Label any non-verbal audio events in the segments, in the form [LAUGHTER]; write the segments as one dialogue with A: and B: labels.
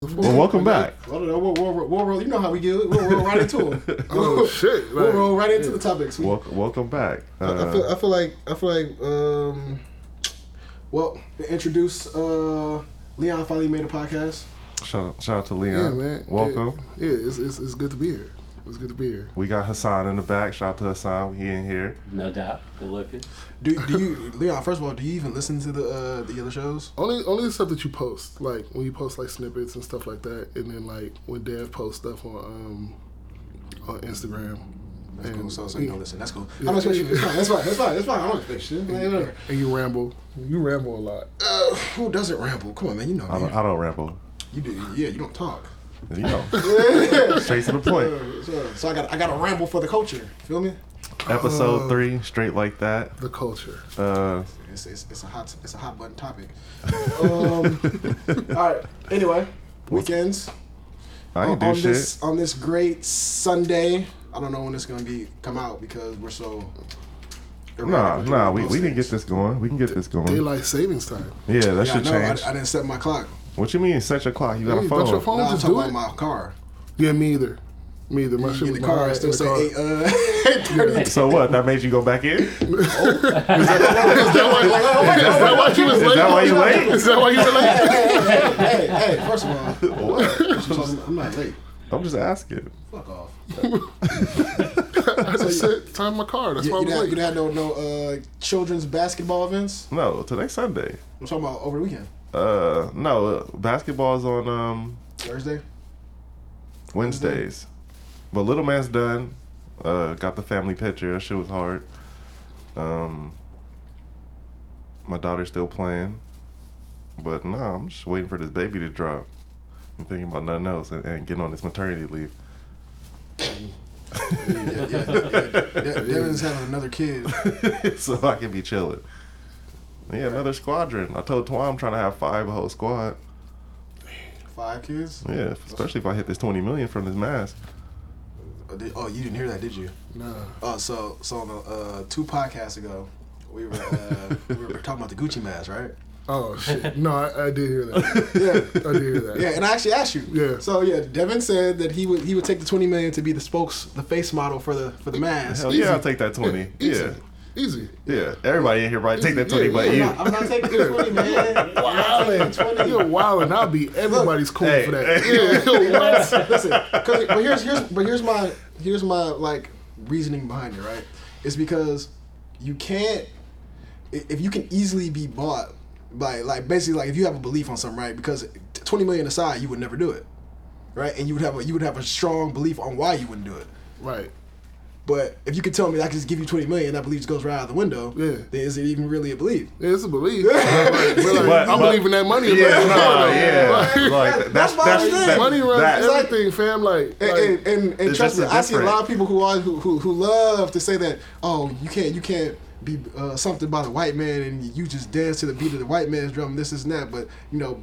A: Well, welcome back.
B: We'll, we'll, we'll, we'll roll. You know how we do it. We'll roll right into them.
C: [LAUGHS] Oh shit!
B: We'll
C: like,
B: roll right into the topics. We-
A: Welcome, welcome back.
C: I, I feel, I feel like I feel like um,
B: well, to introduce uh, Leon finally made a podcast.
A: Uh, shout, shout out to
C: yeah,
A: Leon.
C: man.
A: Welcome.
C: Yeah, yeah it's, it's it's good to be here. It's good to be here.
A: We got Hassan in the back. Shout out to Hassan. He in here.
D: No doubt. Good
C: [LAUGHS]
D: looking.
B: Do, do you, Leon? First of all, do you even listen to the uh, the other shows?
C: Only only the stuff that you post, like when you post like snippets and stuff like that, and then like when Dev posts stuff on um on Instagram.
B: That's
C: and,
B: cool. So, so you don't listen. That's cool. I
C: Yeah.
B: don't expect you. That's fine. That's fine. That's fine. That's fine. I don't expect you. Man, whatever.
C: [LAUGHS] and you ramble. You ramble a lot.
B: Uh, who doesn't ramble? Come on, man. You know
A: I
B: me.
A: don't, I don't ramble.
B: You do. Yeah, you don't talk.
A: You
C: [LAUGHS]
A: know, straight to the point.
B: So, so I got I got to ramble for the culture. Feel me?
C: Uh,
A: Episode three, straight like that.
C: The culture.
A: Uh,
B: It's, it's, it's a hot it's a hot button topic. Um, all right. Anyway, weekends.
A: I ain't
B: on
A: do shit.
B: this on this great Sunday. I don't know when it's gonna be come out because we're so.
A: Nah, nah, we, we
B: didn't
A: can get this going. We can get this
B: Hmm.
A: going.
C: Daylight savings time.
A: Yeah, that
B: Yeah,
A: should
B: no,
A: change.
B: I, I didn't set my clock.
A: what you mean, set your clock? You got a
C: Hey,
A: phone.
C: but your phone-
B: No, I'm
C: just
B: talking
C: do
B: about
C: it.
B: my car.
C: Yeah, me either. Me either. My
B: You
C: shit
B: get
C: was
B: the car,
C: behind
B: it still
C: in the
B: say
C: car.
B: eight, uh, [LAUGHS] eight thirty.
A: So what? That made you go back
C: [LAUGHS]
A: in?
C: Is that why you was
A: Is
C: late?
A: that why you late?
C: Is that why you were late?
B: hey, hey, first of all, first of all, I'm not late.
A: I'm just asking.
B: Fuck off.
C: [LAUGHS] I just said time my car. That's
B: You,
C: why I
B: you,
C: was
B: didn't,
C: late.
B: you didn't have no no uh, children's basketball events.
A: No, today Sunday.
B: I'm talking about over the weekend,
A: Uh, no, uh, basketball's on um
B: Thursday.
A: Wednesdays. But little man's done. Uh, got the family picture. That shit was hard. Um, my daughter's still playing, but no, I'm just waiting for this baby to drop. I'm thinking about nothing else and, and getting on this maternity leave. [LAUGHS]
B: Yeah, yeah, yeah. De- Devin's having another kid.
A: so I can be chilling. Yeah, another squadron. I told Twan I'm trying to have five a whole squad.
B: Five kids.
A: Yeah, especially if I hit this 20 million from this mask.
B: Oh, did- Oh, you didn't hear that, did you?
C: Nah.
B: Oh, so so on the, uh, two podcasts ago, we were uh, we were talking about the Gucci mask, right?
C: Oh
B: [LAUGHS]
C: shit. No, I, I did hear that.
B: Yeah,
C: I did hear that.
B: yeah. And I actually asked you.
C: Yeah.
B: So yeah, Devin said that he would he would take the twenty million to be the spokes the face model for the for the mask.
A: Hell yeah, I'll take
B: [LAUGHS]
A: that 20.
C: Easy.
A: Yeah,
C: Easy.
A: yeah. Everybody in here probably take that
C: Yeah,
A: 20 but
C: yeah,
A: you.
B: No, I'm not taking the twenty, man.
C: Wildin'. [LAUGHS] You're wildin'. I'll be everybody's cool
A: Hey,
C: for that.
A: hey.
C: Yeah, [LAUGHS]
A: [LAUGHS]
C: what?
B: Listen, 'cause- but here's here's but here's my here's my like reasoning behind it, right? It's because you can't i- if you can easily be bought by like basically like if you have a belief on something, right? Because t- twenty million aside, you would never do it, right? And you would have a you would have a strong belief on why you wouldn't do it.
C: Right.
B: But if you could tell me I could just give you twenty million, that belief just goes right out the window.
C: Yeah.
B: Then is it even really a belief?
C: Yeah, it's
B: [LAUGHS]
C: a belief. but like,
A: But-
C: I'm
A: but-
C: believing that money.
A: [LAUGHS]
C: is
A: Yeah,
C: like,
A: nah, yeah.
C: Like,
A: Like, that's,
B: That's my
A: that's,
B: thing.
A: that-
C: [LAUGHS] money runs
A: that-
B: like-
C: everything, fam. Like, like
B: and, and, and, and
A: it's
B: trust me,
A: just
B: I see a
A: different.
B: lot of people who are who, who, who love to say that oh you can't you can't be uh, something by the white man and you just dance to the beat of the white man's drum this is that but you know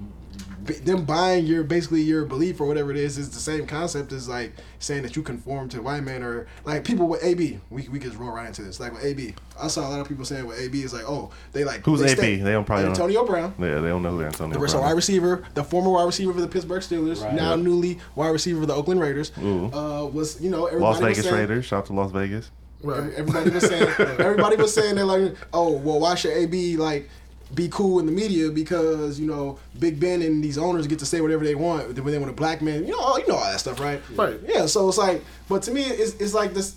B: b- them buying your basically your belief or whatever it is is the same concept as like saying that you conform to white man or like people with AB we we just roll right into this like with AB I saw a lot of people saying with AB is like oh they like
A: Who's
B: they
A: AB? They don't probably don't-
B: Antonio Brown
A: yeah, they don't know who Antonio
B: the first
A: Brown
B: wide
A: is.
B: receiver, the former wide receiver for the Pittsburgh Steelers,
D: Right.
B: now newly wide receiver for the Oakland Raiders,
A: Ooh.
B: uh, was you know everybody
A: Las
B: was
A: Vegas
B: saying,
A: Raiders. Shout out to Las Vegas.
C: right.
B: every- Everybody was
C: [LAUGHS]
B: saying everybody was saying that like oh well why should AB like be cool in the media because you know Big Ben and these owners get to say whatever they want when they want a black man you know you know all that stuff right
C: Right.
B: yeah so it's like but to me it's it's like this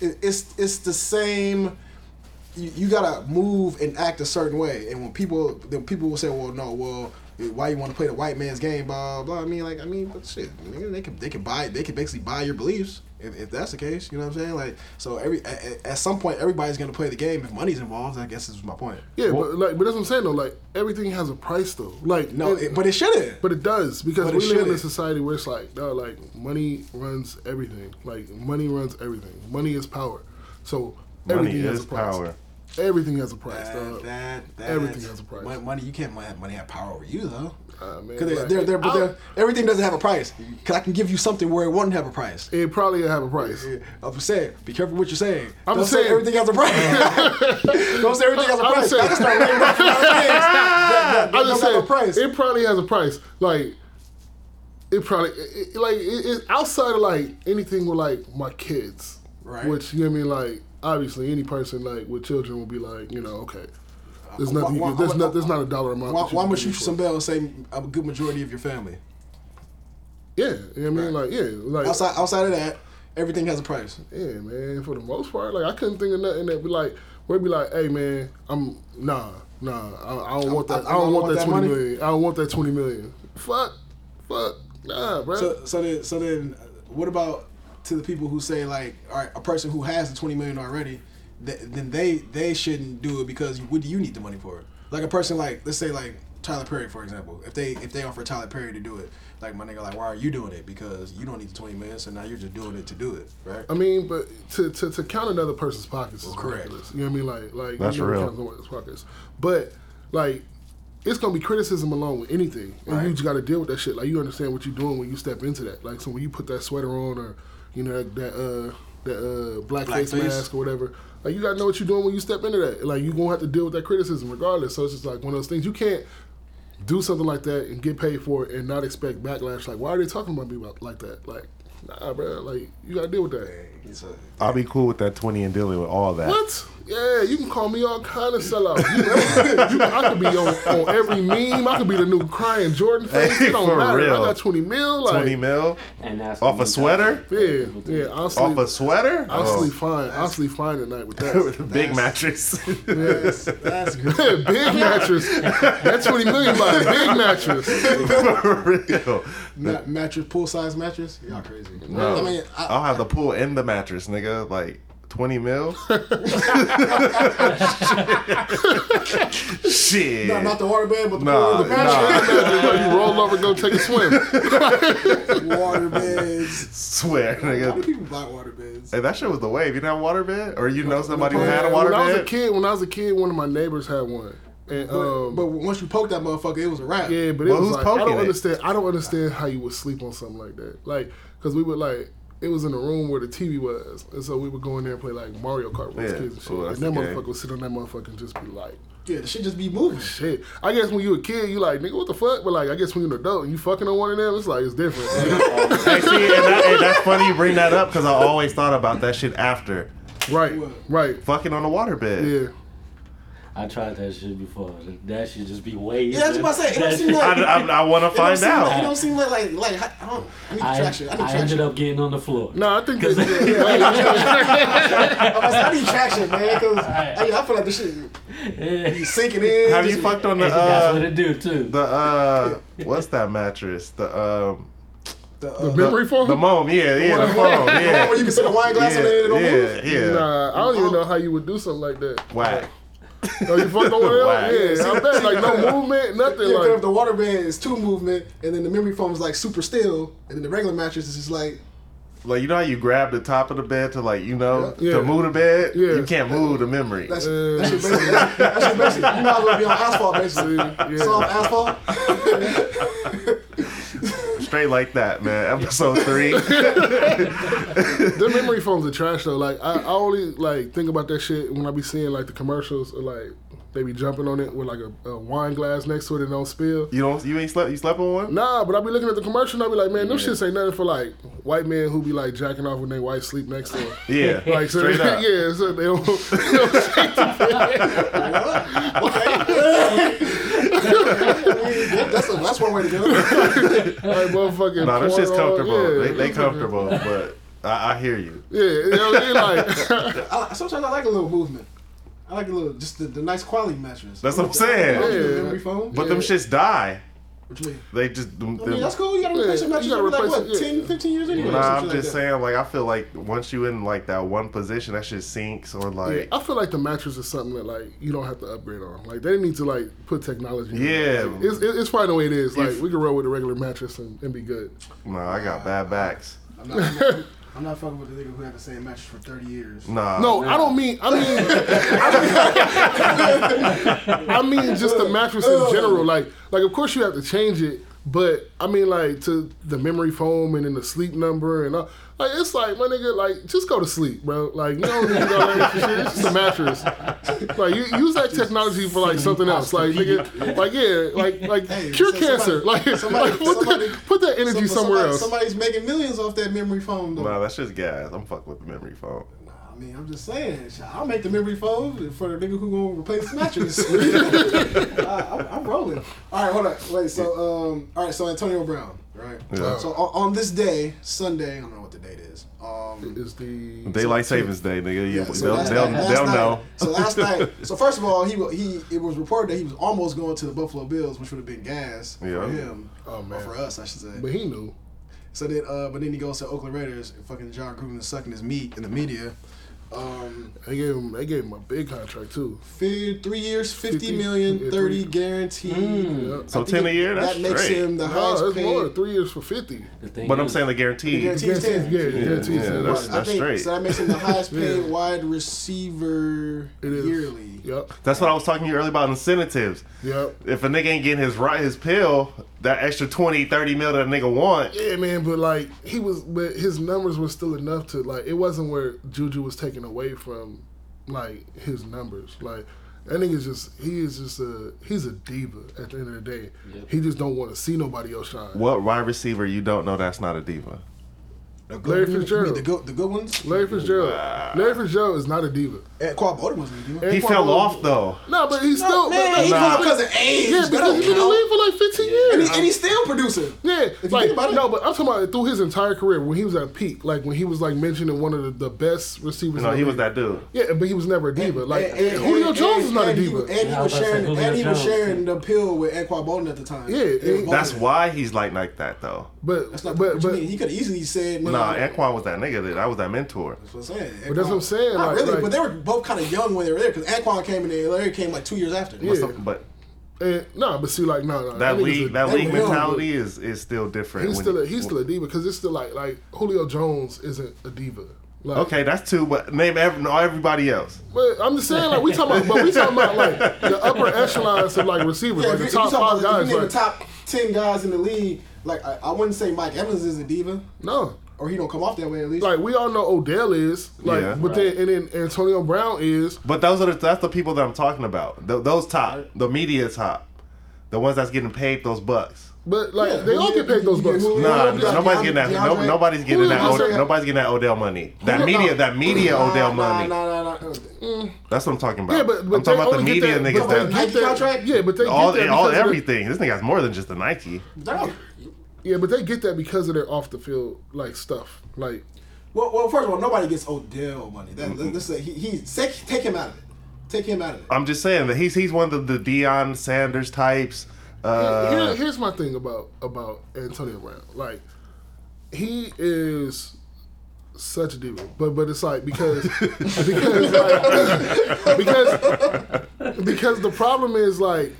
B: it- it's it's the same you, you gotta move and act a certain way. And when people, then people will say, "Well, no, well, why you want to play the white man's game?" Blah blah. I mean, like, I mean, but shit, nigga, they can they can buy they can basically buy your beliefs if, if that's the case. You know what I'm saying? Like, so every at, at some point, everybody's gonna play the game if money's involved. I guess is my point.
C: Yeah, but like, but that's what I'm saying though. Like, everything has a price though. Like,
B: No,
C: it-
B: it, but it shouldn't.
C: But it does because
B: But it
C: we live in a
B: shouldn't.
C: society where it's like, no, like money runs everything. Like money runs everything. Money is power. So
A: Money
C: everything
A: is
C: has a price.
A: power.
C: Everything has a price.
B: That,
C: dog.
B: that, that,
C: everything has a price.
B: Mon- Money, you can't have money have power over you though.
C: Uh, man,
B: 'Cause they-
C: like,
B: they're- they're- but
C: I-
B: they're- everything doesn't have a price. 'Cause I can give you something where it wouldn't have a price.
C: It probably have a price.
B: I'm just saying, be careful what you're saying.
C: I'm
B: Don't
C: just
B: say
C: saying-
B: everything has a
C: [LAUGHS]
B: price. Don't say everything has a
C: I'm
B: price.
C: just saying-
B: That's not right.
C: [LAUGHS]
B: That, that, that,
C: I'm just
B: don't have
C: saying,
B: a price.
C: it probably has a price. Like it probably it, it- like it, it, outside of like anything with like my kids,
B: Right.
C: Which you know what I mean, like obviously any person like with children will be like, you know, okay,
B: Uh,
C: there's nothing.
B: why-
C: you can, there's
B: why-
C: not there's not a dollar amount.
B: Why,
C: that
B: why
C: can
B: must
C: do
B: you
C: for it.
B: some bell and say a good majority of your family?
C: Yeah, you know what I mean, like yeah, like
B: Outside outside of that, everything has a price.
C: yeah, man. For the most part, like I couldn't think of nothing that be like we'd be like, hey man, I'm nah nah, I, I don't want that. I, don't want, that
B: money?
C: twenty million. I don't want that twenty million. Fuck, fuck, nah, bro.
B: So so then so then, what about to the people who say like, all right, a person who has the twenty million already, th- then they they shouldn't do it because what do you need the money for? Like a person like let's say like Tyler Perry for example, if they if they offer Tyler Perry to do it, like my nigga, like why are you doing it? Because you don't need the twenty million, so now you're just doing it to do it, right?
C: I mean, but to, to, to count another person's pockets is
B: Correct.
C: ridiculous. You know what I mean? Like like
A: That's
C: you never
A: real.
C: count someone's pockets. But like it's gonna be criticism along with anything, and
B: Right.
C: you just got to deal with that shit. Like you understand what you're doing when you step into that. Like so when you put that sweater on, or you know that that uh, that uh, black, face
B: Blackface.
C: mask or whatever. Like you got to know what you're doing when you step into that. Like you gonna have to deal with that criticism regardless. So it's just like one of those things you can't do something like that and get paid for it and not expect backlash. Like why are they talking about me about like that? Like nah, bro. Like you got to deal with that.
B: So,
A: I'll be cool with that twenty and dealing with all that.
C: What? Yeah, you can call me all kind of sellout. [LAUGHS] You, you, I could be on, on every meme. I could be the new crying Jordan face.
A: Hey,
C: it don't
A: for
C: matter. I
A: real.
C: got twenty mil. Like,
A: Twenty mil
D: And that's
A: off
D: what
A: a
D: we
A: sweater,
D: got.
C: Yeah, yeah. I'll
A: off
C: sleep.
A: a sweater,
C: I'll
A: Oh.
C: sleep fine. I'll sleep fine at night with
A: With
C: that.
A: a big mattress. [LAUGHS]
B: that's, that's good.
C: [LAUGHS] big mattress. That twenty million by a big
A: [LAUGHS]
C: mattress.
A: For real.
B: Ma- mattress, pool size mattress. Y'all crazy.
A: No.
B: I mean, I,
A: will have the pool and the mattress, nigga. Like
B: [LAUGHS]
A: twenty mil. Shit.
B: not, not the water bed, but the
A: Nah,
B: pool, the mattress,
C: [LAUGHS] you roll over, go take a swim.
B: [LAUGHS] water beds.
A: Swear,
B: How do
A: nigga.
B: people buy water beds?
A: Hey, that shit was the wave. You didn't have a water bed, or [LAUGHS] you know somebody who
C: Yeah,
A: had a water
C: when I was a
A: bed.
C: kid, when I was a kid, one of my neighbors had one, and um,
B: But once you poke that motherfucker, it was a wrap.
C: Yeah, but it
A: But
C: was
A: who's
C: like, I don't
A: poking it?
C: understand. I don't understand how you would sleep on something like that. Like, cause we would like it was in a room where the TV was, and so we would go in there and play like Mario Kart with
A: Yeah.
C: the kids and shit.
A: Ooh,
C: and
A: that's
C: that
A: the
C: motherfucker
A: game.
C: would sit on that motherfucker and just be like,
B: Yeah, the shit just be moving.
C: shit. I guess when you a kid, you like nigga, what the fuck? But like, I guess when you're an adult and you fucking on one of them, it's like it's different,
A: [LAUGHS] Hey, see, and, that, and that's funny you bring that up because I always thought about that shit after
C: right? Right?
A: fucking on a water bed.
C: Yeah.
D: I tried that shit before. That should just be way.
B: Yeah, that's what I said. It don't seem
A: I,
B: like.
A: I, I want to
B: it don't
A: find
B: seem Like, it
A: out.
B: don't seem like like like I, I don't. I need traction. I
D: I,
B: need
D: I
B: traction. [LAUGHS]
D: ended up getting on the floor. [LAUGHS]
A: [LAUGHS]
C: No, I think that's, yeah,
B: I, was like, I need traction, man. Cause hey, I feel like the shit
D: Yeah.
B: sinking in.
A: Have you
B: just-
A: fucked on the
D: that's what
A: uh,
D: it do too.
A: the uh, what's that mattress? The um,
B: the, uh, the, [LAUGHS]
C: memory foam.
A: the mom? Yeah, yeah, the
B: one-
A: mom. Yeah,
B: where you can sit a wine glass on it and it don't
A: yeah,
B: move?
A: yeah, yeah.
C: Nah, I don't even know how you would do something like that.
A: Whack.
C: Oh, you fucked on one
A: Wow.
C: of them? Yeah,
B: [LAUGHS]
C: I bet like no movement, nothing.
B: Yeah, 'cause
C: like
B: if the water bed is two movement, and then the memory foam is like super still, and then the regular mattress is just like
A: Like you know how you grab the top of the bed to like you know
C: Yeah.
A: to move the bed.
C: Yeah.
A: You can't move the memory.
B: that's
C: Uh,
B: that shit basically. That shit basically. You might as well be on asphalt [LAUGHS] basically.
C: Yeah.
B: Soft asphalt.
A: Straight like that,
C: [LAUGHS]
A: man. Episode three.
B: [LAUGHS]
C: Their memory foams are trash though. Like I, I only like think about that shit when I be seeing like the commercials or like they be jumping on it with like a, a wine glass next to it and don't spill.
A: you don't. You ain't slept. You slept on one.
C: Nah, but I be looking at the commercial and I be like, man, them shits ain't nothing for like white men who be like jacking off when they white sleep next to them.
A: [LAUGHS] Yeah.
C: Like so
A: straight up.
C: [LAUGHS] yeah, so they don't. [LAUGHS] They don't
A: [LAUGHS]
C: shake the bed.
B: [LAUGHS] that's, that's one way to do it.
C: like motherfucking.
A: [LAUGHS] Nah, that's just
C: Pornhub,
A: comfortable.
C: Yeah,
A: they they comfortable, but I, I hear you.
C: Yeah, you know what I mean? Like, [LAUGHS]
B: I, like- sometimes I like a little movement. I like a little, just the, the nice quality mattress.
A: That's what I'm
B: I don't
A: saying.
B: need the
C: Yeah.
B: memory foam.
A: But them shits die.
B: What you mean?
A: They just. Them,
B: I mean,
A: them-
B: that's cool. You gotta replace
C: Yeah,
B: your mattress
C: you gotta
B: every like,
C: replace
B: what,
C: it, yeah.
B: 10, 15 years anyway? or
A: Nah,
B: some
A: I'm
B: shit like
A: just
B: that.
A: saying. Like I feel like once you in like that one position, that shit sinks or like.
C: I feel like the mattress is something that like you don't have to upgrade on. Like they need to like put technology. in it.
A: Yeah.
C: Like, it's, it's probably the way it is. Like
A: If-
C: we can roll with a regular mattress and, and be good.
A: Nah, I got bad backs.
B: I'm not, I'm not, I'm not fucking with the nigga who had the same mattress for 30 years.
A: Nah.
C: No, I don't mean. I mean, I mean, I mean just the mattress in general. Like, like of course you have to change it, But I mean, like to the memory foam and then the sleep number and all, like it's like my nigga, like just go to sleep, bro. Like you don't need all that extra shit. It's just a mattress. Like you use that technology for like something else, like nigga, like yeah, like like
B: Hey,
C: cure
B: so
C: cancer,
B: somebody-
C: like,
B: somebody-
C: like put,
B: somebody-
C: that, put that energy
B: Some- somebody-
C: somewhere else.
B: Somebody's making millions off that memory phone though.
A: Nah, that's just gas. I'm fucking with the memory foam.
B: I mean, I'm just saying, shit, I'll make the memory foam for the nigga who gonna replace the
C: [LAUGHS]
B: mattress. [LAUGHS] I, I'm, I'm rolling. All right, hold up. Wait, so um, all right, so Antonio Brown, right?
A: Yeah.
B: So on, on this day, Sunday, I don't know what the date is. Um,
C: Is the
A: Daylight savings day, nigga. Yeah,
B: yeah, so
A: they'll
B: last
A: they'll,
B: night- last
A: they'll
B: night-
A: know. [LAUGHS]
B: So last night, so first of all, he wa- he it was reported that he was almost going to the Buffalo Bills, which would have been gas
A: Yeah.
B: for him,
C: Oh,
B: or
C: man.
B: for us, I should say.
C: But he knew.
B: So then, uh, but then he goes to Oakland Raiders, and fucking John Gruden is sucking his meat in the media. Um,
C: They gave him. They gave him a big contract too.
B: fi- three years, 50
C: 50,
B: million,
C: yeah,
B: 30
C: three.
B: guaranteed.
C: Yep.
A: Hmm. so
B: I think
A: ten a
B: it-
A: year. That's
B: that makes
A: great.
B: him Hmm. the
C: No,
B: highest
C: that's
B: paid.
C: more. Three years for fifty.
D: The thing
A: But I'm
D: is-
A: saying the guarantee.
B: guarantee-
C: Yeah,
B: Guaranteed
C: yeah,
B: ten.
C: yeah,
A: Yeah,
C: guaranteed
A: yeah,
C: ten.
B: Right,
A: that's-
B: I think-
A: straight.
B: So that makes him the highest paid
C: [LAUGHS] Yeah.
B: wide receiver
C: It is.
B: yearly.
C: Yep.
A: That's what I was talking to you earlier about incentives.
C: Yep.
A: If a nigga ain't getting his right his pill, that extra 20, 30 mil that a nigga want.
C: Yeah, man, but like he was, but his numbers were still enough to like. It wasn't where Juju was taken away from, like his numbers. Like that nigga's just he is just a he's a diva at the end of the day.
D: Yep.
C: He just don't want to see nobody else shine.
A: What wide receiver you don't know that's not a diva?
B: The good-
C: Larry
B: you mean
C: Fitzgerald.
B: The good, the good ones.
C: Larry Fitzgerald, Larry Fitzgerald is not a diva.
B: Eh, Quad Bowden wasn't even.
A: He
C: Anquan
A: fell
C: Boldin-
A: off though.
C: No, but he's still.
B: man,
C: but,
B: he
A: Nah.
B: because of age.
C: yeah,
B: that
C: because
B: don't
C: he's been in the
B: count.
C: league for like fifteen years.
B: And, he, and he's still producing.
C: Yeah,
B: you
C: like
B: think about it.
C: no, but I'm talking about through his entire career when he was at peak, like when he was like mentioned in one of the, the best receivers. in
A: No,
C: the
A: he was
C: league.
A: that dude.
C: Yeah, but he was never a diva. like
B: And- and-
C: Julio
B: and-
C: Jones
B: and-
C: is not a
B: and he
C: diva.
B: was- And he
D: Yeah, I
B: was
D: was about to say
B: sharing,
D: Julio
B: and he was
D: Jones.
B: sharing the pill with Anquan Bolden at the time.
C: Yeah,
B: It was
C: and-
A: That's
B: Bolden.
A: why he's like like that though.
C: but
B: That's
C: but
B: not
C: but
B: what you mean. he could have easily said no.
A: Nah,
B: that's
A: Anquan was that nigga. That I was that mentor.
B: what I'm saying.
C: But that's what I'm
B: Anquan-
C: saying,
B: Not
C: like-
B: really,
C: like-
B: but they were both kind of young when they were there because Anquan came in there. Larry came like two years after.
C: Yeah.
A: So- but
C: and, no, but see, like no, no,
A: that
C: nigga's
A: league, that
C: a-
B: that
A: league
B: nigga's young,
A: mentality is is still different.
C: He's
A: when
C: still
A: you-
C: a, he's still a diva because it's still like like Julio Jones isn't a diva. Like,
A: okay. That's two. But name every, no, everybody else.
C: but I'm just saying like we talking about, but we talking about like the upper echelons of like receivers,
B: Yeah,
C: like
B: if
C: the
B: you- if you
C: top
B: talk
C: five
B: about- if
C: guys.
B: you name
C: Like,
B: the top ten guys in the league, like I, I wouldn't say Mike Evans is a diva,
C: no,
B: or he don't come off that way at least.
C: like we all know Odell is like,
A: Yeah.
C: but then and then Antonio Brown is.
A: But those are the, that's the people that I'm talking about. Th those top, the media top, the ones that's getting paid those bucks.
C: But like
B: Yeah,
C: they all
B: you-
C: get paid those
B: you get
C: bucks.
B: who-
A: Nah,
B: Who else?
A: nobody's
B: DeAndre-
A: getting that. No,
B: DeAndre?
A: nobody's
C: Who
A: getting that.
C: else?
A: Odell, nobody's getting that Odell money. That
C: Who-
A: media,
C: no.
A: that media
B: Nah,
A: Odell
B: nah,
A: money.
B: Nah, nah, nah, nah.
A: That's what I'm talking about.
C: Yeah, but, but
A: I'm talking
C: they
A: about the
C: only
A: media
C: get that,
A: niggas
C: but they
A: that
B: Nike
C: get that-
B: contract?
C: Yeah, but they
A: all
C: get that
A: all
C: because of their-
A: everything. This nigga's more than just a Nike.
B: Dog.
C: Yeah, but they get that because of their off the field like stuff. Like
B: Well, well, first of all, nobody gets Odell money. That, let's say he, he take, take him out of it. Take him out of it.
A: I'm just saying that he's he's one of the, the Deion Sanders types. Uh,
C: here, here's my thing about about Antonio Brown. Like he is such a diva, but but it's
A: [LAUGHS]
C: like because because like, because because the problem is like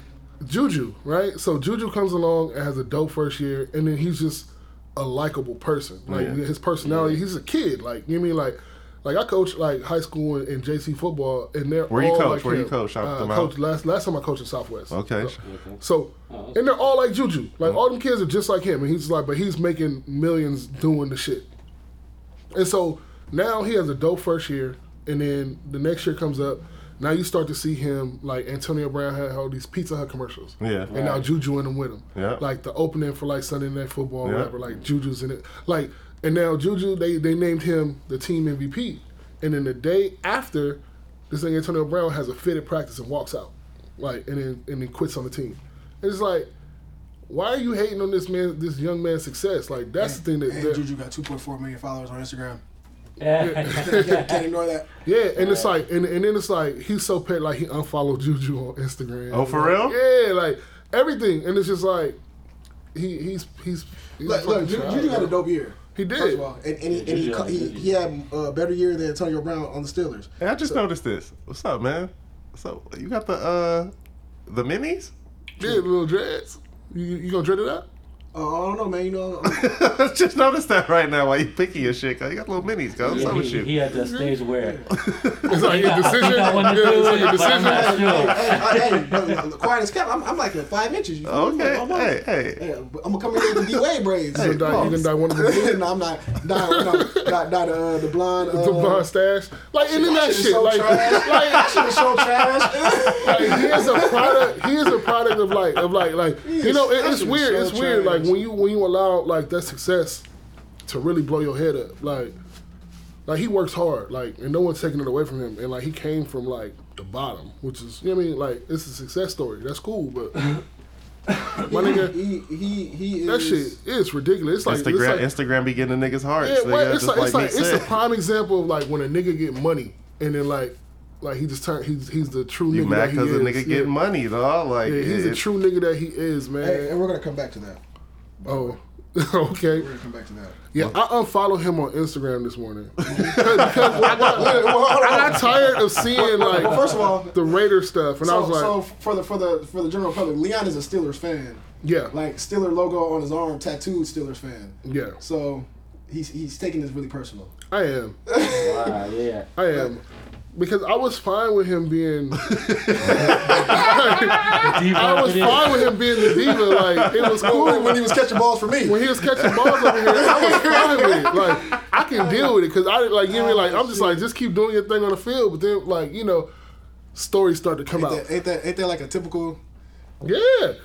C: Juju, right? So Juju comes along and has a dope first year, and then he's just a likable person. Like
A: Yeah.
C: his personality, he's a kid. Like you know what I mean like. Like I coach like high school and, and JC football, and they're
A: Where you
C: all
A: coach?
C: like
A: Where you
C: him.
A: coach? Shout
C: Uh,
A: them out.
C: coach last last time I coached at Southwest.
A: okay,
C: So, and they're all like Juju. Like, all them kids are just like him. And he's like, but he's making millions doing the shit. And so now he has a dope first year. And then the next year comes up. Now you start to see him, like Antonio Brown had all these Pizza Hut commercials.
A: yeah.
C: And now Juju in them with him.
A: Yeah.
C: Like the opening for like Sunday Night Football,
A: Yeah.
C: whatever. Like Juju's in it. Like, and now Juju, they, they named him the team MVP. And then the day after, this thing Antonio Brown has a fitted practice and walks out. Like, and then and then quits on the team. And it's like, why are you hating on this man, this young man's success? Like, that's the thing that,
B: And
C: that-
B: Juju got 2.4 million followers on
C: [LAUGHS]
B: Instagram.
D: [LAUGHS] Yeah.
B: Can't, can't ignore that.
C: yeah. And it's like, and, and then it's like he's so pet, like he unfollowed Juju on Instagram.
A: Oh, for
C: Like,
A: real?
C: Yeah, like everything. And it's just like. He, he's he's, he's
B: Look, look,
C: fucking
B: Ju-
C: trash,
B: Juju had a
C: bro.
B: dope year.
C: He did.
B: First of all, and, and, he, and he,
D: Juju
B: cu-
D: had a
B: he,
D: good
B: he had a better year than Antonio Brown on the Steelers.
A: Hey, I just noticed this. What's up, man? So you got the uh the minis? [LAUGHS]
B: [LAUGHS]
C: Yeah, little dreads. You, you gonna dread it out?
B: Uh, I don't know, man. You know,
C: [LAUGHS]
B: I'm-
A: Just notice that right now while you picking your shit. Cause you got little minis, cause I'm
D: Yeah,
A: yeah,
D: he, he at that stage where
C: It's like your
D: I think
C: decision.
D: I
C: Yeah,
D: wanna do
C: it's like
D: it,
C: your
D: but I'm not
C: decision.
D: sure.
B: hey, hey, hey, but quiet as kept. I'm, I'm like at five inches. You feel me?
A: Okay,
B: I'm,
A: hey, hey.
B: I'm gonna come in here with the D Wade braids.
C: You
B: [LAUGHS]
C: done dye- you done dye one of the blue,
B: no, I'm not. Not, no, not, not uh, the blonde. Uh,
C: the blonde stash, like and then that
B: shit is
C: shit,
B: so
C: like,
B: trash. [LAUGHS]
C: like,
B: That shit is so trash.
C: [LAUGHS] like he is a product. He is a product of like of like like you know. It,
B: That
C: it's
B: shit is
C: weird.
B: so
C: It's weird.
B: trash.
C: Like when you when you allow like that success to really blow your head up. Like like he works hard. Like and no one's taking it away from him. And like he came from like the bottom, which is you know what I mean. Like it's a success story. That's
B: [LAUGHS]
C: cool, but my nigga,
B: he, he, he is.
C: that shit is ridiculous. It's like it's
A: Instagram,
C: like-
A: Instagram be getting niggas' hearts.
C: yeah,
A: nigga.
C: well, it's
A: just
C: like, it's
A: like
C: like
A: Meek
C: it's a
A: said.
C: prime example of like when a nigga get money and then like like he just turned he's he's the true
A: You
C: nigga
A: mad
C: that he
A: because
C: is.
A: a nigga
C: yeah.
A: get money, dog? Like
C: Yeah, he's
A: it-
C: the true nigga that he is, man.
B: Hey, and we're gonna come back to that.
C: oh. [LAUGHS] Okay.
B: We're gonna come back to that.
C: Yeah, I unfollowed him on Instagram
B: [LAUGHS]
C: this morning because, because I, got, I got tired of seeing like
B: Well, first of all,
C: the Raider stuff, and I
B: so,
C: was like,
B: so for the for the for the general public, Leon is a Steelers fan.
C: yeah,
B: Like Steeler logo on his arm, tattooed Steelers fan.
C: yeah,
B: So he's he's taking this really personal.
C: I am,
D: [LAUGHS] Wow, yeah.
C: I am, because I was fine with him being. [LAUGHS] I
B: [LAUGHS]
C: was fine with him being the diva. Like it was cool
B: When, when he was catching balls for me.
C: when he was catching balls over here, I was fine with it. Like I can deal with it because I didn't like
B: Oh,
C: you know like I'm just like just keep doing your thing on the field, but then like you know, stories start to come
B: Ain't
C: out.
B: that, ain't that ain't that like a typical
C: Yeah,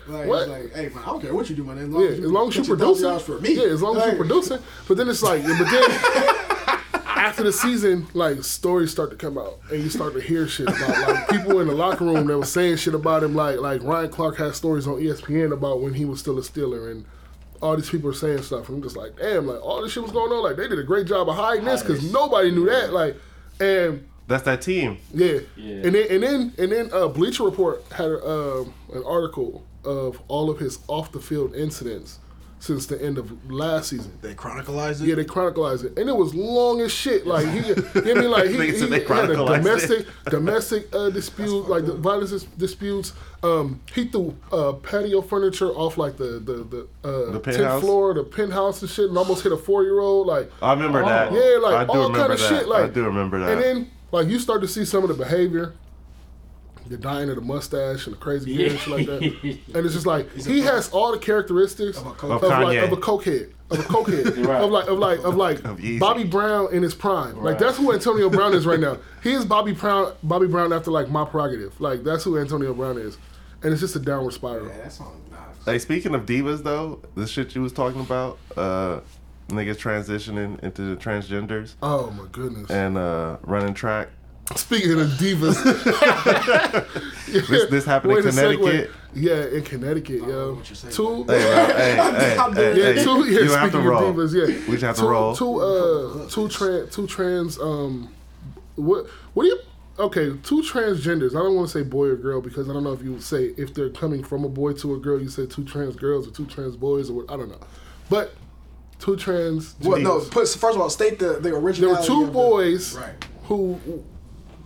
B: like,
C: what?
B: it's like hey man, I don't care what you do, man. As long
C: yeah,
B: as you,
C: as long as you
B: get your thousand
C: producing
B: dollars for me.
C: Yeah, as long as
B: Like,
C: you producing. But then it's like,
B: [LAUGHS]
C: but then after the season, like stories start to come out, and you start to hear shit about like people in the locker room that was saying shit about him. Like like Ryan Clark has stories on E ESPN about when he was still a Steeler and. All these people are saying stuff, and I'm just like, damn, like all this shit was going on. Like they did a great job of hiding this because nobody knew that. Like, and
A: That's that team.
C: yeah.
D: Yeah.
C: And then and then and then uh, Bleacher Report had um, an article of all of his off the field incidents since the end of last season.
B: They chronicalized it.
C: Yeah, they chronicalized it, and it was long as shit. Like he, you know what I
A: [LAUGHS]
C: mean, like he,
A: They
C: he
A: said they
C: had a
A: chronicalized it.
C: domestic
A: [LAUGHS]
C: domestic uh, dispute, like the violence dis- disputes. Um, he threw uh, patio furniture off like the the the, uh,
A: The penthouse?
C: tenth floor, the penthouse and shit, and almost hit a four year old. Like
A: I remember that.
C: Oh, yeah, like
A: I do
C: all
A: remember
C: kind of
A: that.
C: shit. Like
A: I do remember that.
C: And then like you start to see some of the behavior, the dying of the mustache and the crazy hair and shit like that. And it's just like he has all the characteristics of,
B: a coke-
A: Of
C: like
A: Kanye.
C: of a cokehead, of a cokehead,
A: [LAUGHS]
D: Right.
C: of like of like of like
A: Of Yeezy.
C: Bobby Brown in his prime. Like
D: Right.
C: that's
A: [LAUGHS]
C: who Antonio Brown is right now. He is Bobby Brown. Bobby Brown after like my prerogative. Like that's who Antonio Brown is, and it's just a downward spiral.
B: Yeah, that song. Nah,
A: Hey, speaking of divas though, the shit you was talking about, uh, niggas transitioning into the transgenders
C: Oh my goodness!
A: and uh, running track.
C: Speaking of divas,
A: [LAUGHS] This- this happened in
C: Way to segue.
A: Connecticut?
C: Yeah, in Connecticut,
B: know
C: yo.
B: Oh, what you're saying.
C: Two,
A: Hey,
B: [LAUGHS]
A: bro, hey, hey,
B: I'm
A: hey,
B: dead.
C: yeah,
A: hey,
C: two. Yeah,
A: you have to
C: speaking of
A: roll.
C: divas, yeah,
A: We just have
C: two,
A: to roll.
C: Two, uh, two trans, two trans. Um, what, what do you? Okay, two transgenders. I don't want to say boy or girl because I don't know if you say if they're coming from a boy to a girl. You say two trans girls or two trans boys or what? I don't know, but two trans.
B: well, no. Put, first of all, state the the
C: There
B: original.
C: were two boys
B: Right.
C: who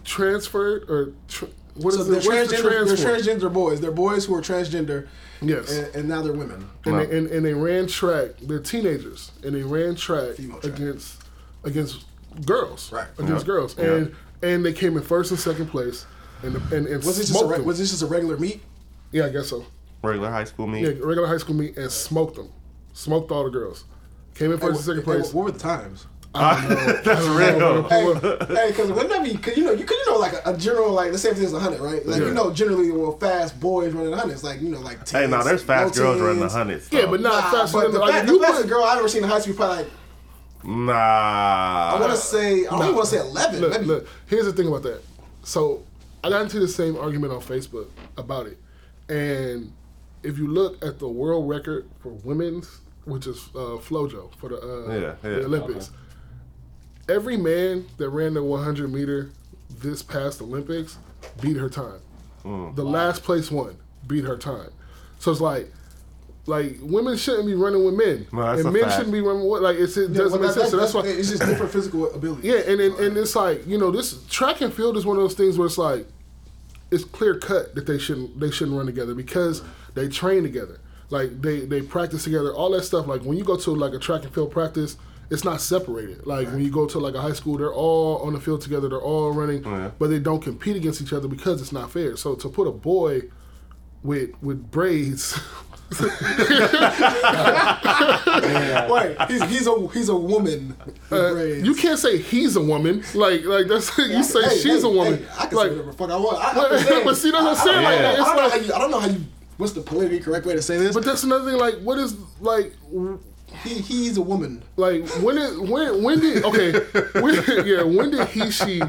C: transferred or. Tra- what is
B: So
C: the,
B: they're
C: what is the
B: transgender.
C: trans for?
B: they're transgender boys. They're boys who are transgender,
C: Yes.
B: and, and now they're women.
C: and,
A: Wow.
C: they, and, and they ran track. They're teenagers, and they ran track,
B: Female track.
C: against against girls,
B: Right.
C: Against
A: Yeah.
C: girls,
A: Yeah.
C: and and they came in first and second place, and and, and
B: Was this just a,
C: smoked
B: re-
C: them.
B: was this just a regular meet?
C: yeah, I guess so.
A: Regular high school meet.
C: Yeah, regular high school meet and smoked them, smoked all the girls. Came in first and second
B: Hey,
C: place.
B: What were the times?
A: [LAUGHS] That's real.
B: hey, because whenever you, cause you know, you, cause you know, like a, a general, like let's say if there's a hundred, right? Like
C: Yeah.
B: you know, generally, well, fast boys running hundreds, like you know, like tens,
A: Hey, now there's fast
B: low
A: girls running the
B: tens.
A: hundreds.
C: yeah,
A: though.
C: but not
B: Nah,
C: faster
B: but
C: than
B: the,
C: the, like,
B: fa-
C: if
B: the
C: you
B: fastest
C: went-
B: girl I ever seen in high school, probably like I
A: nah.
B: want to say, I don't even want to say eleven.
C: look,
B: maybe.
C: look, here's the thing about that. So I got into the same argument on Facebook about it. And if you look at the world record for women's, which is uh, Flojo for the, uh,
A: Yeah, yeah.
C: the Olympics, every man that ran the 100 meter this past Olympics beat her time.
A: Mm.
C: the last place one beat her time. So it's like, like women shouldn't be running with men,
A: No, that's
C: and
A: a
C: men
A: fact.
C: shouldn't be running with like it's, it
B: Yeah,
C: doesn't
B: well,
C: make
B: that-
C: sense. so that's
B: that-
C: why
B: it's just different physical ability. [LAUGHS]
C: yeah, and, and and it's like you know this track and field is one of those things where it's like it's clear cut that they shouldn't they shouldn't run together because they train together. Like they they practice together, all that stuff. Like when you go to like a track and field practice, it's not separated. Like when you go to like a high school, they're all on the field together, they're all running,
A: Yeah.
C: but they don't compete against each other because it's not fair. So to put a boy with with braids, [LAUGHS]
B: Wait, he's, he's a he's a woman. with braids.
C: Uh, you can't say he's a woman. Like like that's you say
B: Hey,
C: she's
B: hey,
C: a woman.
B: hey, I can
C: like
B: say whatever the fuck I want. I, I understand.
C: [LAUGHS] but see, that's what I'm saying. Like,
A: Yeah.
B: I
C: it's
B: don't know
C: like,
B: how you- I don't know how you. What's the politically correct way to say this?
C: but that's another thing. Like, what is like, w-
B: he, he's a woman.
C: like when is when when did okay, when, [LAUGHS] yeah, when did he she uh,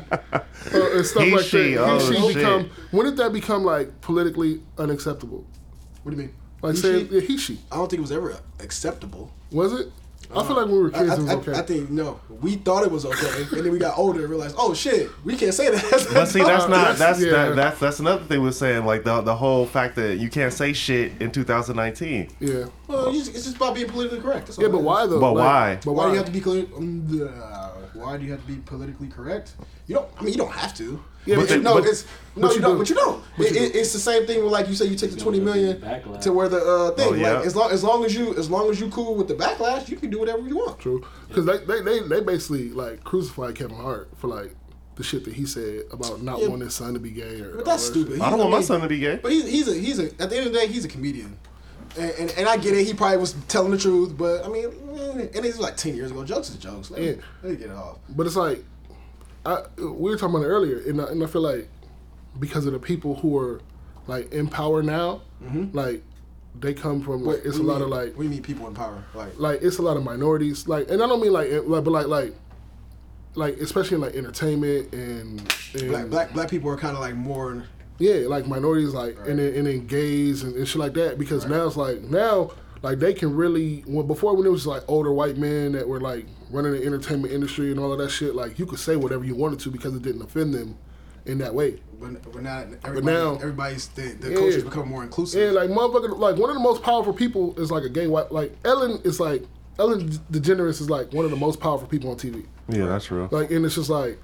C: and stuff
A: He,
C: like
A: she,
C: that?
A: oh,
C: he she
A: shit.
C: become when did that become like politically unacceptable?
B: What do you mean?
C: Like
B: He,
C: saying
B: she?
C: yeah, he she
B: I don't think it was ever acceptable.
C: was it? I feel like when we were
B: Uh, I,
C: kids,
B: I-
C: it was
B: I-
C: okay.
B: I think no. We thought it was okay, and then we got older and realized, oh shit, we can't say that.
A: But see,
C: [LAUGHS] Uh-uh.
A: that's not that's
C: yeah.
A: that, that's that's another thing we're saying. Like the the whole fact that you can't say shit in 2019.
C: yeah,
B: Well, you just- it's just about being politically correct. That's all
C: yeah,
B: it
C: but
B: is.
C: why though?
A: But
C: Like,
A: why?
C: But
B: why do you have to be clear? um, uh, Why do you have to be politically correct? You don't. I mean, you don't have to.
C: Yeah,
B: but,
C: but
B: you,
C: you-
B: no,
C: but-
B: it's no,
C: but
B: you,
C: you
B: don't.
C: do.
B: But you don't. It- it- it's the same thing. With, like you say, you take the twenty million
D: Backlash.
B: to where the uh, thing.
A: Oh, yeah.
B: Like as long as long as you as long as you cool with the backlash, you can do whatever you want.
C: True, because they, they they basically like crucified Kevin Hart for like the shit that he said about not
B: Yeah.
C: wanting his son to be gay or.
B: But that's stupid.
A: I don't want my
B: mean,
A: son to be gay.
B: But he's he's a he's a at the end of the day he's a comedian, and and, and I get it. He probably was telling the truth, but I mean, eh, and it's like ten years ago. Jokes is jokes. Let,
C: Yeah.
B: me, let me get it off.
C: But it's like, I we were talking about it earlier, and I, and I feel like because of the people who are like in power now, like they come from like, it's
B: Mm-hmm.
C: a
B: We
C: lot
B: need-
C: of like
B: we need people in power. Like
C: like it's a lot of minorities like, and I don't mean like it- like but like like like especially in like entertainment and, and
B: black black black people are kind of like more.
C: Yeah, like minorities, like and then, and then gays and, and shit like that. Because now it's like now, like they can really. When before when it was like older white men that were like running the entertainment industry and all of that shit, like you could say whatever you wanted to because it didn't offend them in that way.
B: But, but now everybody,
C: now-
B: everybody's the, the
C: Yeah.
B: culture's become more inclusive.
C: Yeah, like motherfucker, like one of the most powerful people is like a gay white. Like Ellen is like Ellen DeGeneres is like one of the most powerful people on TV.
A: Yeah, that's real.
C: Like, and it's just like,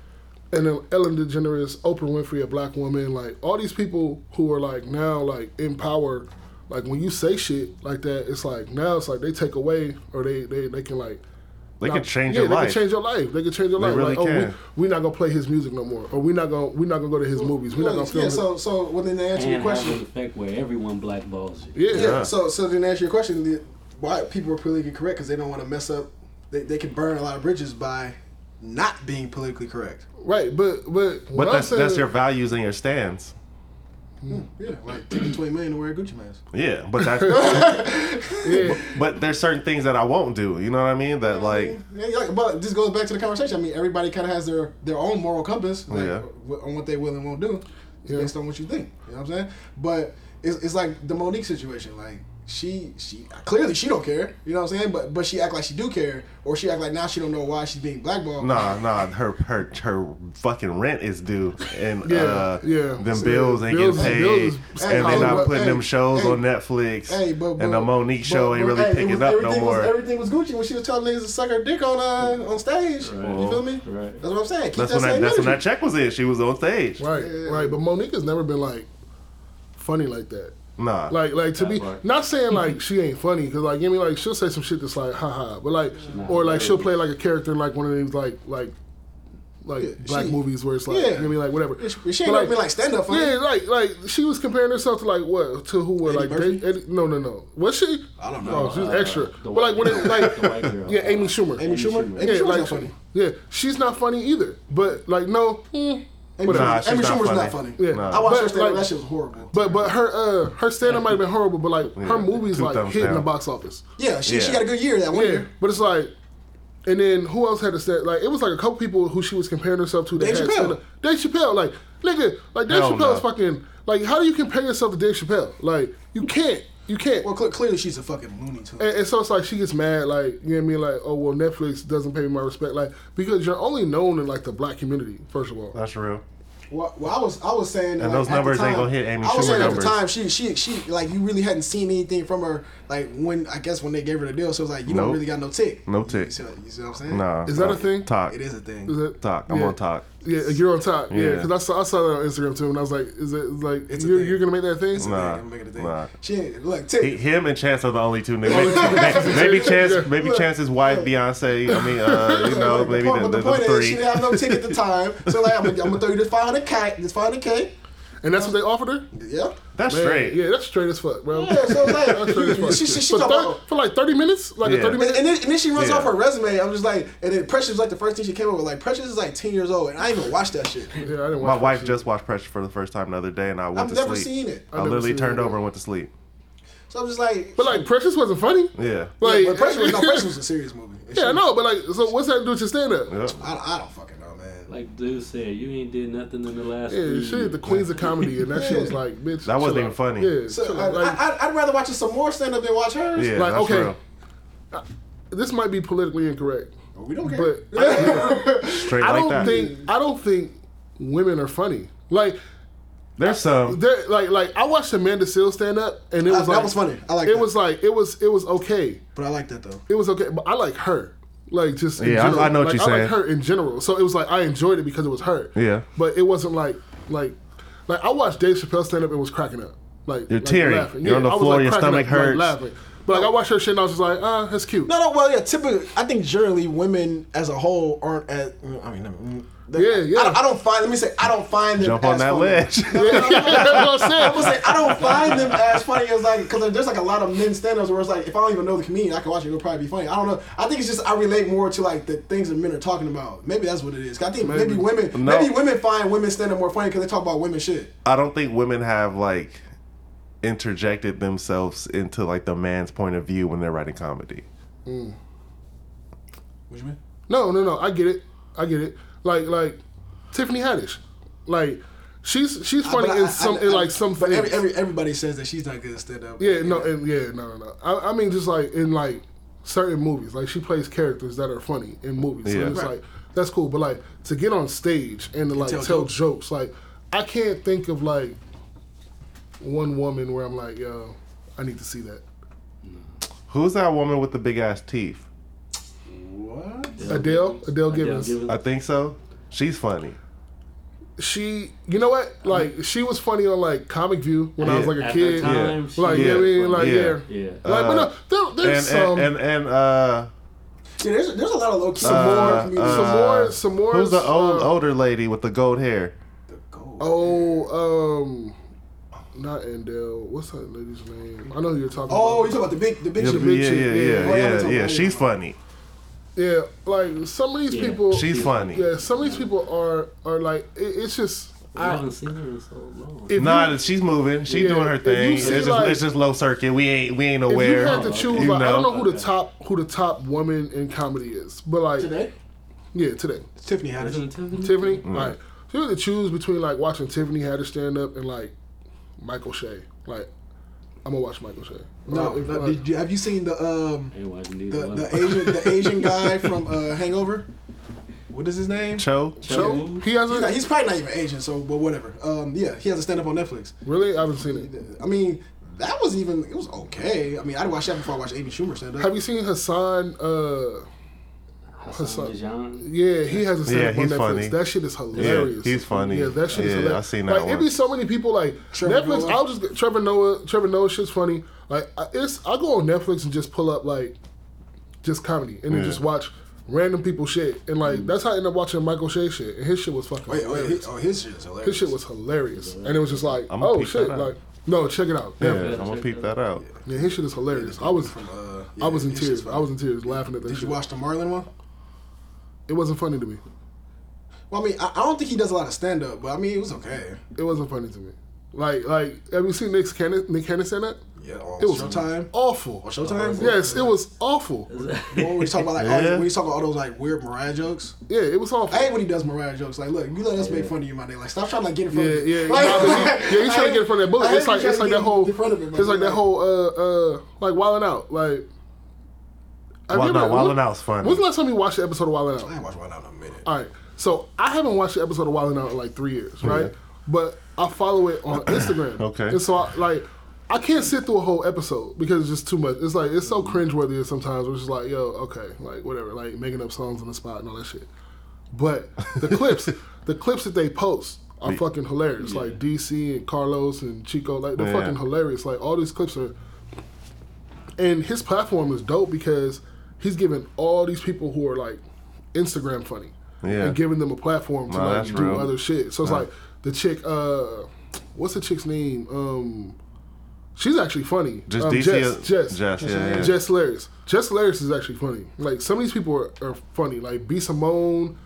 C: and then Ellen DeGeneres, Oprah Winfrey, a black woman, like all these people who are like now like in power, like when you say shit like that, it's like now it's like they take away or they they, they can like.
A: They
C: not-
A: could change
C: yeah,
A: your
C: they
A: life.
C: can change your life. They can change your
A: They
C: life.
A: really
C: like, oh,
A: can.
C: we, we're not gonna play his music no more, or we're not gonna we're not gonna go to his movies. We're not
B: yeah,
C: gonna film.
B: yeah,
C: his-
B: so so well then to answer your
D: And have an
B: question,
D: effect where everyone blackballs you.
C: yeah,
B: yeah.
A: Yeah.
B: So so then to answer your question, the, why people are politically correct because they don't want to mess up. They, they can burn a lot of bridges by not being politically correct.
C: right. But but what
A: But
C: I'm
A: that's
C: saying-
A: that's your values and your stands.
B: Yeah, [CLEARS THROAT] like taking twenty million to wear a Gucci mask.
A: Yeah, but
C: [LAUGHS]
A: that's [LAUGHS]
C: yeah,
A: but there's certain things that I won't do. You know what I mean? That like
B: Yeah, yeah, like, but this goes back to the conversation. I mean, everybody kind of has their their own moral compass like,
A: Oh, Yeah.
B: wh- on what they will and won't do, based on what you think. You know what I'm saying? But it's, it's like the Monique situation. Like she she clearly she don't care. You know what I'm saying? But but she act like she do care, or she act like now she don't know why she's being blackballed.
A: nah nah her her her fucking rent is due and
C: Yeah,
A: uh
C: yeah.
A: them
C: Yeah.
A: bills ain't
C: Bills-
A: getting paid
C: bills is-
A: and they're not
B: Hey,
A: putting them
B: hey,
A: shows
B: hey,
A: on Netflix
B: Hey, but, but
A: and the Monique show
B: but-
A: ain't
B: but,
A: really
B: hey, it
A: picking
B: was-
A: up no
B: everything
A: more.
B: Was, everything was Gucci when she was telling niggas to suck her dick on uh, on stage. You feel me?
D: Right.
B: That's what I'm saying. Keep
A: that's
B: that
A: when that,
B: same
A: that's when that
B: energy.
A: check was in. She was on stage.
C: right, right. But Monique has never been like funny like that.
A: Nah,
C: Like, like to be
D: part.
C: not
B: Mm-hmm.
C: saying like she ain't funny because like you know what I mean like she'll say some shit that's like haha, but like or like she'll play like a character in like one of these like like like
B: Yeah,
C: black
B: she-
C: movies where it's like you know what I mean like whatever.
B: Yeah, she- she ain't
C: But,
B: never been, like, stand up funny.
C: Yeah, like like she was comparing herself to like what to who were
B: Eddie
C: like
B: Murphy?
C: they, Eddie, no no no was she?
B: I don't know.
C: Oh, she was
D: Uh,
C: extra.
D: the
C: but like when it
B: [LAUGHS]
D: the white
C: like
D: girl.
C: yeah, Amy Schumer.
B: Amy Schumer.
D: Schumer.
B: Amy
C: yeah,
B: Schumer's
C: like,
B: not funny.
C: Yeah, she's not funny either. But like no, mm,
B: Amy, Schumer-
C: Nah,
A: she's
B: Amy
A: not
B: Schumer's
A: funny.
B: not funny.
C: Yeah.
A: Nah.
B: I watched
C: But,
B: her stand up.
C: like-
B: that shit was horrible.
C: but but her uh her stand up might have been horrible, but like her
A: Yeah,
C: movies
A: two
C: like
A: thumbs
C: hit in the
A: down.
C: box office.
B: yeah, she, she
A: Yeah.
B: got a good year that one
C: Yeah,
B: year.
C: but it's like, and then who else had a set? Like it was like a couple people who she was comparing herself to. That
B: Dave
C: had
B: Chappelle.
C: stand-up- Dave Chappelle, like nigga, like Dave
A: Hell
C: Chappelle is
A: no.
C: fucking. Like how do you compare yourself to Dave Chappelle? Like you can't, you can't.
B: Well, cle clearly she's a fucking loony tune.
C: and, and so it's like she gets mad, like you know what I mean, like oh well Netflix doesn't pay me my respect, like because you're only known in like the black community first of all.
A: that's real.
B: Well, well, I was I was saying like,
A: those
B: at the
A: numbers
B: time-
A: ain't gonna hit Amy
B: I was
A: Schumer
B: saying
A: numbers.
B: at the time she she she like you really hadn't seen anything from her like when I guess when they gave her the deal so it's like you don't
A: Nope.
B: really got no tick
A: No
B: You
A: tick.
B: see, what- you see what I'm saying?
A: Nah,
C: Is that
A: nah.
C: a thing?
A: Talk,
B: it is a
C: Is
B: thing.
C: that-
A: talk. I'm
C: yeah.
A: on talk.
C: Yeah, you're on top. Yeah,
A: Yeah.
C: because I saw I saw that on Instagram too, and I was like, "Is it like
B: It's a
C: you're,
B: thing.
C: you're gonna make that thing?"
A: Nah.
B: I'm making a thing.
A: nah.
B: She ain't, look,
A: He,
B: Tick.
A: him and Chance are the only two niggas. Maybe, maybe Chance, maybe Chance's wife, Beyonce. I mean, uh, you know,
B: Like,
A: maybe
B: the point,
A: the,
B: but
A: the,
B: the point is, she
A: three.
B: didn't have no ticket
A: [LAUGHS]
B: at the time. So like, I'm gonna, I'm gonna throw you this 500k, this 500k.
C: And that's what they offered her. Man,
B: Yeah.
A: That's straight.
C: Yeah, that's straight as fuck, bro.
B: Yeah. So like,
C: That's straight as fuck.
B: she, she, she
C: for,
B: talking
C: thir-
B: about,
C: for like thirty minutes, like
A: Yeah.
C: a thirty
B: and,
C: minute.
B: and then, and then she runs
A: Yeah.
B: off her resume. I'm just like, and then Precious like the first thing she came up with. Like Precious is like 10 years old, and I ain't even watched that
A: [LAUGHS]
B: shit.
C: Yeah, I didn't
A: My
C: watch that
A: wife
C: shit.
A: just watched Pressure for the first time the other day, and I went
B: I've
A: to
B: never
A: sleep.
B: seen it.
A: I
C: I've never
A: literally
C: seen it
A: turned
C: either.
A: over and went to sleep.
B: So I'm just like,
C: But like, Precious wasn't funny.
A: Yeah.
C: Like,
B: but Precious,
C: [LAUGHS]
B: was- no, Precious was a serious movie. And she-
C: yeah, I know, but like, so what's that do to stand up?
A: Yeah.
B: I, I don't fucking know, man.
D: Like dude said, you ain't did nothing in the last.
C: Yeah,
D: three
C: shit, the queens of comedy, and that shit was like, bitch.
A: That wasn't
C: chill
A: even
C: out.
A: funny.
C: Yeah,
B: So
C: chill
B: I,
C: out. Like,
B: I, I'd rather watch her some more stand up than watch hers.
A: Yeah,
C: Like,
A: that's
C: okay.
A: real.
C: this might be politically incorrect,
B: But we don't care. [LAUGHS]
C: but I,
A: Straight
C: I
A: like
C: don't
A: that.
C: think I don't think women are funny. Like,
A: There's some.
C: There, like, like I watched Amanda Seals stand up, and it was
B: Uh, that
C: like
B: was funny. I like
C: it
B: that.
C: was like it was it was okay.
B: but I like that though.
C: It was okay, but I like her. Like just in
A: Yeah, I-
C: general.
A: I know what
C: Like,
A: you're
C: I
A: saying.
C: like her in general, so it was like I enjoyed it because it was her.
A: Yeah.
C: but it wasn't like like like I watched Dave Chappelle stand up and was cracking up. Like
A: You're
C: like,
A: teary.
C: laughing.
A: You're on the
C: I was,
A: floor, your
C: cracking
A: stomach hurts.
C: Like, laughing. But like I watched her shit and I was just like, ah,
A: [LAUGHS]
C: that's cute.
B: No, no. Well, yeah. Typically, I think generally women as a whole aren't as. I mean, mm, they-
C: Yeah, yeah.
B: I don't, I don't find. Let me say, I don't find them.
A: Jump
B: as
A: on that
B: funny. [LAUGHS]
A: ledge. [LAUGHS]
C: Yeah, that's [LAUGHS] what I'm saying.
B: I was like, I don't find them as funny as like because there's like a lot of men stand-ups where it's like if I don't even know the comedian, I can watch it. It'll probably be funny. I don't know. I think it's just I relate more to like the things that men are talking about. Maybe that's what it is. 'Cause I think maybe,
C: Maybe.
B: women,
A: No.
B: maybe women find women stand-up more funny because they talk about women shit.
A: I don't think women have like interjected themselves into like the man's point of view when they're writing comedy.
B: What you mean?
C: No, no, no. I get it. I get it. Like like Tiffany Haddish. Like she's she's funny
B: Uh, But I-
C: in
B: I-
C: some
B: I-
C: in
B: I-
C: like some
B: But every,
C: things.
B: every, everybody says that she's not good at stand-up.
C: yeah, no, and yeah, no, no, no. I, I mean, just like in like certain movies, like she plays characters that are funny in movies. So
A: Yeah.
C: it's
A: Right.
C: like that's cool, but like to get on stage and to like
B: tell
C: tell,
B: jokes.
C: jokes. like I can't think of like one woman where I'm like, yo, I need to see that.
A: Who's that woman with the big ass teeth?
B: What?
C: Adele, Adele Givens.
A: I think so. She's funny.
C: She, you know what? Like she was funny on like Comic View when I was
A: Yeah.
C: like a
D: At the
C: kid.
D: time,
A: Yeah.
D: she
C: Like, yeah. I
A: Yeah.
C: mean, like, yeah.
A: Yeah.
D: yeah.
C: Like, but
A: Uh,
C: no, there,
A: And
C: there's some,
A: and, and and uh
B: Yeah, there's there's a lot of low key.
C: some
A: uh,
C: more,
A: uh,
C: some more, some more.
A: Who's the old
C: uh,
A: older lady with the gold hair?
C: Oh, um, not Endell. What's that lady's name? I know who you're talking
B: Oh, you
C: about.
B: talking about the big the big
A: Yeah,
B: shit?
C: big
A: yeah,
C: chick,
A: yeah,
C: yeah.
A: yeah,
B: Oh, yeah,
A: yeah,
B: that's a
A: yeah.
B: lady.
A: She's funny.
C: yeah, like some of these
D: Yeah.
C: people.
A: She's funny.
C: yeah, some of these people are are like it, it's just.
D: I
C: I,
D: haven't seen her in so long.
C: if
A: Nah,
C: you,
A: she's moving. She's
C: Yeah,
A: doing her
C: if you
A: thing. It's
C: see,
A: just
C: like-
A: it's just low circuit. We ain't we ain't
C: if
A: aware. Uh,
C: you had to choose,
A: you
C: like, I don't know
A: know.
C: who the top who the top woman in comedy is, but like
B: Today,
C: yeah, today.
B: It's Tiffany Haddish.
D: Isn't Tiffany?
C: Tiffany,
A: Mm.
C: like, if you had to choose between like watching Tiffany had to stand up and like Michael Shea, like I'm gonna watch Michael Shea.
B: No,
C: Like, if,
B: no,
C: like,
B: did you, have you seen the um
D: Ain't watching
B: the,
D: neither one.
B: the Asian the Asian guy from uh, Hangover? What is his name?
A: Cho.
C: so he has
B: He's,
C: a
B: not, he's probably not even Asian, so but whatever. Um, yeah, he has a stand up on Netflix.
C: really. I haven't seen it.
B: I mean, that was even it was okay. I mean, I watched that before I watched Amy Schumer stand up.
C: Have you seen Hassan? Uh,
D: Hassan Dijon.
C: yeah, he has a stand
A: Yeah,
C: up
A: he's
C: on Netflix.
A: funny.
C: That shit is hilarious.
A: he's funny.
C: Yeah, that shit is
A: Yeah,
C: hilarious.
A: I seen that
C: Like it be
A: one.
C: so many people like
B: Trevor
C: Netflix.
B: Noah.
C: I'll just get- Trevor Noah. Trevor Noah shit's funny. Like I, it's I go on Netflix and just pull up like just comedy and then
A: Yeah.
C: just watch random people shit and like that's how I end up watching Michael Shea shit and his shit was fucking
B: Wait, wait,
C: hilarious.
B: his, oh, his shit is hilarious.
C: his shit was hilarious and it was just like
A: I'ma
C: oh
A: peep
C: shit
A: that out.
C: like no check it out
A: Yeah,
C: yeah.
A: I'm gonna peep that out.
C: yeah his shit is hilarious I was
B: from. Uh,
C: I was in
B: his shit's
C: tears
B: funny.
C: I was in tears laughing at that
B: Did
C: shit
B: you watch the Marlon one?
C: it wasn't funny to me
B: Well, I mean, I, I don't think he does a lot of stand up, but I mean, it was okay.
C: It wasn't funny to me. Like, like, have you seen Nick Cannon? Nick Cannon stand up?
B: Yeah, on
C: It was
B: Showtime. Oh,
C: Awful. Uh,
B: Showtime?
C: Yes, it was awful.
B: The one where he's talking about like all,
C: [LAUGHS]
A: Yeah.
B: when he's talking about all those like weird Mariah jokes.
C: Yeah, it was awful.
B: I hate when he does Mariah jokes. Like, look, you let us make fun of you, my nigga. Like, stop trying to like, get in
C: yeah,
B: front of me.
C: yeah,
B: like,
C: nah,
B: [LAUGHS]
C: but he-
B: I
C: yeah. He's trying to
B: hate-
C: get in front of that
B: I
C: bullet.
B: hate
C: It's like
B: when
C: it's like
B: you
C: that
B: try to
C: whole
B: get in front of it, my
C: it's like
B: nigga.
C: that whole uh uh like wilding out like. have
A: Well,
C: you
A: no,
C: ever-
A: Wild
C: when-
A: 'N Out's funny.
C: When's the last time you watched the episode of Wilding
B: I
C: Out?
B: ain't watched one out in a minute.
C: All right, so I haven't watched the episode of Wilding Out in like three years, right? But I follow it
A: [COUGHS]
C: on Instagram.
A: Okay.
C: and so I like. I can't sit through a whole episode because it's just too much. It's like it's so cringeworthy sometimes. Which is like, yo, okay, like whatever, like making up songs on the spot and all that shit. But
A: [LAUGHS]
C: the clips, the clips that they post are
A: Yeah.
C: fucking hilarious. Like DC and Carlos and Chico, like they're
A: Yeah.
C: fucking hilarious. Like all these clips are, and his platform is dope because he's giving all these people who are like Instagram funny
A: Yeah.
C: and giving them a platform to
A: Nah,
C: like
A: that's
C: do
A: real.
C: other shit. So it's
A: Nah.
C: like the chick, uh, what's the chick's name? Um, she's actually funny.
A: Just
C: um,
A: DC
C: Jess, Jess,
A: Jess, yeah, yeah.
C: Jess Laris. Jess Laris is actually funny. Like some of these people are, are funny. Like B Simone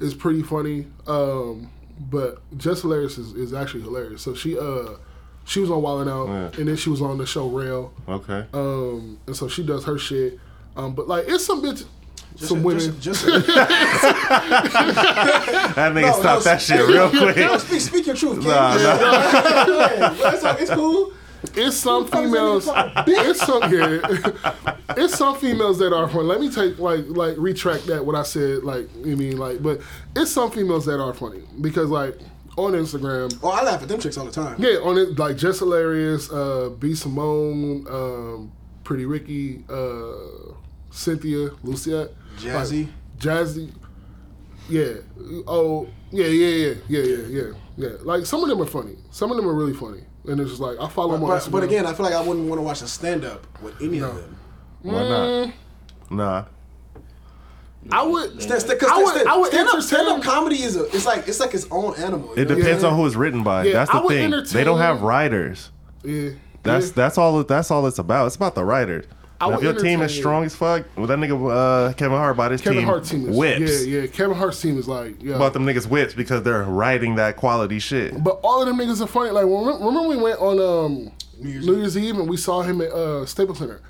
C: is pretty funny. Um, but Jess Laris is, is actually hilarious. So she uh she was on Wild 'N Out
A: Yeah.
C: and then she was on the show Rail.
A: Okay.
C: Um, and so she does her shit. Um, but like it's some bitch,
B: Just-
C: some women.
B: Just,
C: [LAUGHS]
B: just,
A: [LAUGHS] that nigga
B: no,
A: stopped
B: no,
A: that shit real
C: [LAUGHS]
A: quick.
B: no, speak, speak your truth, kid. [LAUGHS]
A: Nah,
B: Yeah, it's, like, it's cool.
C: It's some
B: fuck is that nigga
C: females. [LAUGHS] It's some yeah. [LAUGHS] It's some females that are funny. Let me take like like retract that what I said. Like you mean like, but it's some females that are funny because like on Instagram,
B: Oh, I laugh at them chicks all the time.
C: yeah, on it like Jess hilarious, uh, B Simone, um, Pretty Ricky, uh, Cynthia, Lucia,
B: Jazzy.
C: like, Jazzy, yeah. Oh yeah yeah yeah yeah yeah yeah yeah. Like some of them are funny. Some of them are really funny. And it's just like I follow them on
B: But,
C: Instagram.
B: but again, I feel like I wouldn't want to watch a stand up with any of them.
A: Why
C: Mm.
A: not? Nah.
C: I would.
B: Stand, stand, 'cause
C: I would-
B: stand,
C: I would
B: stand up,
C: entertain-
B: stand up comedy is a, it's like it's like its own animal. you
A: It
B: know?
A: depends
C: Yeah.
A: on who it's written by.
C: Yeah,
A: that's the
C: I would
A: thing. They don't have
C: entertain-
A: writers.
C: Yeah.
A: That's
C: yeah.
A: that's all. That's all it's about. It's about the writers.
C: I
A: Now, if
C: would
A: your team is
C: entertain-
A: strong as fuck, well, that nigga uh, Kevin Hart bought his
C: Kevin
A: team,
C: Hart's team is
A: whips.
C: Yeah, yeah. Kevin Hart's team is like yeah.
A: Bought them niggas whips because they're writing that quality shit.
C: but all of them niggas are funny. Like remember, remember we went on um New
B: Year's
C: Year's, Eve and we saw him at uh Staples Center.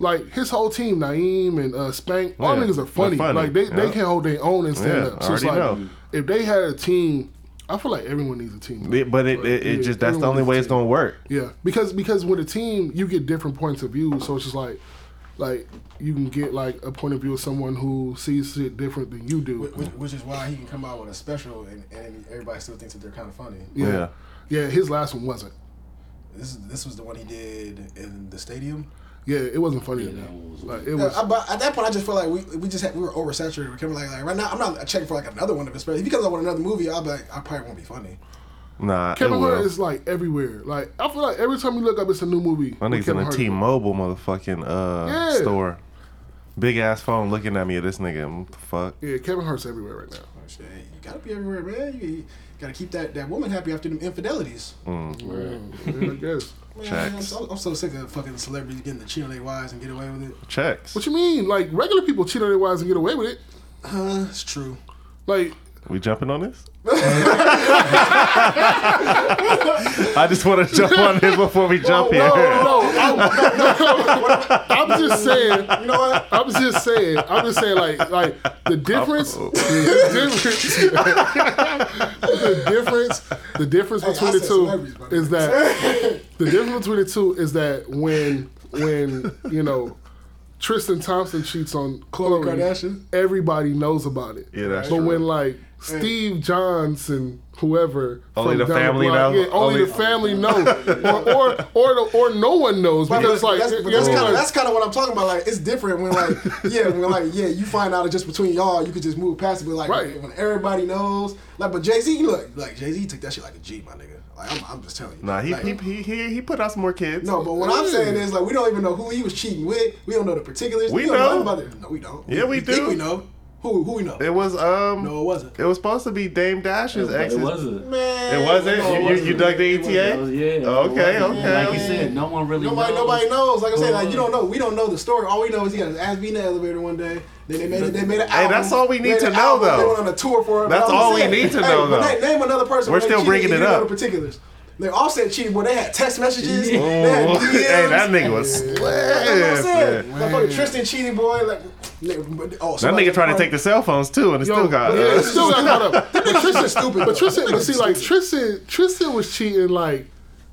C: Like his whole team, Naeem and uh, Spank, all
A: Yeah,
C: niggas
A: they're
C: are funny.
A: funny,
C: Like they,
A: yeah.
C: they can hold their own and stand
A: Yeah,
C: up. So it's
A: I
C: like
A: already know.
C: if they had a team, I feel like everyone needs a team.
A: It- but it, it, it
C: Yeah,
A: just that's the only
C: everyone's
A: way it's
C: team.
A: gonna work.
C: Yeah, because because with a team you get different points of view, so it's just like like you can get like a point of view of someone who sees shit different than you do.
B: Which, which is why he can come out with a special and, and everybody still thinks that they're kind of funny.
A: Yeah.
C: Yeah, his last one wasn't.
B: This is this was the one he did in the stadium.
C: Yeah, it wasn't funny enough.
D: that was-
C: Like it
B: Yeah,
C: was.
B: I- but at that point, I just felt like we, we just had, we were oversaturated. We're kind of like, like right now, I'm not checking for like another one of his specials. If he comes out with another movie, I'll be like, I probably won't be funny.
A: Nah, it
C: Kevin
A: will.
C: Hart is like everywhere. Like I feel like every time you look up, it's a new movie.
A: My
C: with
A: nigga's in
C: Kevin
A: a
C: Hart.
A: T-Mobile motherfucking uh,
C: Yeah.
A: store. Big ass phone looking at me at this nigga. What the fuck?
C: Yeah, Kevin Hart's everywhere right now.
B: Oh, Shit, You gotta be everywhere, man. You, you gotta keep that, that woman happy after them infidelities.
A: Mm,
C: Yeah, I guess.
B: Man, I'm,
A: Checks.
B: so, I'm so sick of fucking celebrities getting to cheat on their wives and get away with it.
A: Checks.
C: What you mean? Like regular people cheat on their wives and get away with it?
B: Uh, it's true.
C: Like
A: We jumping on
C: [LAUGHS]
A: this? I just want to jump on this before we jump here.
C: no, no, I'm, I'm just saying.
B: You know what?
C: I'm just saying. I'm just saying. Like, like the difference.
A: Oh.
C: The difference. the difference. The difference between
B: said
C: the
B: celebrities, by the
C: two is that the difference between the two is that when when you know Tristan Thompson cheats on Khloe,
B: Kardashian?
C: everybody knows about it.
A: Yeah, that's
C: But
A: true.
C: when like Steve Johnson, whoever
A: Only
C: from
A: the
C: down
A: family
C: block-
A: knows?
C: yeah, only,
A: Only-
C: the family knows, or or or, the, or no one knows
B: But
C: because like
B: that's,
C: it-
B: but that's
C: it's
B: kind of
C: like-
B: that's kind of what I'm talking about. Like it's different when like [LAUGHS] yeah when like yeah you find out it's just between y'all you could just move past it. But like
C: Right.
B: when everybody knows like but Jay Z look like Jay Z took that shit like a G my nigga. Like I'm, I'm just telling you.
A: Nah, he,
B: Like,
A: he, he he he put out some more kids.
B: no, but what I'm
C: Yeah.
B: saying is like we don't even know who he was cheating with. We don't know the particulars.
A: We
B: don't nothing
A: know.
B: about it. No, we don't.
A: Yeah, we
B: Think
A: do.
B: we know who who we know.
A: it was um.
B: no, it wasn't.
A: It was supposed to be Dame Dash's
D: It
A: exes.
D: wasn't.
B: Man,
A: It wasn't?
B: no,
A: You-
B: it
A: you-
B: wasn't.
A: you dug the
D: It wasn't.
A: ETA?
D: It was- Yeah. it
A: Okay,
D: wasn't.
A: okay.
D: Like you said, no one really
B: Nobody,
D: knows.
B: nobody knows. Like I said,
D: Who
B: like you
D: was.
B: don't know. We don't know the story. All we know is he had asked me in the elevator one day. Then they made it. They made an album.
A: that's all we
B: They
A: need
B: made
A: to
B: an
A: know,
B: album.
A: though.
B: They went on a tour for it.
A: That's
B: But I'm
A: all
B: just
A: we
B: saying,
A: need to
B: hey,
A: know,
B: but
A: though.
B: Name, name another person. where
A: We're
B: they
A: still
B: cheated
A: bringing
B: and
A: it
B: you know
A: up.
B: the particulars. They all said cheating, boy. They had text messages.
C: [LAUGHS]
B: They had
A: Ooh,
B: DMs.
A: hey, that nigga was
B: That's what I'm saying.
A: slapped.
B: Like fucking Tristan cheating, boy. Like nigga, oh,
A: That nigga tried to take the cell phones too, and it still got.
C: yeah,
A: uh,
C: it's still got caught up. But Tristan,
B: stupid,
C: But
B: though.
C: Tristan,
B: That
C: but
B: nigga's
C: see, like
B: stupid.
C: Tristan, Tristan was cheating like,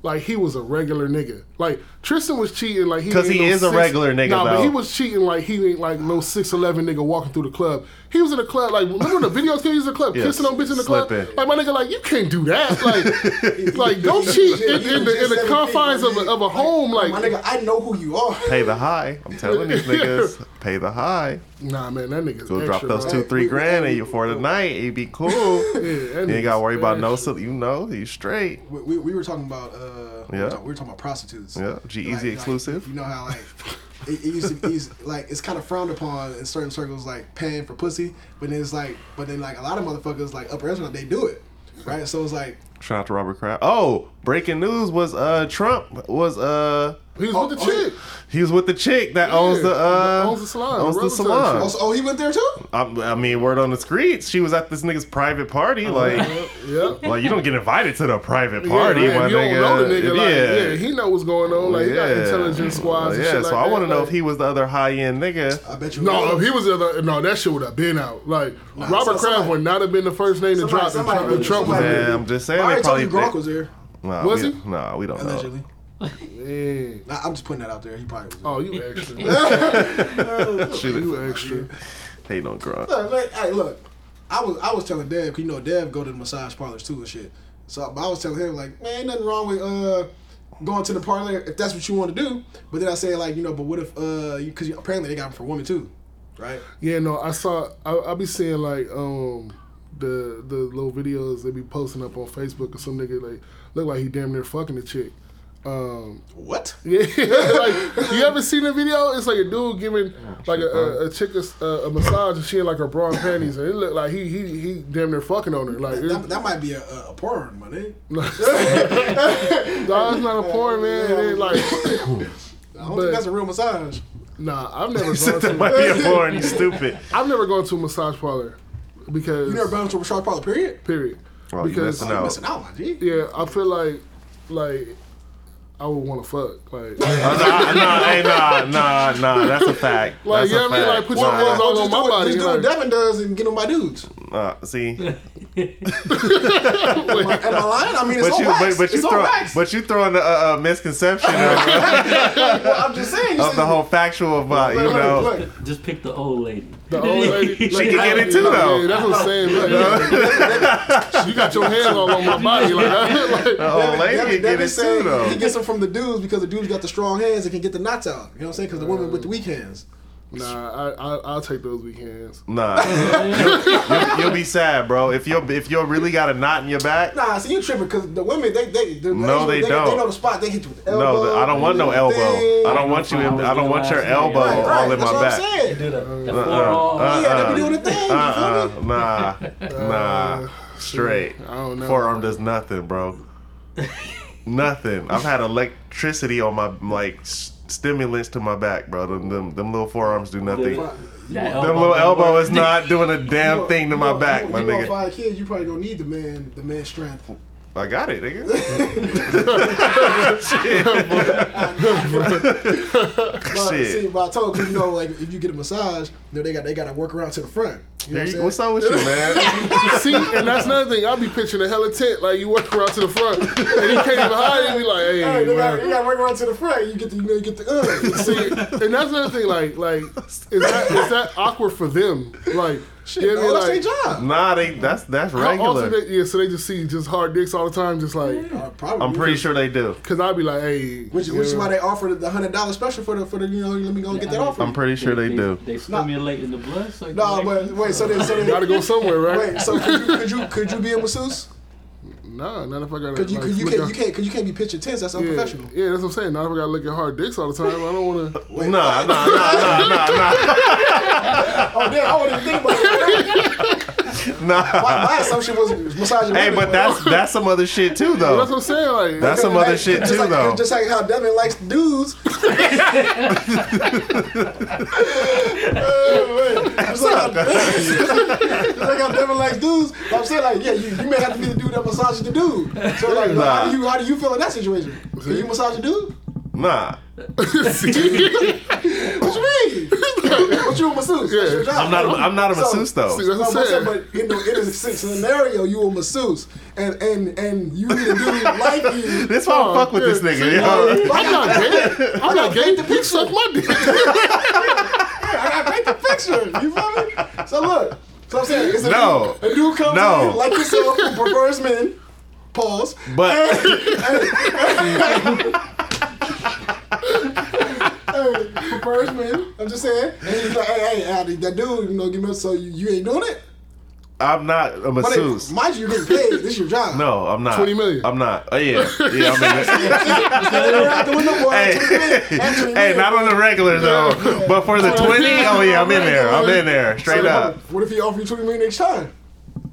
C: like he was a regular nigga. Like Tristan was cheating like he
A: 'Cause
C: ain't
A: he is a regular nigga,
C: Nah,
A: though.
C: but he was cheating like he ain't like no six eleven nigga walking through the club. He was in the club like remember when the videos came. He was in the club
A: Yeah,
C: kissing on bitches in the club.
A: slipping.
C: Like my nigga, like you can't do that.
B: [LAUGHS]
C: Like, like don't cheat in, in the, in the confines of a, of a home. Like
B: my nigga, I know who you are.
C: [LAUGHS]
A: Pay the high. I'm telling these niggas. pay the high.
C: Nah, man, that nigga's
A: Go drop
C: extra,
A: those
C: bro.
A: two, three
B: we-
A: grand
B: we-
A: and you for
C: [LAUGHS]
A: the night. It'd be cool.
C: Yeah, that
A: You ain't gotta
C: nigga's
A: worry about no,
C: extra.
A: so you know, he's straight.
B: We, we, we were talking about uh, we,
A: Yeah.
B: were talk- we were talking about prostitutes.
A: Yeah, G Easy
B: Like-
A: exclusive.
B: Like, you know how
A: [LAUGHS]
B: like it, it used to be it's, like it's kind of frowned upon in certain circles, like paying for pussy. But then it's like, but then like a lot of motherfuckers like upper echelon, they do it, right? So it's like,
A: Shout out to Robert Kraft. Oh, breaking news was uh Trump was uh
C: He was with the
B: Oh, oh,
C: chick.
A: he was with the chick that owns the uh
C: that owns the salon,
A: owns the
C: Robert
A: salon.
B: oh, so- oh, he went there too.
A: I, I mean, word on the streets, she was at this nigga's private party.
C: [LAUGHS]
A: Like,
C: Yeah.
A: like you don't get invited to the private party,
C: Uh-huh. yeah, right.
A: my
C: If you
A: nigga.
C: Don't know the nigga
A: yeah.
C: like, yeah. he know what's going on. Like, he got
A: Yeah.
C: intelligence squads. and
A: Yeah,
C: shit
A: so
C: like
A: I
C: that,
A: want to know
C: like-
A: if he was the other high end nigga.
B: I bet you.
C: No, if he was the other, no, that shit would have been out. Like
B: so
C: Robert Kraft
B: somebody-
C: would not have been the first name to
B: somebody-
C: drop if
B: somebody
C: Trump-
B: would-
C: if Trump was
B: somebody
C: there.
A: Yeah, I'm just saying.
B: I
A: they Oh.
B: already told
A: probably
B: you Gronk was there
A: Nah,
C: Was
A: we,
C: he?
A: Nah, we don't
B: allegedly.
A: know.
C: Yeah.
B: Nah, I'm just putting that out there. He probably was.
C: [LAUGHS]
B: There. [LAUGHS]
C: Oh, you extra.
A: Shoot
C: you extra.
A: it. Hey, no Gronk. [LAUGHS]
B: Look, look, hey, look. I was I was telling Dev, 'cause you know Dev go to the massage parlors too and shit. So but I was telling him like, man, nothing wrong with uh going to the parlor if that's what you want to do. But then I said like, you know, but what if uh, because apparently they got them for women too, right?
C: Yeah, no, I saw. I, I be seeing like um the the little videos they be posting up on Facebook or some nigga like look like he damn near fucking the chick. Um,
B: What?
C: yeah, [LAUGHS] like you ever seen the video? It's like a dude giving like a, a, a chick a, s- a- a massage and she in like her bra and panties, and it looked like he he he damn near fucking on her. Like it,
B: That, that might be a, a, a porn money.
C: no, [LAUGHS] it's not a porn man. It ain't like
B: I don't
C: But-
B: think that's a real massage.
C: nah, I've never
A: You said
C: gone
A: that
C: to
A: might be a porn. You stupid.
C: I've never gone to a massage parlor because
B: You never been to a massage parlor, period.
C: period.
A: Well, you missing
B: Oh, You
A: No.
B: missing out, my G.
C: Yeah, I feel like like I would want to fuck like
A: Uh, nah, nah, hey, nah, nah, nah. That's a fact.
C: Like,
A: That's
C: you know
A: a
C: what I mean?
A: fact.
C: Like, put your
A: Nah,
C: hands
B: Don't
C: on
B: just
C: my
B: do what-
C: body,
B: Just do what
C: like-
B: Devin does and get on my dudes.
A: Uh, see,
B: Am I lying? I mean, it's
A: but
B: all
A: you,
B: wax.
A: but, but you
B: it's all
A: throw,
B: wax.
A: but you throwing the uh,
B: [LAUGHS]
A: uh, misconception of,
B: well, [LAUGHS] I'm just saying. you
A: of the
B: said-
A: whole factual about you
B: Look, look,
A: know.
B: look.
D: Just pick the old lady.
A: [LAUGHS]
C: the old lady. She
A: can get it too, though.
C: Yeah, that's what I'm saying. Like, [LAUGHS] you got your hands all on my body, like, [LAUGHS] I, like
A: Oh, lady,
B: Devin-
A: get
B: Devin
A: it
B: said
A: too though.
B: He gets them from the dudes because the dudes got the strong hands and can get the knots out. You know what I'm saying? Because the women with the weak hands.
C: nah, I, I I'll take those weak hands.
B: [LAUGHS]
A: Nah, you'll, you'll- you'll be sad, bro. If you if you really got a knot in your back,
B: Nah, see you tripping because the women they they the
A: No, they
B: they,
A: don't.
B: know the spot. They hit you with the elbow.
A: no, th- I don't want no
B: they
A: elbow.
B: do the thing.
A: I don't want you. In, I don't want your elbow
D: Right,
B: Right,
A: all in
B: that's
A: my
B: what I'm
A: back.
B: saying.
D: Do the, the
A: Uh-uh.
D: forearm.
B: Yeah, they
A: Uh-uh.
B: be doing the thing. you feel me?
A: Uh-uh. Nah, nah, straight.
C: Uh, I don't know.
A: Forearm does nothing, bro. nothing. I've had electricity on my like s- stimulants to my back, bro. Them, them, them little forearms do nothing.
B: Fuck.
D: That
A: Them little
D: don't
A: elbow
D: work.
A: is not doing a damn
B: You
A: thing to
B: know-
A: my
B: you
A: back,
B: know-
A: my
B: you know,
A: nigga.
B: Five kids, you probably don't need the man, the man strength.
A: I got
B: [LAUGHS]
A: it, nigga.
B: But,
A: Shit.
B: See, but I told you, you know, like if you get a massage, you know, they got they got to work around to the front. You know what I'm saying?
A: What's up with you,
C: [LAUGHS]
A: man?
C: See, and that's another thing. I'll be pitching a hella tent, like you walk around to the front, and he can't even hide it. Be like, hey,
B: Hey, they got,
C: man.
B: they got to work around to the front. You get the, you know, you get the.
A: [LAUGHS]
B: Uh.
C: See, and that's another thing. Like, like is that is that awkward for them? Like,
B: Shit,
C: you know what
B: no,
C: I mean?
B: that's
C: Like,
B: their job.
A: Nah, they that's that's
C: How often
A: regular.
C: they, yeah, so they just see just hard dicks all the time, just like
B: Uh, probably.
A: I'm pretty sure they do.
C: because I'd be like, hey,
B: Which,
C: you
B: which is
C: know,
B: why they offered the hundred dollar special for the for the you know let me go get that
D: I'm-
B: offer.
A: I'm pretty sure they do.
D: They stimulate in the blood circulation.
B: No, but wait, so then so then
C: gotta go somewhere, right?
B: wait, so could you, could you could you be a masseuse?
C: nah, not if I gotta.
B: Could you
C: like,
B: could you
C: look
B: can't
C: at-
B: you can't cause you can't be pitching tents. That's
C: yeah,
B: unprofessional.
C: yeah, that's what I'm saying. Not if I gotta look at hard dicks all the time. I don't
A: [LAUGHS]
C: want to.
A: Nah, nah, nah, nah, nah, nah,
B: Oh damn, I wouldn't even think about it.
A: nah.
B: My, my assumption was massaging.
A: Hey,
B: women,
A: but that's that's some other shit too,
C: That's what
A: though.
C: I'm saying. Like,
A: That's
C: [LAUGHS]
A: some
B: like-
A: other shit
B: just
A: too,
B: like,
A: though.
B: Just like how Devin likes dudes. [LAUGHS] Oh, Just like how- [LAUGHS] just like how Devin likes dudes. I'm saying like, yeah, you, you may have to be the dude that massages the dude. So like,
A: Nah.
B: how do you how do you feel in that situation? Can you massage a dude?
A: Nah,
C: [LAUGHS]
A: [LAUGHS]
C: See?
B: What you mean? what you a masseuse? That's your job.
A: I'm not. A, I'm not a
B: So-
A: masseuse
C: See,
A: though.
B: No,
C: that's what
B: but,
C: I'm
B: I'm saying,
C: saying.
B: but in, the, in a scenario, you a masseuse, and and and you need a dude like you.
A: This why
C: oh,
A: I fuck with this nigga. Yo.
C: I'm not
B: [LAUGHS]
C: gay. I'm not gay. The pig suck my
A: [LAUGHS]
C: dick.
B: I paint the picture. You feel me? So look. So I'm saying, it's a
A: No.
B: dude, a dude comes
A: No.
B: in like yourself, who prefers men. Pause.
A: But
B: Hey, first, man. I'm just saying. And he's like, hey, hey, Al, that dude, you know, give me up. So you, you ain't doing it?
A: I'm not a
B: But
A: masseuse.
B: it, mind you, you're getting paid. This is your job.
A: no, I'm not.
C: 20 million.
A: I'm not. Oh,
C: [LAUGHS]
A: yeah, yeah. I'm in it.
B: They're out the window, boy.
A: hey, hey, not on the regular though, but for the
C: Yeah.
A: twenty. Oh yeah, I'm in there. I'm in there. Straight up.
B: What if he offer you 20 million next time?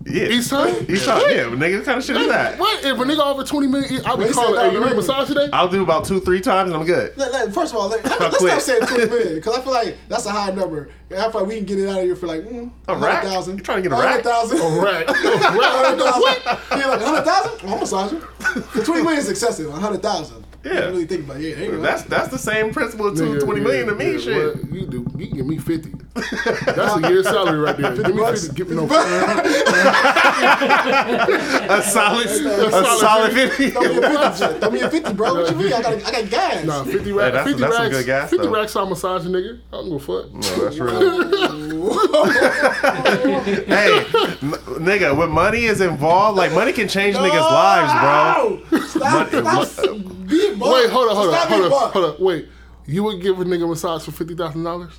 A: Yeah.
C: Each time?
A: Each time. Yeah, nigga. What kind of shit is that?
C: What? If a nigga offer 20 million, I'll be
B: Well, he
C: calling,
B: said that
C: hey, you need a
B: already.
C: massage today?
A: I'll do about two, three times, and I'm good.
B: Let- let- First of all, let, let, [LAUGHS]
A: I
B: let's
A: quit.
B: stop saying 20 million because I feel like that's a high number. And I feel like we can get it out of here for like mm,
A: A rack?
B: 100,000.
A: You trying to get a rack?
B: 100,000. [LAUGHS]
C: Right. right.
B: 100,000. Yeah, like 100,000? I'm a sergeant. 20 million is excessive. 100,000.
A: Yeah.
B: I didn't really think about it. Yeah, there you go.
A: That's that's the same principle to
C: Nigga,
A: twenty million
C: yeah,
A: to me.
C: yeah,
A: shit.
C: what? You do. You can give
A: [LAUGHS]
C: me 50. That's a year's salary right there. Give me 50. Give me no.
A: A solid, a
C: solid
A: solid fifty.
B: [LAUGHS] Throw me a 50, Jet. Throw me a 50, bro. What you mean? I got, I got gas.
C: Nah, 50 racks.
A: that's- that's
C: 50
A: some
C: racks.
A: good gas,
C: 50
A: though.
C: racks on massage, nigga. I don't give a fuck.
A: No, that's real. hey, n- nigga, when money is involved, like money can change niggas' lives,
B: bro. Stop, stop being bought.
C: Wait, hold on, hold
B: Oh,
C: on,
B: Stop
C: hold
B: being
C: on,
B: bought.
C: hold on. Wait, you would give a nigga a massage for fifty thousand dollars?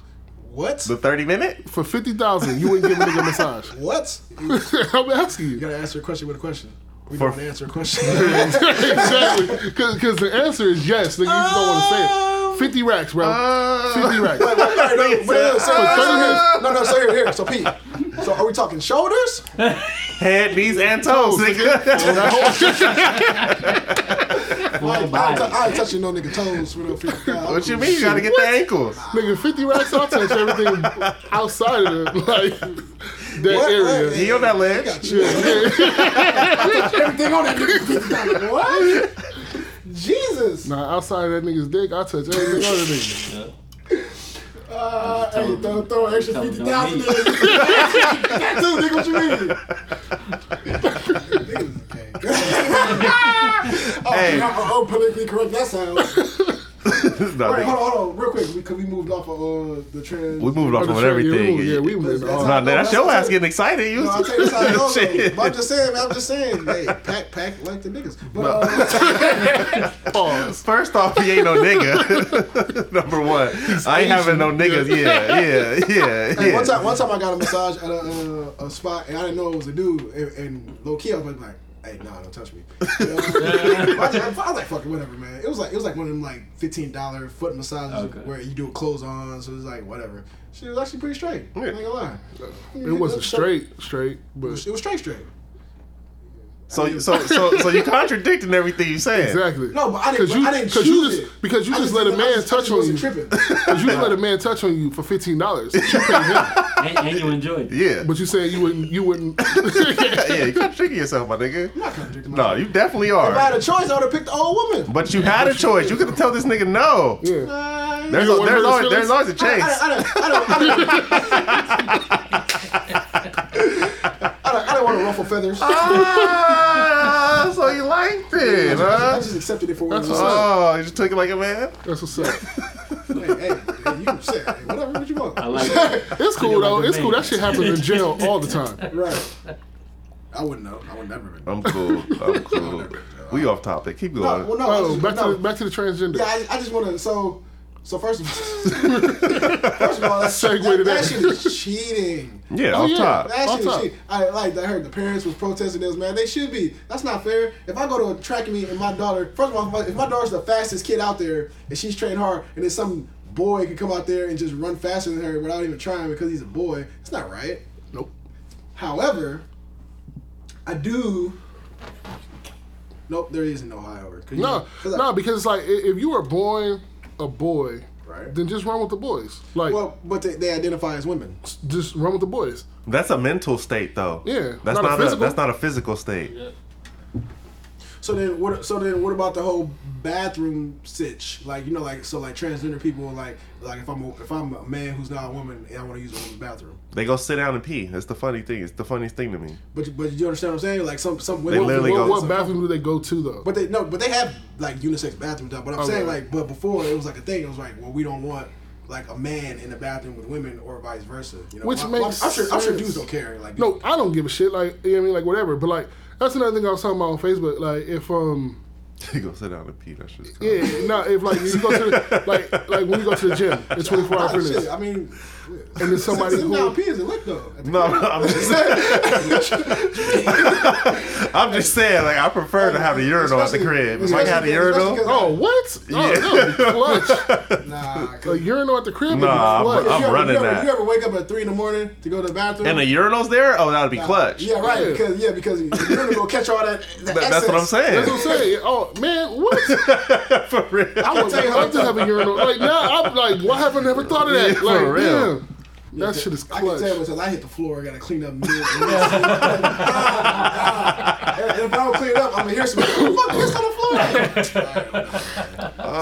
B: What?
A: bro. The thirty minute.
C: For fifty thousand, you wouldn't give a nigga a massage? [LAUGHS]
B: What? You
C: I'm asking you
B: gotta answer a question with a question. We
A: For-
B: don't wanna answer a question.
A: [LAUGHS]
C: exactly because the answer is yes. Nigga, you just don't want to
B: Oh.
C: say it. Fifty racks, bro. fifty racks.
B: Wait, wait, wait, no, wait, no, so-
C: Uh,
B: so here- no, no, so here, here, so Pete. So are we talking shoulders?
A: Head, knees, and toes, nigga. [LAUGHS]
D: Full
B: I, ain't- I, ain't
D: body.
B: tou- I ain't touching no nigga toes for no feet.
A: what you mean? You gotta get the ankles.
C: nigga, fifty racks. I'll touch everything outside of the, like that
B: What?
C: area.
A: He on that ledge.
B: Everything on that nigga. What? Jesus.
C: [LAUGHS] Nah, outside of that nigga's dick, I'll touch everything other
B: [LAUGHS]
C: nigga.
B: Uh, hey, throw, throw an extra
D: Tell him
B: fifty
D: no
B: thousand in.
D: meat.
B: That too, nigga. What you mean? Niggas okay. oh,
A: Hey.
B: hey. oh, politically correct. That sounds.
A: [LAUGHS] No,
B: Wait,
A: nigga.
B: hold on, hold on, real quick, because we moved off of uh, the trans.
A: We moved off
C: Oh,
A: on
C: the shit,
A: everything.
C: Yeah, we, yeah, we
B: That's-
C: moved
B: that's
C: on.
A: Nah,
B: how-
A: that's your ass getting excited. You
B: No, I'll tell you
A: [LAUGHS]
B: how it goes, though.
A: Shit.
B: But I'm just saying, man, I'm just saying, hey, pack, pack like the niggas. But uh,
C: Pause.
A: First off, he ain't no nigga. [LAUGHS] Number one, I ain't having no
B: [LAUGHS]
A: niggas. Yeah, yeah, yeah,
B: hey, one
A: yeah.
B: time, one time I got a massage at a, uh, a spot, and I didn't know it was a dude. And, and low key, I was like, hey, nah, don't touch me. You know? I, was like, I was like, fuck it, whatever, man. It was like, it was like one of them like fifteen dollar foot massages
D: Okay.
B: where you do it clothes on, so it's like whatever. She was actually pretty straight. I ain't gonna lie.
C: It wasn't straight, straight, but
B: It was straight, straight.
A: So, so, so, so you contradicting everything you saying.
C: Exactly.
B: No, but I didn't.
C: Because you,
B: I didn't
C: because
B: choose
C: you just,
B: it.
C: Because you
B: I
C: just, let a
B: I
C: man
B: I
C: touch on you.
B: wasn't tripping.
C: Because you just let a man touch on you for fifteen dollars. You paid him,
D: and, and you
B: [LAUGHS]
D: enjoyed it.
A: Yeah, [LAUGHS]
C: but you said you wouldn't. You wouldn't. [LAUGHS]
A: yeah, you contradicting yourself, my nigga.
B: contradicting
A: No, you definitely
B: If I had
A: are.
B: a choice, I would have picked the old woman.
A: But you had a choice. You could have told this nigga no.
C: yeah.
B: Uh,
A: There's,
C: You
A: a,
C: wouldn't
A: there's,
C: hurt
A: always, there's
C: his feelings?
A: always a
B: I,
A: chase.
B: I, I, don't- I, don't- I, don't- I, don't- I don't want to ruffle feathers.
A: Ah, so you liked it,
B: I
A: huh?
B: just accepted it for what it
C: That's
B: was.
A: Oh, you just took it like a man.
C: That's what's up.
B: Hey, hey, hey, you said hey, whatever what you want.
D: I like it.
C: It's cool
D: like
C: though.
D: the
C: It's cool.
D: man.
C: That shit happens in jail all
D: [LAUGHS]
C: the time.
B: Right. I wouldn't know. I would never. Been.
A: [LAUGHS] I'm cool. I'm cool. We off topic. Keep
B: No,
A: going. [LAUGHS]
B: well, no. I
C: Oh,
B: just-
C: back to
B: no.
C: the, back to the transgender.
B: Yeah, I, I just want to. So, so first of all, [LAUGHS] first of all, that,
C: Segue
B: that,
C: to
B: that,
C: that.
B: shit is cheating.
A: yeah,
C: Oh,
A: off
C: yeah.
A: top.
B: That
C: All
B: shit is
C: time.
B: shit. I like. I heard the parents was protesting this. Man, they should be. That's not fair. If I go to a track meet and my daughter, first of all, if my- if my daughter's the fastest kid out there and she's trained hard, and then some boy could come out there and just run faster than her without even trying because he's a boy, it's not right.
C: Nope.
B: However, I do. Nope, there is no high order. 'Cause you-
C: No,
B: 'cause I-
C: no, because it's like i- if you were born a boy,
B: Right.
C: then just run with the boys. Like
B: Well, but they, they identify as women.
C: just run with the boys.
A: That's a mental state, though.
C: Yeah,
A: That's
C: not a
A: not, a,
C: physical.
A: that's not a physical state.
B: So then, what? So then, what about the whole bathroom sitch? Like you know, like so, like transgender people, like like if I'm a, if I'm a man who's not a woman and I want to use a woman's bathroom,
A: They go sit down and pee. That's the funny thing. It's the funniest thing to me. [LAUGHS]
B: but you- but you understand what I'm saying? Like some some
A: They
B: women,
A: literally
C: What,
A: go-
C: what bathroom do they go to though?
B: but they no, but they have like unisex bathrooms now. But I'm
C: Okay.
B: saying like, but before it was like a thing. It was like, well, we don't want like a man in the bathroom with women or vice versa. You know,
C: Which
B: I,
C: makes
B: I'm, I'm sure I'm sure
C: sense.
B: dudes don't care. Like
C: [LAUGHS] No, I don't give a shit. Like, you know what I mean? Like, whatever. But, like, that's another thing I was talking about on Facebook. Like, if, um,
A: You go sit down and pee. That shit's
C: Yeah,
A: cold.
C: no, if like you go to the, like like when you go to the gym,
B: [LAUGHS]
C: it's twenty four hour
B: Oh, shit,
C: fitness.
B: I mean,
C: And
B: [LAUGHS]
C: then somebody
B: sitting down
C: who
B: pee is a lick though.
A: No, no, I'm just saying. [LAUGHS] I'm just saying. Like I prefer to have the urinal at the
B: Especially-
A: crib. If I can have the
B: especially-
A: urinal,
B: especially
C: Oh what? Oh, yeah. clutch.
B: Nah, 'cause
C: Like urinal at the crib would be
A: Nah,
C: clutch.
A: I'm
B: you ever,
A: running
B: you ever,
A: that.
B: You ever wake up at three in the morning to go to the bathroom?
A: and the urinal's there. Oh, that'd be clutch.
B: Yeah, right.
C: Yeah.
B: Because yeah, because you're gonna go catch all that. The
A: Th- that's what I'm
B: excess.
A: saying.
C: That's what I'm saying. Oh man, what?
A: [LAUGHS] For real.
C: I would love to have a urinal. Like now, I'm like, why have I never thought of that?
A: Yeah, for
C: like,
A: real.
C: damn, that shit is
B: I can tell
C: clutch.
B: because I hit the floor. I gotta clean up. [LAUGHS] mid- and if I don't clean it up, I'm gonna hear some. Who the fuck pissed on the floor?
C: See,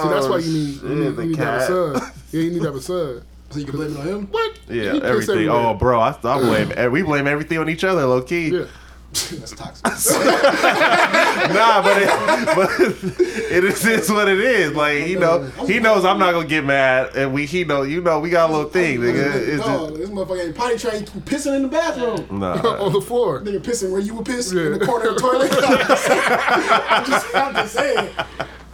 C: that's
A: Oh,
C: why you need, you
A: shit,
C: need,
A: the
C: you need to have a
A: cat.
C: son. Yeah, you need to have a son.
B: so you can blame it on him.
C: What?
A: Yeah,
C: He pissed
A: everything.
C: everywhere.
A: Oh, bro, I, I blame. eh, We blame everything on each other, low key.
C: Yeah. [LAUGHS]
B: That's
A: [LAUGHS]
B: toxic.
A: Nah, but it, but it is it's what it is. Like you know, he knows I'm not gonna get mad, and we he know you know we got a little thing, nigga. It's
B: no,
A: just,
B: this motherfucker ain't potty trained. You pissing in the bathroom.
A: nah.
C: on the floor.
B: Nigga pissing where you would piss in the
C: Yeah.
B: corner of the
A: [LAUGHS]
B: toilet. [LAUGHS] I'm, just, I'm just saying.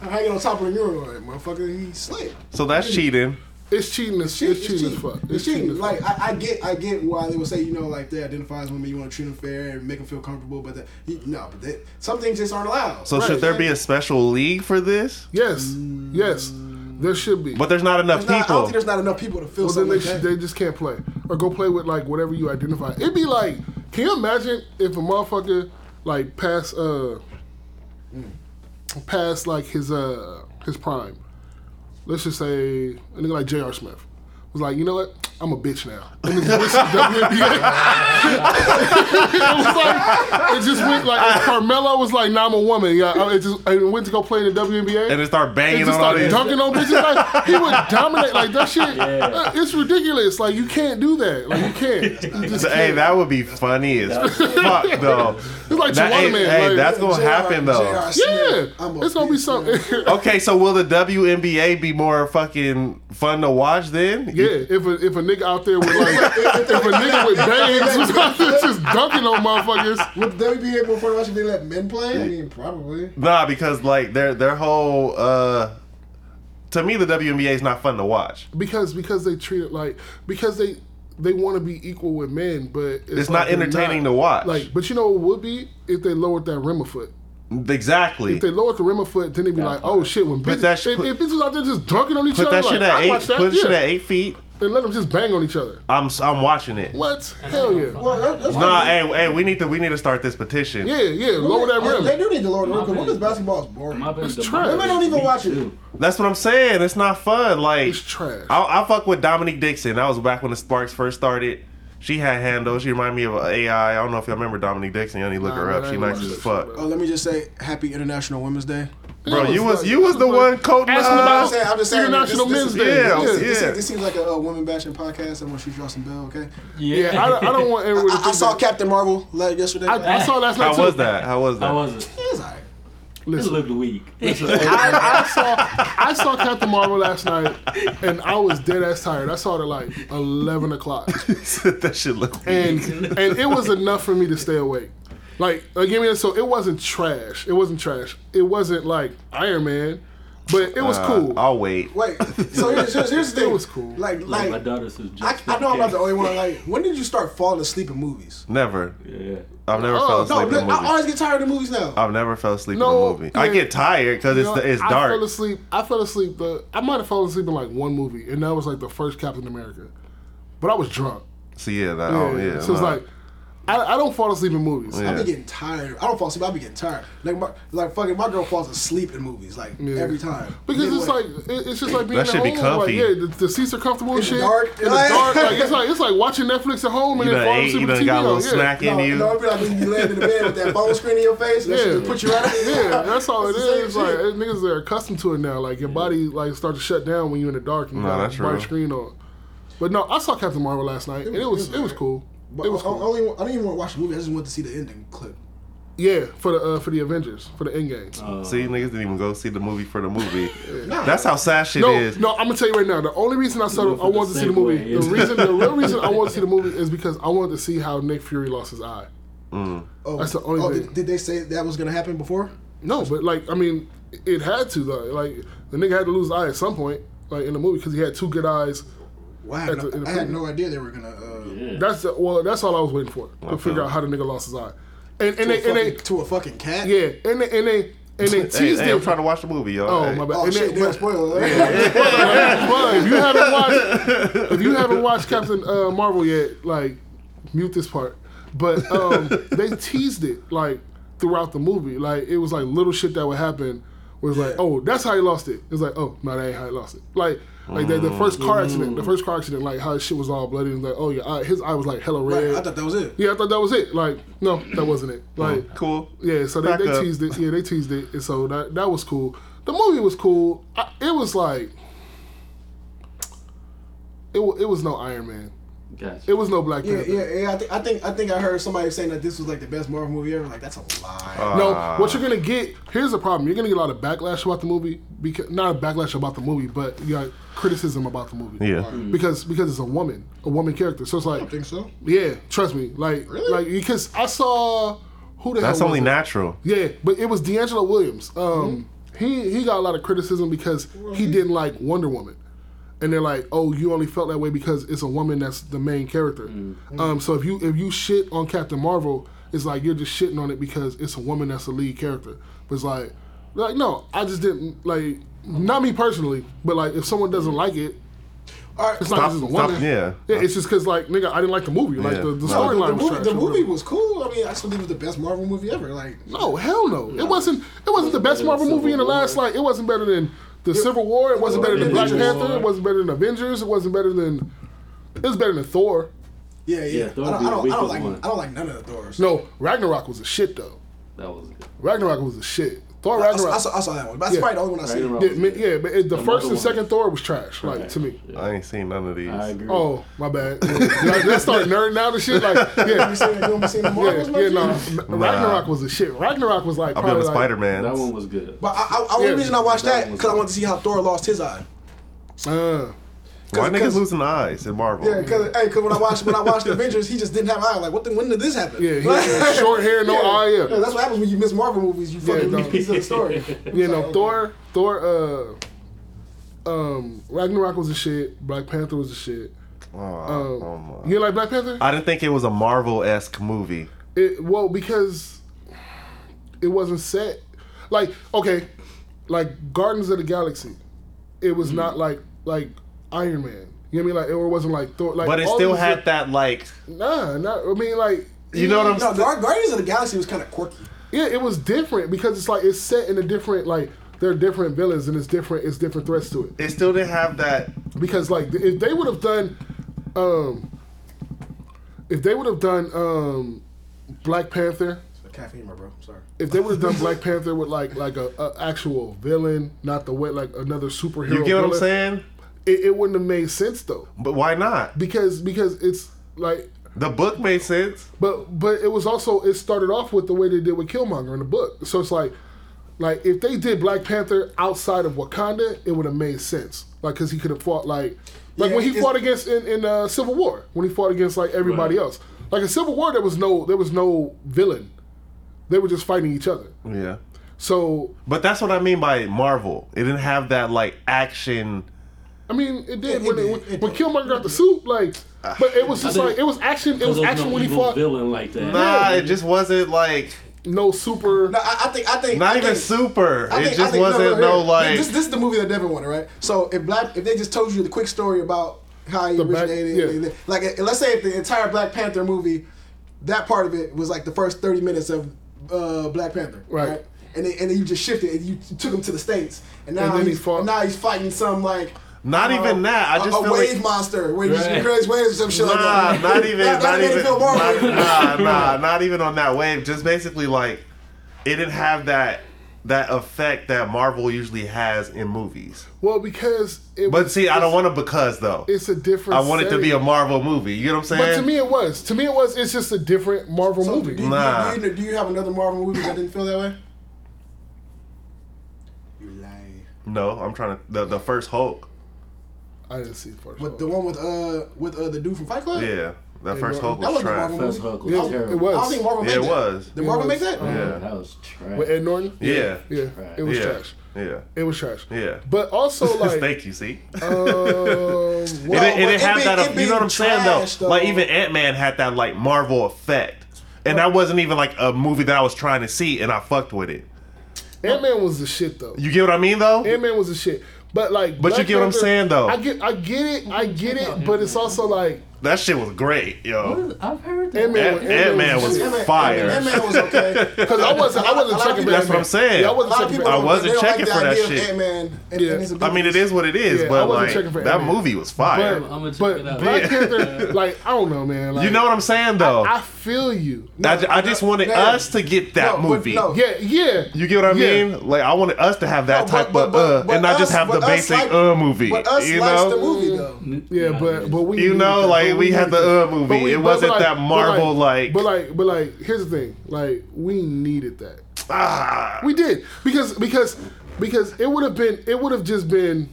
B: I'm hanging on top of the urinal, like, motherfucker. He slick.
A: So that's cheating.
C: It's cheating. As,
B: Cheat-
C: it's, cheating as fuck.
B: It's cheating.
C: as
B: Like I, I get, I get why they would say, you know, like they identify as women, you want to treat them fair and make them feel comfortable. But that, you, no, but that, some things just aren't allowed.
A: So
C: Right.
A: should there be a special league for this?
C: Yes. Yes. There should be.
A: But there's not enough
B: There's not- I don't think
A: people.
B: there's not enough people to feel
C: well, then
B: something
C: they,
B: like
C: should,
B: that.
C: they just can't play or go play with like whatever you identify. It'd be like, can you imagine if a motherfucker like past uh
B: Mm.
C: past like his uh his prime? Let's just say a nigga like J.R. Smith was like, you know what? I'm a bitch now. And it's- it's [LAUGHS] WNBA. it was like it just went like Carmelo was like, nah, I'm a woman. Yeah, it just it went to go play in the WNBA
A: And they start
C: and
A: banging
C: just
A: on all
C: start
A: these.
C: dunking on bitches. Like he would dominate like that shit.
D: Yeah.
C: uh, It's ridiculous. Like you can't do that. Like you
A: [LAUGHS]
C: can't. You just
A: Hey,
C: can't.
A: that would be funny as fuck though.
C: It's like
A: That- hey,
C: Chihuahua Man.
A: hey,
C: like,
A: that's gonna happen though.
B: J.R. Smith,
C: yeah.
B: I'm a
C: It's gonna be
B: bitch,
C: something.
B: man.
A: Okay, so will the WNBA be more fucking fun to watch then?
C: [LAUGHS] yeah. If a, if a nigga out there with like [LAUGHS] if a nigga [LAUGHS] with bangs was [LAUGHS] out there just dunking on motherfuckers.
B: Would they be able to watch if they let men play? I mean, probably.
A: Nah, because like their their whole uh to me the WNBA is not fun to watch.
C: Because because they treat it like because they they want to be equal with men, but it's,
A: It's not
C: like they're
A: entertaining to watch.
C: Like, but you know what would be if they lowered that rim a foot.
A: Exactly.
C: If they lower the rim a foot, then they be like, oh shit, when
A: Put
C: bitches,
A: that sh-
C: if,
A: put-
C: if bitches out there just dunking on each
A: Put
C: other,
A: that shit
C: like,
A: at
C: I
A: eight.
C: watch that,
A: Put
C: yeah.
A: shit at eight feet.
C: and let them just bang on each other.
A: I'm I'm watching it.
C: What? Hell yeah.
B: Well, that, that's
A: Nah, hey, hey, we need to we need to start this petition.
C: Yeah, yeah, lower that
B: they, they do
C: rim.
B: need to lower the rule because
D: My
B: women's
D: bad.
B: basketball is boring.
D: My bad,
C: It's
D: the
C: trash.
D: Mavs
B: Women don't even
D: beat
B: watch it.
D: you.
A: That's what I'm saying. It's not fun. Like
C: It's trash.
A: I, I fuck with Dominique Dixon. That was back when the Sparks first started. She had handles. She reminded me of AI. I don't know if y'all remember Dominique Dixon. Y'all need to look
C: Nah,
A: her
C: man,
A: up.
C: I
A: She
C: ain't
A: nice
C: watched
A: as
C: that
A: fuck.
C: shit,
B: Oh, let me just say, Happy International Women's Day.
A: Bro, you was
C: like-
A: you was the
C: like-
A: one coating
C: Asking
A: the-
C: about-
B: I'm saying, I'm just saying,
C: Uh, International
B: this- this-
C: Men's Day.
A: yeah,
C: Yeah,
A: yeah.
B: This, seems- this seems like a, a woman bashing podcast. I want to shoot y'all some bell, okay?
D: Yeah,
C: Yeah, I, don't- I don't want everyone to
B: I,
C: think
B: I saw
C: that.
B: Captain Marvel la- yesterday.
C: I, I saw last night
A: How
C: too.
A: was that? How was that?
D: How was it?
B: It's all right.
D: It
C: Listen,
D: looked [LAUGHS] weak.
C: I, I saw I saw Captain Marvel last night, and I was dead ass tired. I saw it at like eleven
A: [LAUGHS]
C: o'clock.
A: that shit look.
C: [LAUGHS] and and it was enough for me to stay awake. Like again, man, so it wasn't trash. It wasn't trash. It wasn't like Iron Man, but it was
A: Uh,
C: cool.
A: I'll wait.
B: Wait, so here's, here's,
C: [LAUGHS]
B: here's the
C: It
B: thing.
C: was cool.
B: Like,
D: Like,
B: like,
D: my daughter says, just
B: I, I know I'm not the only one. Like, when did you start falling asleep in movies?
A: Never.
D: Yeah.
A: I've never
C: Oh,
A: fell
C: no,
A: asleep
B: No,
A: in a movie.
B: I always get tired of movies now.
A: I've never fell asleep
C: No,
A: in a movie. I
C: yeah.
A: get tired because
C: You
A: it's
C: know,
A: it's
C: I
A: dark.
C: fell asleep. I fell asleep. The, I might have fallen asleep in like one movie, and that was like the first Captain America. But I was drunk.
A: So yeah, that,
C: Yeah,
A: oh yeah.
C: so it's
A: nah.
C: like I, I don't fall asleep in movies.
A: Yeah.
B: I be getting tired. I don't fall asleep. I be getting tired. Like my, like fucking my girl falls asleep in movies like every time.
C: Because it's
B: Midway.
C: like it- it's just like being
A: That
C: at
A: should be
C: home.
A: comfy.
C: Like, yeah, the, the seats are comfortable and
B: It's
C: shit.
B: dark.
C: In the dark, like it's like it's like watching Netflix at home and
A: you
C: then
A: done
C: falling
A: ate,
C: asleep
A: you
C: with
A: done
C: TV
A: got a
C: on.
A: little
C: yeah.
A: snack in
B: no,
A: you.
B: no, I be like when you laying in the bed with that phone screen in your face. That shit
C: Yeah.
B: just put you right. [LAUGHS]
C: Yeah, that's all it
B: It's the same
C: is. Like
B: shit.
C: niggas are accustomed to it now. Like your body like starts to shut down when you're in the dark and you
A: Nah,
C: got
A: that's
C: a bright
A: real.
C: screen on. But no, I saw Captain Marvel last night and it was it was cool.
B: But
C: It was
B: I, I
C: cool.
B: only, I don't even want to watch the movie. I just want to see the ending clip.
C: Yeah, for the uh, for the Avengers for the end game.
A: See, niggas didn't even go see the movie for the
C: [LAUGHS]
A: movie.
B: Nah.
A: That's how sad shit
C: No,
A: is.
C: no, I'm gonna tell you right now. The only reason I saw,
D: Look
C: the,
D: for
C: I
D: the
C: wanted to see the
D: segue,
C: movie.
D: yeah.
B: [LAUGHS]
C: The reason, the real reason I wanted to see the movie is because I wanted to see how Nick Fury lost his eye.
B: Oh,
C: That's the only
B: oh,
C: thing.
B: Did, did they say that was gonna happen before?
C: No, but like I mean, it had to though. Like the nigga had to lose an eye at some point, like in the movie, because he had two good eyes.
B: Well, I had,
C: At the-
B: no,
C: in the
B: I had
C: preview.
B: no idea they were gonna uh,
D: Yeah.
C: That's the, well, that's all I was waiting for to
A: Okay.
C: figure out how the nigga lost his eye. And and
B: to, a
C: they, and
B: fucking,
C: they
B: to a fucking cat.
C: yeah and they and they and
A: [LAUGHS]
C: they
A: Hey,
C: teased
A: hey,
C: him.
A: I'm
C: [LAUGHS]
A: trying to watch the movie, y'all.
C: Oh
A: Hey.
C: my bad.
B: Oh
C: And
B: shit!
C: they-
B: Damn,
C: but-
B: spoiler. [LAUGHS]
C: But if you haven't watched, if you haven't watched Captain uh, Marvel yet, like mute this part. But
A: [LAUGHS]
C: um, they teased it like throughout the movie. Like it was like little shit that would happen. Was like, oh, that's how he lost it. It's like, oh, no, that ain't how he lost it. Like, like the, the
A: Mm.
C: first car accident, the first car accident, like how his shit was all bloody. And like, oh yeah, eye, his eye was like hella red.
B: Right, I thought that was it.
C: yeah, I thought that was it. Like, no, that wasn't it. Like,
A: Cool.
C: yeah, so they,
A: Oh. Back
C: they
A: up.
C: teased it. Yeah, they teased it, and so that that was cool. The movie was cool. I, it was like it. wa- It was no Iron Man. It
D: Gotcha.
C: was no Black
B: Yeah,
C: Panther.
B: yeah, yeah. I think I think I think I heard somebody saying that this was like the best Marvel movie ever. Like that's a lie.
C: No,
A: Ah.
C: what you're gonna get here's the problem. You're gonna get a lot of backlash about the movie because not a backlash about the movie, but you got criticism about the movie.
A: Yeah.
B: Hmm.
C: because because it's a woman, a woman character. So it's like,
B: I think so.
C: yeah, trust me, like
B: Really?
C: like because I saw who the
A: That's
C: hell was
A: only
C: it?
A: natural.
C: Yeah, but it was D'Angelo Williams. Um,
B: Mm-hmm.
C: He he got a lot of criticism because he didn't like Wonder Woman, and they're like, "Oh, you only felt that way because it's a woman that's the main character."
B: Mm-hmm.
C: Um, so if you if you shit on Captain Marvel, it's like you're just shitting on it because it's a woman that's the lead character. But it's like, like no, I just didn't like not me personally, but like if someone doesn't like it,
B: All right.
C: it's
B: so
A: Stop-
C: not just a
A: stop-
C: woman.
A: yeah.
C: yeah, it's just because like nigga, I didn't like the movie, like
A: Yeah.
C: the, the
A: No,
C: storyline.
B: the
C: was
B: movie,
C: trash
B: the
C: or
B: movie
C: whatever.
B: was cool. I mean, I still think it was the best Marvel movie ever. Like
C: No, hell no. It wasn't. It wasn't the best Marvel
D: Civil
C: movie in the last
D: War.
C: like. It wasn't better than the Civil War. It wasn't better than Black
D: Avengers.
C: Panther. It wasn't better than Avengers. It wasn't better than. It was better than Thor.
B: yeah, yeah.
D: Yeah, Thor
B: I don't,
D: be the
B: I don't, I
D: weakest
B: don't like
D: one.
B: I don't like none of the Thors.
C: No, Ragnarok was a shit though.
D: That was good.
C: Ragnarok was a shit. Thor
B: I, I saw,
C: Ragnarok.
B: I, saw, I saw that one. But that's
C: Yeah.
B: probably the only one I seen.
D: Ragnarok.
C: yeah, man, yeah, but it, the,
D: The
C: first
D: other
C: and
D: one.
C: second Thor was trash, like to me.
D: Yeah.
A: I ain't seen none of these.
D: I agree.
C: Oh my bad. Yeah, let's start nerding out and shit. Like yeah,
B: [LAUGHS] You seen, you haven't seen the
C: [LAUGHS] yeah,
B: Marvels?
C: yeah.
B: man?
C: No, Ragnarok was a shit. Ragnarok was like
A: I'll be on
C: probably
A: the
C: like,
A: Spider
D: that one
A: Man.
D: was good.
B: But I, I, I only
C: Yeah.
B: reason I watched
D: That
B: that
D: one was
B: because I
D: good.
B: wanted to see how Thor lost his eye.
C: Uh,
A: Why niggas
B: 'cause-
A: losing eyes in Marvel?
B: Yeah, because hey, 'cause when I watched when I watched Avengers, he just didn't have an eye. Like, what? The, when did this happen?
C: yeah, he
B: [LAUGHS]
C: had short hair, no eye. Yeah,
B: Yeah, that's what happens when you miss Marvel movies. You fucking
C: no.
B: lose pieces of the
C: [LAUGHS]
B: story.
C: You know, Thor, Thor, uh, um, Ragnarok was a shit. Black Panther was a shit.
A: Oh,
C: Um,
A: oh my.
C: you didn't like Black Panther?
A: I didn't think it was a Marvel esque movie.
C: It, well, because it wasn't set. Like, okay, like Gardens of the Galaxy. It was
A: Mm-hmm.
C: not like like Iron Man. You know what I mean? Like, it wasn't like Thor. Like,
A: But it
C: all
A: still
C: these-
A: had that like
C: Nah, not. I mean, like.
A: you know what I'm
B: No,
A: saying?
B: Guard- Guardians of the Galaxy was kind of quirky.
C: Yeah, it was different because it's like it's set in a different like they're different villains and it's different it's different threats to it.
A: It still didn't have that
C: because like if they would have done um if they would have done um black panther
B: Caffeine, my bro. Sorry.
C: if they would have done black panther with like like a, a actual villain not the way like another superhero
A: You get what I'm
C: villain,
A: saying?
C: it, it wouldn't have made sense though
A: But why not?
C: because because it's like
A: The book made sense.
C: but but it was also it started off with the way they did with killmonger in the book so it's like like if they did black panther outside of wakanda it would have made sense like because he could have fought like like
B: Yeah,
C: when he
B: it's-
C: fought against in, in uh, civil war when he fought against like everybody
D: Right.
C: else like in civil war there was no there was no villain they were just fighting each other
A: Yeah.
C: so
A: But that's what I mean by Marvel. It didn't have that like action.
C: i mean it did
B: Yeah,
C: when,
B: it
C: it,
B: did, it
C: when killmonger got the suit like
A: Ah.
C: but it was just
D: I think-
C: like it was action it was
D: There
C: action
D: no
C: when he
D: evil
C: fought
D: villain like that.
A: Nah, it just wasn't like
C: no super
B: No, I, I think I think
A: not
B: I
A: even
B: think-
A: super.
B: I
A: it
B: think- I
A: just
B: think-
A: wasn't no,
B: here.
A: like
B: This, this is the movie that Devin wanted, right? So if black, if they just told you the quick story about how he
C: back-
B: originated,
C: yeah.
B: like eh, let's say if the entire Black Panther movie, that part of it was like the first thirty minutes of uh, Black Panther,
C: Right.
B: And then, and then you just shifted and you took him to the states, and now
C: And then he
B: he's
C: fought-
B: now he's fighting some like.
A: Not
B: you know,
A: even that. I
B: a-
A: just
B: a,
A: feel
B: wave
A: like-
B: monster where you just
D: Right.
B: create waves or some shit like
A: Nah,
B: that.
A: not even,
B: That- that made
A: not
B: me
A: even,
B: feel more
A: not,
B: weird.
A: nah, nah, not even on that wave. Just basically like, it didn't have that that effect that Marvel usually has in movies.
C: well because it
A: But
C: was,
A: see, I don't want to because though.
C: it's a different
A: I want it to be
C: setting.
A: a Marvel movie. You know what I'm saying?
C: But to me, it was. To me, it was. It's just a different Marvel
B: So, do,
C: movie.
B: you-
A: Nah.
B: do, you, do you have another Marvel movie that didn't feel that way? You lie.
A: no, I'm trying to the, the first Hulk.
C: I didn't see the first
B: With
C: one.
B: the one with uh with uh the dude from Fight Club.
A: Yeah, That
C: Hey,
A: first
B: That
A: hug was
C: Martin.
B: wasn't
A: trash.
B: Marvin.
D: First hug was
C: Yeah,
D: terrible.
C: it was.
B: I don't think Marvin
A: Yeah,
B: made
A: it
B: that.
A: was.
B: Did
C: It
B: Marvin
C: was.
B: make that?
D: Oh,
A: Yeah.
D: That was
C: With
D: trash.
C: Ed Norton?
A: Yeah.
C: Yeah.
D: Trash.
C: It was
A: yeah.
C: trash.
A: Yeah.
C: It was trash.
A: Yeah. [LAUGHS]
C: But also like
A: Thank you. See,
C: um
A: it,
C: what-
A: didn't- it
B: but
A: didn't have
B: it
A: that.
B: be-
A: uh,
B: it
A: you
B: be
A: know what I'm saying
B: trash,
A: though? Like
B: though.
A: even Ant Man had that like Marvel effect, and that wasn't even like a movie that I was trying to see, and I fucked with it.
C: Ant Man was the shit though.
A: You get what I mean though?
C: Ant Man was the shit. But like
A: But you get what I'm saying, though.
C: I get I get it, I get it, but it's also like
A: That shit was great, yo.
D: I've heard that.
C: Ant-Man
A: Ant- Ant-Man was fire.
B: That man was
A: [LAUGHS]
B: okay.
C: because I wasn't I wasn't
B: A lot of people-
C: checking for
A: That's what I'm
C: Ant-Man.
A: saying.
C: Yeah, I
B: A
C: wasn't
B: lot of
C: checking
B: people
C: for
B: don't-
A: I
C: Ant-Man.
A: wasn't
B: they don't
A: checking
B: like
A: for
B: the
A: that
B: idea of
A: shit.
B: Ant-Man and-
C: Yeah.
B: and his
A: I mean, it is what it is,
C: Yeah, I
A: but
C: wasn't
A: like
C: checking for
A: that
C: Ant-Man.
A: movie was fire.
D: I'ma check
C: but
D: it out.
C: Black
A: Yeah. [LAUGHS]
C: Panther, like I don't know, man. Like,
A: you know what I'm saying though?
C: I feel you.
A: I, ju- I just wanted
B: no.
A: us to get that
B: No, but
A: movie.
B: no.
C: Yeah, yeah.
A: You get what I
C: Yeah.
A: mean? Like I wanted us to have that
B: No, but-
A: type
B: but-
A: of
B: but-
A: uh,
B: but
A: and not just
B: us-
A: have the
B: but us
A: basic
B: like-
A: uh movie.
B: But us
A: you
B: likes
A: know,
B: the movie though.
C: Mm. Yeah, but but we
A: you know, like
C: but
A: we had
C: needed that.
A: the uh movie.
C: But we-
A: it
C: but-
A: wasn't
C: but
A: that
C: but
A: Marvel like,
C: But like, but like, here's the thing. Like, we needed that.
A: ah.
C: We did because because because it would have been it would have just been.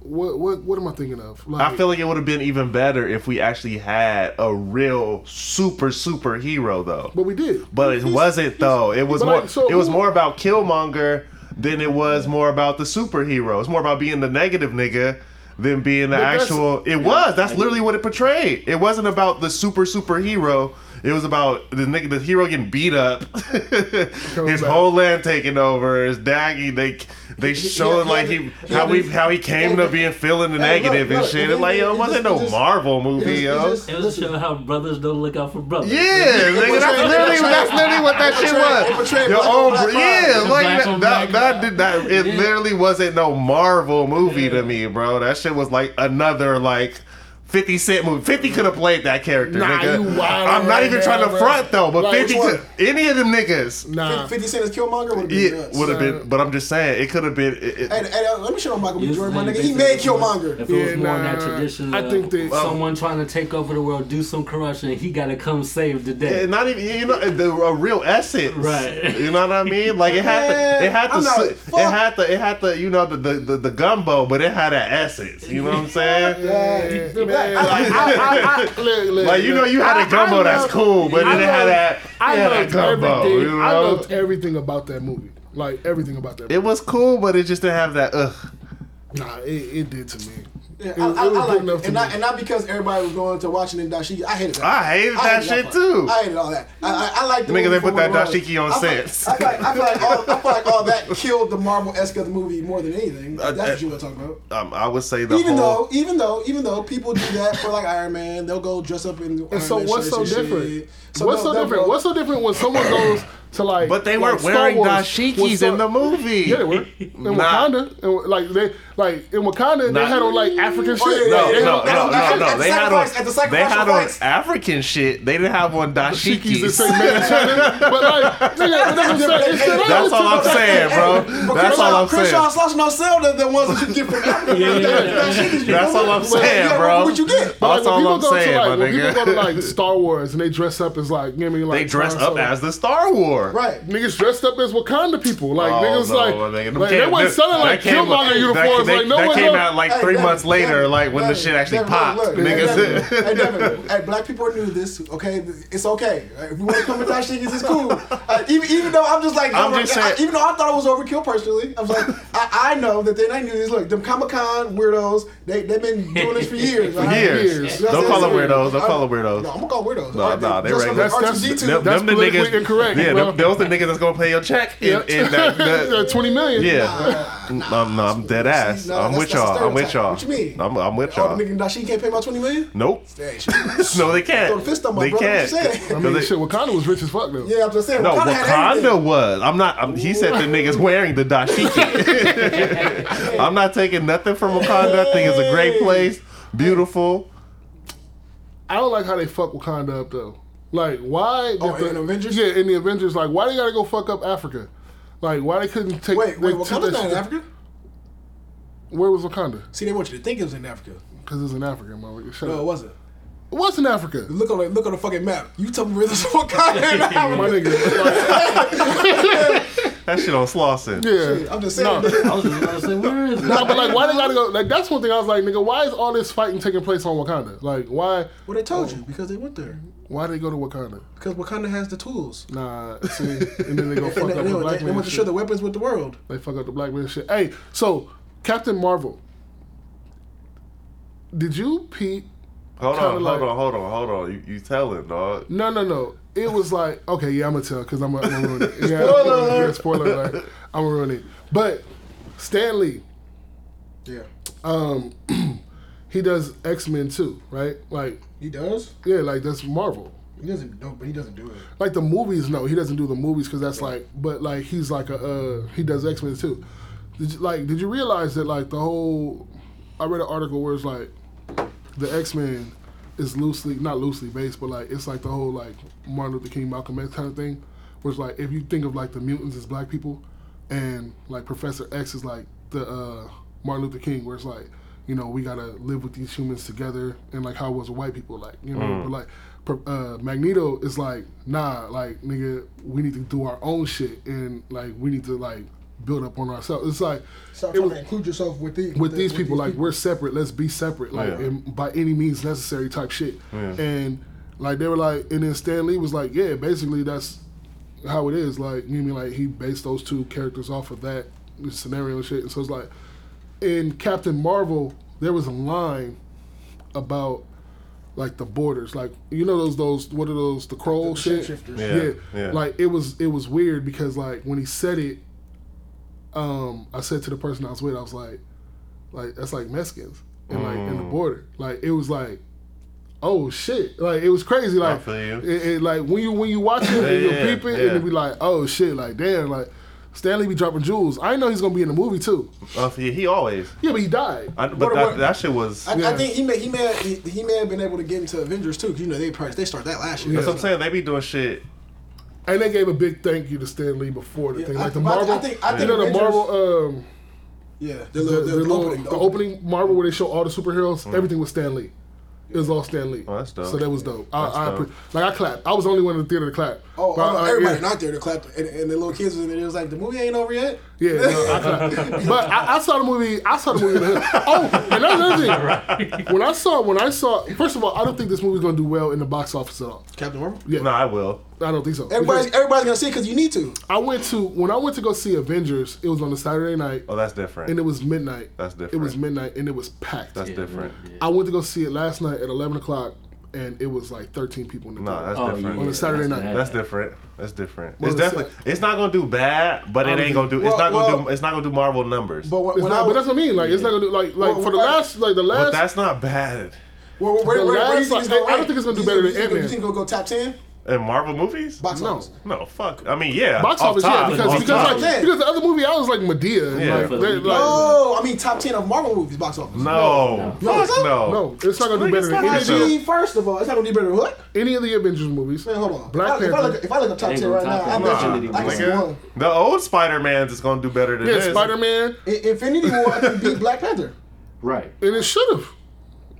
C: What what what am I thinking of? Like,
A: I feel like it would have been even better if we actually had a real super superhero though.
C: but we did.
A: But it wasn't though. It was
C: but
A: more.
C: like, so
A: it was
C: who-
A: more about Killmonger than it was more about the superhero. It's more about being the negative nigga than being the
C: that's-
A: actual. It was. That's literally what it portrayed. It wasn't about the super superhero. It was about the nigga, the hero getting beat up, [LAUGHS] his
C: back.
A: whole land taken over, his daggy. They they showing
B: yeah,
A: like
B: the-
A: he how we how he came to being feeling the
B: Hey, look,
A: negative and
B: look,
A: shit.
B: it-
A: It's like yo,
B: it- it
A: wasn't
B: just-
A: no
B: it just-
A: Marvel movie,
B: It's- it's
A: yo.
B: just-
D: It was showing how brothers don't look out for brothers.
A: Yeah, nigga, that's literally that's literally what that shit
B: It
A: was.
B: portrayed
A: Your
B: black on
A: own,
B: black
A: br-
B: crime.
A: yeah,
D: It's
A: like
D: black
A: that,
D: on
A: that,
D: black
A: that, did that. It
D: Yeah.
A: literally wasn't no Marvel movie to me, bro. That shit was like another like. 50 Cent movie. 50 could have played that character,
C: Nah,
A: nigga.
C: you wild
A: I'm not
C: right
A: even
C: now,
A: trying to
C: bro.
A: front though, but
C: Like,
A: 50
B: which
A: could, any of them niggas.
C: Nah,
B: 50 Cent is Killmonger would have been
A: It
B: nuts.
A: would have
C: So-
A: been, but I'm just saying, it could have been. It, it-
B: Hey, hey, uh, let me show Michael B.
D: You
B: Jordan, my
D: think
B: nigga.
D: they
B: He made
D: think it was-
B: Killmonger.
D: If it was
C: Yeah,
D: more in that
C: nah,
D: tradition,
C: I
D: of
C: think they-
D: someone trying to take over the world, do some corruption, he got to come save the day.
A: it- not even, you know, the, a real essence.
D: Right.
A: You know what I mean? Like it had, the, it had the,
B: I'm not-
A: su- it
B: fuck.
A: had the, it had the, you know, the, the, the, the gumbo, but it had that essence. You know what I'm saying?
C: man,
B: Yeah.
C: man,
B: I-
C: like, I- I- I- [LAUGHS] look, look,
A: Like you know,
C: look.
A: you had a
C: I- I
A: gumbo that's
C: love-
A: cool, but
C: I
A: then it had
C: love-
A: that, it
C: I
A: had that
C: loved
A: gumbo.
C: everything.
A: You know?
C: I loved everything about that movie. Like everything about that.
A: it was cool, but it just didn't have that. Ugh.
C: Nah, it, it did to me.
B: Yeah,
C: It,
B: I, I,
C: was-
B: I
C: it was good
B: like
C: enough
B: it. And
C: to me.
B: not, and not because everybody was going to Washington Dashiki. I hated that.
A: I hated that shit
B: part.
A: too.
B: I hated all that. I, I, I like the
A: Nigga,
B: movie
A: they
B: for
A: put
B: what
A: that
B: it was.
A: dashiki on
B: I feel-
A: sets.
B: I feel like, I feel like all, I feel like all
A: [LAUGHS]
B: that killed the Marvel esque of the movie more than anything. That's what you want to talk about.
A: Um, I would say Uh, the
B: even
A: whole.
B: though, even though, even though people do that for like Iron Man, they'll go dress up in. Iron
C: And so
B: Man
C: what's
B: shirts
C: so
B: and shit.
C: different?
B: So
C: what's
B: they'll-
C: so
B: they'll
C: different?
B: go-
C: What's so different when someone goes to like?
A: but they
C: like
A: weren't
C: Star
A: wearing
C: Wars, when
A: dashikis
C: Star-
A: in the movie.
C: Yeah,
A: [LAUGHS]
C: they were. In Wakanda, and, like they like in Wakanda, they
A: Nah.
C: had on like African shit.
B: Oh, yeah,
A: No,
B: yeah, yeah.
A: no, no, no, no.
B: At the
A: They had on
B: sacrifice- at the
A: they had on
B: sacrificial
A: African shit. They didn't have on
C: Shikis that
A: dashikis.
C: say man
A: [LAUGHS]
C: each other, but like, nigga, that's what
A: That's all I'm
C: I'm saying. It's still-
A: saying, bro.
B: But
A: That's
B: Crenshaw-
A: all I'm
B: Crenshaw
A: saying.
B: slash no sell the, the ones that you get from Africa.
D: Yeah, yeah, yeah.
A: That's all I'm saying,
B: yeah,
A: bro.
B: What you get?
C: But,
A: That's
C: when
A: all
C: people
A: I'm
C: go to,
A: saying,
C: like,
A: my
C: when
A: nigga.
C: People go to
A: [LAUGHS]
C: like Star Wars and they dress up as like, you know what I mean, like
A: They dress
C: Star-
A: up as the Star Wars.
B: Right.
C: Niggas dressed up as Wakanda people, like
A: Oh,
C: niggas
A: no,
C: like,
A: my nigga. Them
C: like
A: came-
C: they weren't
A: that-
C: selling like
A: that came-
C: Killmonger
A: that-
C: uniforms,
A: they-
C: like no
A: that
C: one
A: came
C: else.
A: out like
B: Hey,
A: three
B: Devin,
A: months later,
B: Devin,
A: like when the
B: Devin,
A: shit actually
B: Devin,
A: popped.
B: look,
A: Niggas,
B: Devin,
A: [LAUGHS]
B: hey, Devin, hey, black people knew this. Okay, it's okay. If you want to come with that shit, it's cool. Uh, even, even though I'm just like,
A: I'm just
B: I-
A: saying-
B: even though I thought it was overkill personally, I was like, I, I know that they they knew this. Look, them Comic Con weirdos, they they've been doing this for years.
A: [LAUGHS] for years.
C: Years.
A: Don't
B: That's-
A: call them
B: that's weird.
A: weirdos. Don't call them
B: No, I'm
A: weirdos.
B: gonna call weirdos.
A: No, nah, they
B: just
A: regular.
B: like
C: That's-
B: R2D2.
A: Them, them
C: That's
A: the
C: politically
A: niggas,
C: incorrect,
A: yeah,
C: bro.
A: them, those the niggas that's gonna pay your check. In, in that,
C: [LAUGHS]
A: that-
C: Twenty million.
A: yeah, I'm, no, I'm dead ass.
B: nah,
A: I'm
B: that's-
A: with
B: that's a
A: y'all. I'm with
B: stereotype.
A: y'all.
B: What you mean?
A: I'm, I'm with
B: Oh,
A: y'all.
B: the nigga, nah, she can't pay my 20 million?
A: Nope.
B: Hey, shit.
A: [LAUGHS] No, they can't.
B: Throw the fist on my
A: they
B: brother,
A: can't.
B: what you saying?
C: I mean,
A: They-
C: shit, Wakanda was rich as fuck though.
B: Yeah, I'm just saying.
A: No,
B: Wakanda had everything.
A: Wakanda was. I'm not. I'm, he said the niggas wearing the
D: [LAUGHS]
A: dashiki. I'm not taking nothing from Wakanda. I think it's a great place, beautiful.
C: I don't like how they fuck Wakanda up though. Like, why?
B: Oh,
C: did
B: in Avengers?
C: Yeah, in the Avengers, like, why they gotta go fuck up Africa? Like, why they couldn't take?
B: Wait, wait,
C: they took
B: Wakanda's
C: that
B: not in
C: shit-
B: Africa?
C: Where was Wakanda?
B: See, they want you to think it was in Africa.
C: Because it was in Africa, motherfucker. Shut
B: No, it
C: up.
B: wasn't.
C: It was
B: [LAUGHS]
C: in Africa.
B: Look on the look on the [LAUGHS] fucking map. You tell me where this Wakanda in
C: My
B: [LAUGHS] Africa.
C: nigga. Like,
A: That shit on Slauson.
C: Yeah.
B: I'm just saying.
C: No.
D: I was just about to say, where is it?
C: No, but like, why they gotta go? Like, that's one thing I was like, nigga, why is all this fighting taking place on Wakanda? Like, why,
B: [LAUGHS] Well, they told you because they went there.
C: why they go to Wakanda?
B: Because Wakanda has the tools.
C: Nah, see, and then
B: [LAUGHS]
C: they go fuck
B: And they,
C: up
B: they,
C: the black
B: they
C: man.
B: want to
C: shit.
B: share the weapons with the world.
C: They fuck up the black man shit. Hey, so Captain Marvel, did you peep?
A: Hold
C: Kinda
A: on,
C: like-
A: hold on, hold on, hold on. You, you telling, dog.
C: No, no, no. It was like okay, yeah, I'm gonna tell because I'm gonna I'm
B: [LAUGHS]
C: gonna ruin it. Yeah,
A: Spoiler alert.
C: yeah, spoiler alert. I'm gonna ruin it. But Stanley,
B: Yeah.
C: um, [CLEARS THROAT] he does X Men too, right? Like,
B: He does.
C: yeah, like that's Marvel.
B: He doesn't. No, but he doesn't do it.
C: like the movies no he doesn't do the movies because that's like but like he's like a uh, he does x-men too did you, like did you realize that like the whole i read an article where it's like the x-men is loosely not loosely based but like it's like the whole like martin luther king malcolm x kind of thing where it's like if you think of like the mutants as black people and like professor x is like the uh, martin luther king where it's like you know we gotta live with these humans together and like how was the white people like you know but like pro- uh, magneto is like nah like nigga we need to do our own shit and like we need to like build up on ourselves it's like
B: Stop
C: it
B: trying
C: was-
B: to include yourself with the,
C: with
B: the-
C: these people, like
B: people.
C: we're separate. Let's be separate, like
A: Yeah.
C: and by any means necessary, type shit.
A: Yeah.
C: And like they were like, and then Stan Lee was like, yeah, basically that's how it is. Like you mean like he based those two characters off of that scenario and shit. And so it's like in Captain Marvel, there was a line about like the borders, like you know those those what are those the crow
B: The
C: shit?
B: shapeshifters.
A: Yeah,
C: yeah,
A: yeah.
C: like it was it was weird because like when he said it, um, I said to the person I was with, I was like, like that's like Mexicans and like in the
A: Mm.
C: border, like it was like, oh shit, like it was crazy, like
A: feel you.
C: It, it- like when you when you watch it and
A: Yeah,
C: you peep it
A: yeah.
C: and it be like, oh shit, like damn, like Stanley be dropping jewels. I know he's gonna be in the movie too.
A: Uh, he, he always.
C: Yeah, but he died.
A: I, but
B: What-
A: that,
B: what-
A: that shit was.
B: I, I
C: Yeah.
B: think he may he may have, he, he may have been able to get into Avengers too. 'cause, you know they probably they start that last year.
A: that's what I'm saying. They be doing shit.
C: And they gave a big thank you to Stan Lee before the
B: Yeah,
C: thing,
B: I-
C: like the
B: but I
C: Marvel.
B: think- I
C: you
B: think
C: know the
B: Avengers-
C: Marvel. Um,
B: Yeah, the,
C: the,
B: little
C: the
B: the,
C: little-
B: opening,
C: the opening Marvel where they show all the superheroes, everything was Stan Lee. It was all Stan Lee.
A: Mm. Oh, that's dope.
C: So that was dope. I,
A: That's
C: I
A: dope.
C: appre- like I clapped. I was the only one in the theater to clap.
B: Oh,
C: But
B: oh, no,
C: I- I-
B: everybody
C: yeah.
B: not there to clap, and, and the little kids was in there. It was like the movie ain't over yet.
C: Yeah, no,
A: [LAUGHS]
C: I clapped. but I, I saw the movie. I saw the movie. In the hood. Oh, and that's another thing. When I saw, when I saw, first of all, I don't think this movie's gonna do well in the box office at all.
B: Captain Marvel.
C: Yeah,
A: No, I will.
C: I don't think so.
B: Everybody's
C: Because
B: everybody's gonna see it because you need to.
C: I went to when I went to go see Avengers. It was on a Saturday night,
A: Oh, that's different.
C: and it was midnight.
A: That's
C: It
A: different.
C: was midnight, and it was packed.
A: that's
D: Yeah,
A: different.
D: yeah.
C: I went to go see it last night at 11 o'clock, and it was like 13 people in the
A: No,
C: theater.
A: that's
D: Oh,
A: different.
D: yeah,
C: On a Saturday
D: that's
C: night.
D: mad.
A: That's different. That's different.
C: Well,
A: it's
C: it's-
A: definitely. It's not gonna do bad, but it ain't gonna do. It's
B: Well,
A: not gonna do.
B: well-
A: It's not gonna do Marvel numbers.
B: But
A: But,
B: when,
C: It's
B: when
C: not-
B: I
C: but that's what I mean. Like, it's not gonna do like like
B: Well,
C: for the
B: well,
C: last like the last.
A: that's not bad.
B: where, where, where,
C: the
B: where,
C: last,
B: do you think it's
C: like,
B: gonna
C: I don't
B: rank?
C: think it's gonna do
B: You
C: better
B: think- you
C: than
B: think-
C: Ant-Man.
B: You think it'll go top ten?
A: In Marvel movies.
B: Box
C: No.
B: office.
A: no, fuck. I mean, yeah.
C: box
A: off
C: office, yeah,
A: top,
C: because
A: off
C: because
A: top.
B: Yeah.
C: like, because the other movie I was like Medea. and,
A: Yeah.
C: like, they- like,
B: Oh, I mean top ten of Marvel movies box office.
A: no,
B: No.
A: fuck
B: No.
A: no.
C: no, it's not gonna do
A: Like,
C: better
A: it's
C: than
A: not
C: any,
A: like
C: of the-
A: that.
B: Actually, first of all, it's not gonna do better than what?
C: any of the Avengers movies.
B: Man, hold on.
C: Black
B: if, I, if, I
C: Panther.
B: look, if I look at top
D: Ain't
B: ten
D: gonna
B: right
D: top
B: now, I
D: ten.
B: bet you
D: Nah.
B: I can see
A: Nigga,
B: one.
A: the old Spider Man's is gonna do better than
C: Yeah,
A: this.
C: Spider Man,
B: I- Infinity War can
C: [LAUGHS]
B: beat Black Panther.
D: Right.
C: and it should have.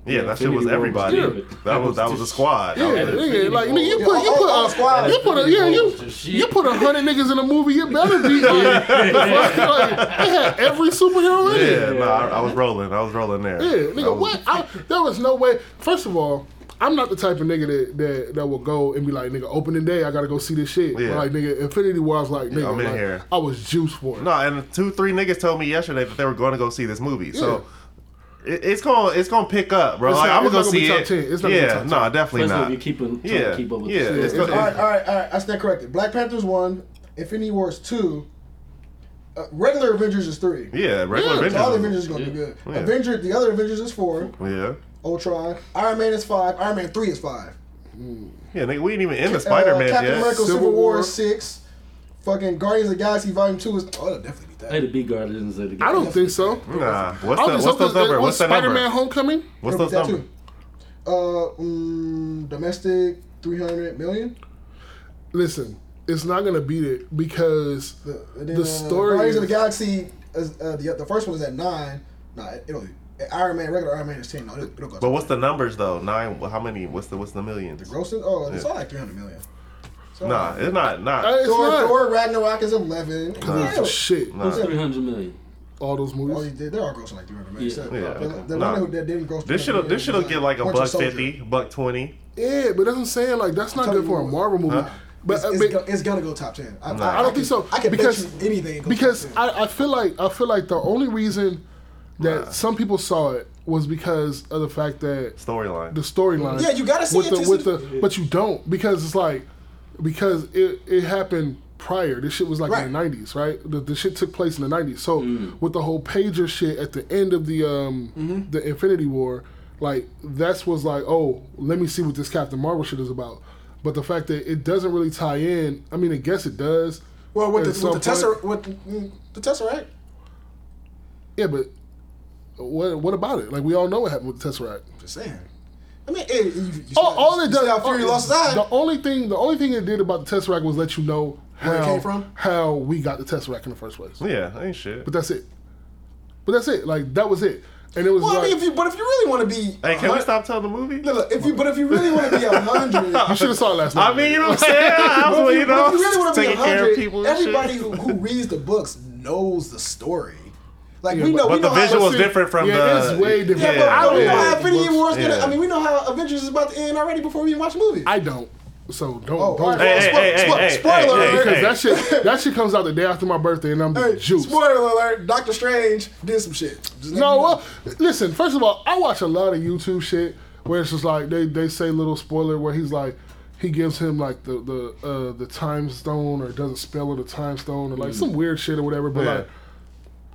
A: Yeah, that shit was
D: Infinity War was
A: everybody.
D: stupid.
A: That was that was a squad. That
C: Yeah,
A: was-
C: nigga, like nigga, you
D: Yeah,
C: put you
B: all-
C: put
B: all
C: a,
B: squad.
C: you put a, yeah you you put a hundred niggas in a movie, you better be. Like, [LAUGHS] they had every superhero in it.
A: Yeah, no, I, I was rolling. I was rolling there.
C: Yeah,
A: I
C: nigga,
A: was-
C: what? I, there was no way. First of all, I'm not the type of nigga that, that that will go and be like, nigga, opening day, I gotta go see this shit. But,
A: Yeah.
C: Like, nigga, Infinity War, I was like, nigga,
A: I'm in
C: like,
A: here.
C: I was juiced for it.
A: No, and two, three niggas told me yesterday that they were going to go see this movie. So it, it's gonna it's gonna pick up, bro.
C: It's
A: like,
C: not-
A: I'm
C: it's
A: gonna go
C: not gonna be
A: see
C: top
A: it.
C: 10. It's not gonna be
A: yeah,
C: top
A: no, definitely
D: Especially
A: not.
D: if you keep on- trying to
A: yeah,
D: keep up with
A: yeah.
D: the shit.
A: It's
C: It's
A: gonna,
B: All right,
A: it's-
B: all right, all right. I stand corrected. Black Panther's one, Infinity War's two, uh, regular Avengers is three.
A: yeah,
C: Yeah,
A: regular
C: it's
B: So all the Avengers
A: Avengers.
B: is gonna be good.
A: Yeah.
B: Avenger, the other Avengers is four.
A: Yeah,
B: Ultron, Iron Man is five. Iron Man three is five.
A: yeah, nigga, we ain't even in the
B: Uh,
A: Spider Man
B: Captain
A: yet.
B: America:
C: Civil
B: Civil, War.
C: War.
B: is six. Fucking Guardians of the Galaxy Volume Two is. Oh, it'll definitely be
D: Hey,
B: that.
D: the big Guardians of the
C: I don't
D: Galaxy.
C: think so.
A: Nah, what's
C: I
A: the
C: don't
A: what's
C: think so.
A: the number? What's the
C: Spider Man
A: number?
C: Homecoming?
A: What's
B: It'll
A: the
B: be that
A: number?
B: too. Uh, mm, domestic three hundred million.
C: Listen, it's not gonna beat it because
B: The, and
C: The
B: uh,
C: story
B: Guardians of the
C: is-
B: Galaxy. Is, uh, the the first one is at nine. Nah, it'll. Iron Man, regular Iron Man is ten. No, it'll, it'll go.
A: But what's the numbers though? Nine? How many? What's the what's the millions?
B: Grosses? Oh, it's all like 300 million.
A: Nah, it's not. Not.
C: Hey, it's
B: Thor,
C: not.
B: Thor Ragnarok is 11.
C: Cause it's
B: Yeah.
C: shit.
A: Nah.
D: Three hundred million.
C: All those
B: Oh, they,
C: movies.
B: they're all grossing like 300 million.
D: Yeah.
B: Except, uh,
A: Yeah.
B: the, the
A: Nah.
B: one who that didn't gross 300
A: This should
B: million
A: this should
B: was,
A: get like a
B: Winter
A: buck
B: Soldier.
A: fifty, buck twenty.
C: Yeah, but that's what I'm saying. Like that's not
B: telling
C: good
B: you
C: for a
B: what.
C: Marvel movie.
A: Huh?
C: But, uh,
B: It's,
C: I
B: it's,
C: mean,
B: go, it's gotta go top 10. I,
A: Nah. I
C: I don't
B: can-
C: think so.
B: I can
C: because
B: bet you anything. it goes
C: because
B: top 10.
C: I, I feel like I feel like the only reason that
A: Nah.
C: some people saw it was because of the fact that
A: Storyline.
C: the storyline.
B: Yeah, you gotta see
C: with
B: it
C: The,
B: to
C: with
B: see-
C: the, but you don't because it's like because it it happened prior. This shit was like in the '90s, right? The, the shit took place in the '90s. So
B: Mm.
C: with the whole pager shit at the end of the um
B: Mm-hmm.
C: the Infinity War, like that's was like oh let me see what this Captain Marvel shit is about. But the fact that it doesn't really tie in, I mean, I guess it does.
B: well, with
C: at
B: the,
C: some
B: with the
C: point.
B: Tesseract, with mm, the Tesseract,
C: Yeah, but what what about it? Like we all know what happened with the Tesseract.
B: just saying. I mean, it, you, you
C: All, all it does.
B: How Fury lost his eye.
C: The only thing the only thing it did about the Tesseract was let you know how
B: Where it came from?
C: how we got the Tesseract in the first place.
A: Yeah, ain't shit.
C: But that's it. But that's it. Like that was it. And it was
B: Well, I
C: like
B: mean, if you, but if you really want to be,
A: Hey, can we
B: hun-
A: stop telling the movie?
B: Look, look, if you, but if you really want to
A: [LAUGHS]
B: be a
C: you
B: hundred,
C: should have saw it last night.
A: I mean, you know what I'm saying? I
B: But
A: was,
B: if
A: you
B: but
A: know,
B: if you really want to be
A: taking care of
B: 100,
A: people. and shit.
B: everybody who,
A: [LAUGHS]
B: who reads the books knows the story. Like
C: Yeah,
B: we
C: but-
B: know,
A: but
B: we
A: the
B: know how-
A: visual is
C: see,
A: different from
C: yeah,
A: the.
C: it's way different.
B: Yeah, but I
C: I
B: don't
C: don't
B: know how
C: read the
B: Infinity
C: books.
B: War's gonna.
A: Yeah.
B: I mean, we know how Avengers is about to end already before we even watch the movie.
C: I don't. So don't
B: Oh,
C: don't.
B: hey, hey,
C: spoil-
B: hey,
C: spoil-
B: hey,
C: spoiler
B: hey, hey,
C: alert, 'cause
A: hey.
C: that shit that shit comes out the day after my birthday and I'm
B: hey,
C: juiced.
B: spoiler alert: Doctor Strange did some shit. Just let you
C: No,
B: know.
C: well, listen. First of all, I watch a lot of YouTube shit where it's just like they, they say little spoiler where he's like he gives him like the the uh, the time stone or doesn't spell it a time stone or like some weird shit or whatever. But
A: Yeah.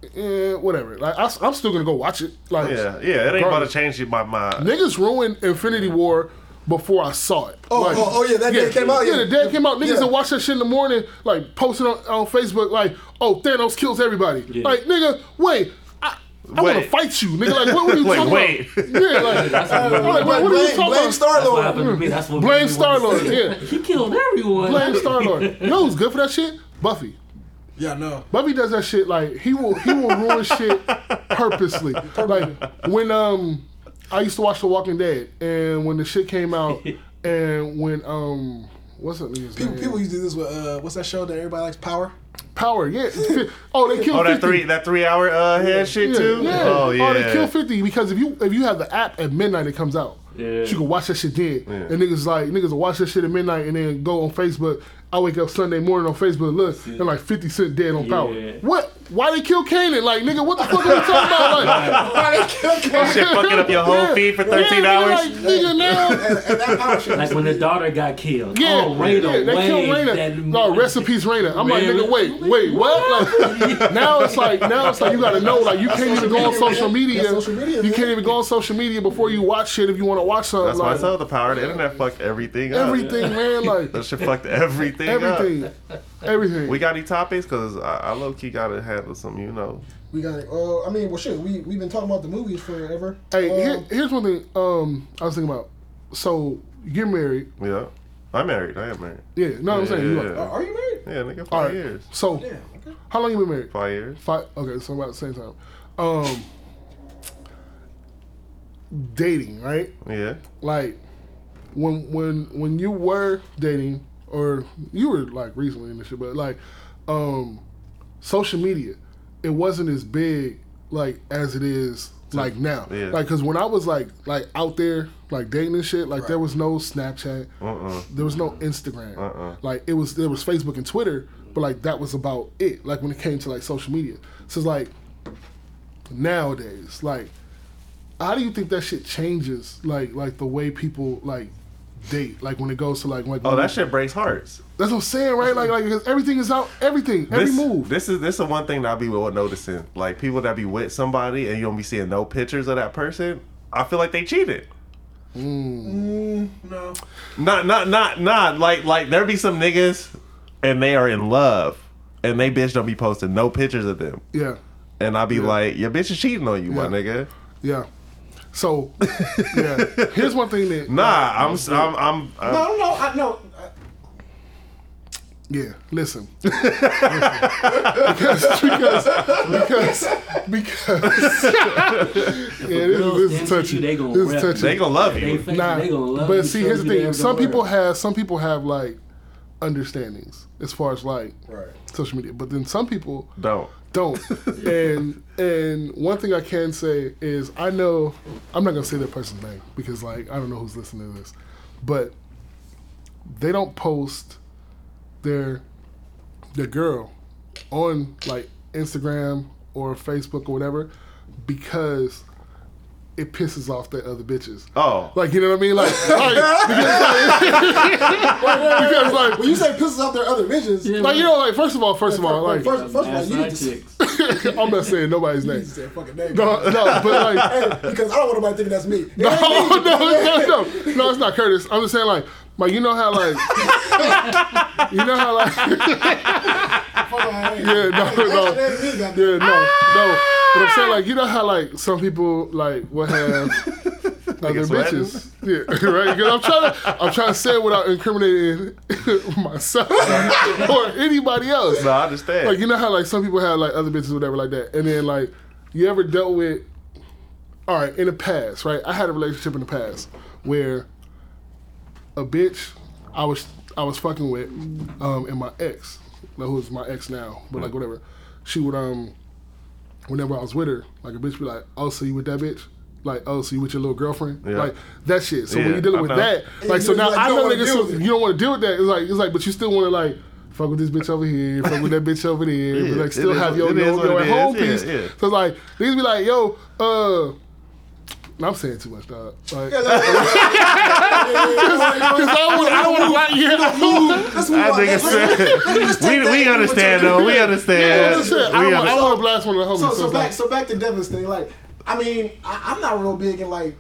C: like, eh, whatever. Like I, am still gonna go watch it. Like
A: Yeah, yeah, it ain't about to
C: regardless.
A: change my mind.
C: Niggas ruined Infinity War before I saw it.
B: Oh, oh, oh, yeah, that day it came out,
C: Yeah,
B: yeah.
C: the day it came out. Niggas
B: Yeah.
C: that watch that shit in the morning, like posting on, on Facebook, like, oh, Thanos kills everybody. Like, nigga, wait. I, I want to
A: Wait.
C: fight you, nigga. Like, what were you
A: [LAUGHS] Wait,
C: talking
A: wait.
C: about? Yeah, like,
D: That's what
C: I'm
B: But
C: like, what are you
B: blame,
C: talking
B: blame
C: about?
B: Star
D: That's what
B: Lord.
D: happened to me. That's what
C: Blame
D: we
C: Star
D: wanna
C: Lord.
D: see.
C: Yeah,
D: He killed everyone.
C: blame Star Lord. You know who's good for that shit? Buffy.
B: Yeah, no.
C: Bubby does that shit like he will he will
A: [LAUGHS]
C: ruin shit purposely. Like when um I used to watch The Walking Dead and when the shit
A: [LAUGHS]
C: came out and when um what's that nigga's
B: People,
C: name?
B: people used to do this with uh, what's that show that everybody likes?
C: [LAUGHS]
B: Power. [LAUGHS]
C: Power, yeah. it's fi- Oh, they killed
A: Oh, that
C: 50.
A: three that three hour uh, head shit
C: Yeah,
A: too.
C: yeah.
A: Oh yeah.
C: they kill fifty because if you if you have the app at midnight it comes out.
D: Yeah.
C: So you can watch that shit then. And niggas like niggas will watch that shit at midnight and then go on Facebook. I wake up Sunday morning on Facebook and look and like fifty cent dead on power.
D: Yeah.
C: What? Why they kill Kanan? Like nigga, what the fuck are you talking
A: [LAUGHS]
C: about? Like
B: Why they [LAUGHS] kill Kang?
A: Shit fucking up your
C: [LAUGHS]
A: whole feed for $13
C: yeah, nigga, Like, nigga, now.
B: and, and that power shit.
D: Like when the daughter got killed.
C: Yeah,
D: oh, Raina,
C: yeah, they killed
D: Wayne,
C: Raina.
D: that-
C: No, recipes Raina. I'm like, nigga, wait, wait, what? Like, now it's like, now it's like, you gotta know, like, you can't even go on social media.
B: That's social media,
C: You
B: man.
C: can't even go on social media before you watch shit if you want to watch something.
A: That's why I
C: like,
A: saw the power. of The internet fucked everything. up.
C: everything, man,
A: That
C: like
A: shit fucked everything. Everything.
C: [LAUGHS] everything, everything.
A: We got any topics? Cause I, I low key gotta handle some. You know.
B: We got it. Uh, I mean, well, shit, we we've been talking about the movies forever.
C: Hey,
B: Uh,
C: here, here's one thing. Um, I was thinking about. So you're married,
A: Yeah. I'm married. I am married.
C: yeah? No, I'm saying you
A: Yeah.
C: are.
B: are- are you married?
A: Yeah, nigga, five
C: All right.
A: years.
C: So,
B: Yeah. Okay.
C: how long you been married?
A: Five years.
C: Five. Okay, so about the same time. Um, dating, right?
A: Yeah.
C: Like when when when you were dating, or you were like recently in this shit, but like um, social media, it wasn't as big like as it is like now.
A: Yeah.
C: Like because when I was like like out there like dating and shit, like there was no Snapchat,
A: Uh uh
C: there was no Instagram.
A: Uh-uh.
C: Like it was there was Facebook and Twitter, but like that was about it. Like when it came to like social media. So it's like nowadays, like how do you think that shit changes like like the way people like date? Like when it goes to like like
A: Oh, that shit breaks hearts.
C: that's what I'm saying, right? Like like because everything is out everything, every
A: this,
C: move.
A: This is this is one thing that I be noticing. Like people that be with somebody and you don't be seeing no pictures of that person. I feel like they cheated.
B: No.
A: Not not not not like like there be some niggas and they are in love and they bitch don't be posting no pictures of them.
C: yeah.
A: And I be like, your bitch is cheating on you, my
C: Yeah.
A: nigga.
C: Yeah. So yeah. Here's one
A: [LAUGHS]
C: thing that
A: Nah, I'm s- I'm I'm, I'm
B: No, no, I no. I-
C: Yeah, listen. [LAUGHS] Listen. because because because because Yeah, this, this is touchy.
D: They gonna
C: This is
D: rep
C: touchy.
A: they gonna love you.
D: They, think
C: Nah,
D: they gonna love
C: but
D: you,
C: see,
D: show
C: here's
D: you
C: the
D: they
C: thing.
D: have
C: Some
D: the
C: people
D: word.
C: have some people have like understandings as far as like
B: Right.
C: social media. But then some people
A: Don't.
C: don't. and and one thing I can say is I know I'm not gonna say that person's name because like I don't know who's listening to this, but they don't post their their girl on like Instagram or Facebook or whatever because it pisses off the other bitches.
A: Oh.
C: Like you know what I mean? Like, like, because like, [LAUGHS]
B: When you say pisses off their other bitches,
D: Yeah,
C: like you know like first of all, first of all, like
B: first, first of all,
D: That's
B: you
D: my
B: need to say,
D: chicks.
C: [LAUGHS] I'm not saying
B: [LAUGHS]
C: nobody's
B: you
C: name.
B: need to say fucking name.
C: No, no, but
B: [LAUGHS]
C: like
B: Hey, because I don't want nobody thinking that's me.
C: [LAUGHS] No, no, no, no, no. It's not Curtis. I'm just saying, like, like you know how, like, you know how, like, [LAUGHS] yeah, no, no,
B: That's me, goddamn.
C: yeah, no, no. But I'm saying, like, you know how, like, some people, like, will have other
A: sweating?
C: bitches, yeah, [LAUGHS] right? Because I'm trying to, I'm trying to say it without incriminating [LAUGHS] myself or anybody else.
A: No, I understand.
C: Like you know how like some people have like other bitches or whatever like that, and then like you ever dealt with, all right, in the past, right? I had a relationship in the past where a bitch I was I was fucking with, um, and my ex, like, who's my ex now, but like whatever, she would um, whenever I was with her, like a bitch be like, oh, so you with that bitch? Like, oh, so you with your little girlfriend?
A: Yeah.
C: Like that shit. So when
A: Yeah,
C: you're dealing
A: I
C: with
A: know.
C: that, like,
B: you
C: so
B: just,
C: now
B: like,
C: I
B: don't
C: know
B: wanna
C: niggas
B: deal
C: so
B: with it.
C: you don't want to deal with that. It's like it's like, but you still want to like fuck with this bitch over here, fuck with that bitch over there, but
A: Yeah,
C: like still
A: it is
C: have your
A: what- it
C: your,
A: is what
C: your
A: it
C: at home
A: is.
C: piece.
A: Yeah, yeah.
C: So it's like these be like, yo, uh, I'm saying too much, dog. Like,
B: Yeah, that's-
C: Cause I want, I want to like
B: [LAUGHS]
C: you know,
B: Let's move
A: I
B: on.
A: think
B: Let's-
A: it's
B: let's- let's take
A: we
B: that
A: we
B: and
A: understand
B: we'll
A: though.
B: turn it
A: We understand. we
C: I want, I
A: understand.
C: want to blast one of the homies.
B: So,
C: so
B: so
C: it's
B: back,
C: like-
B: so back to Devin's thing. Like, I mean, I, I'm not real big in like.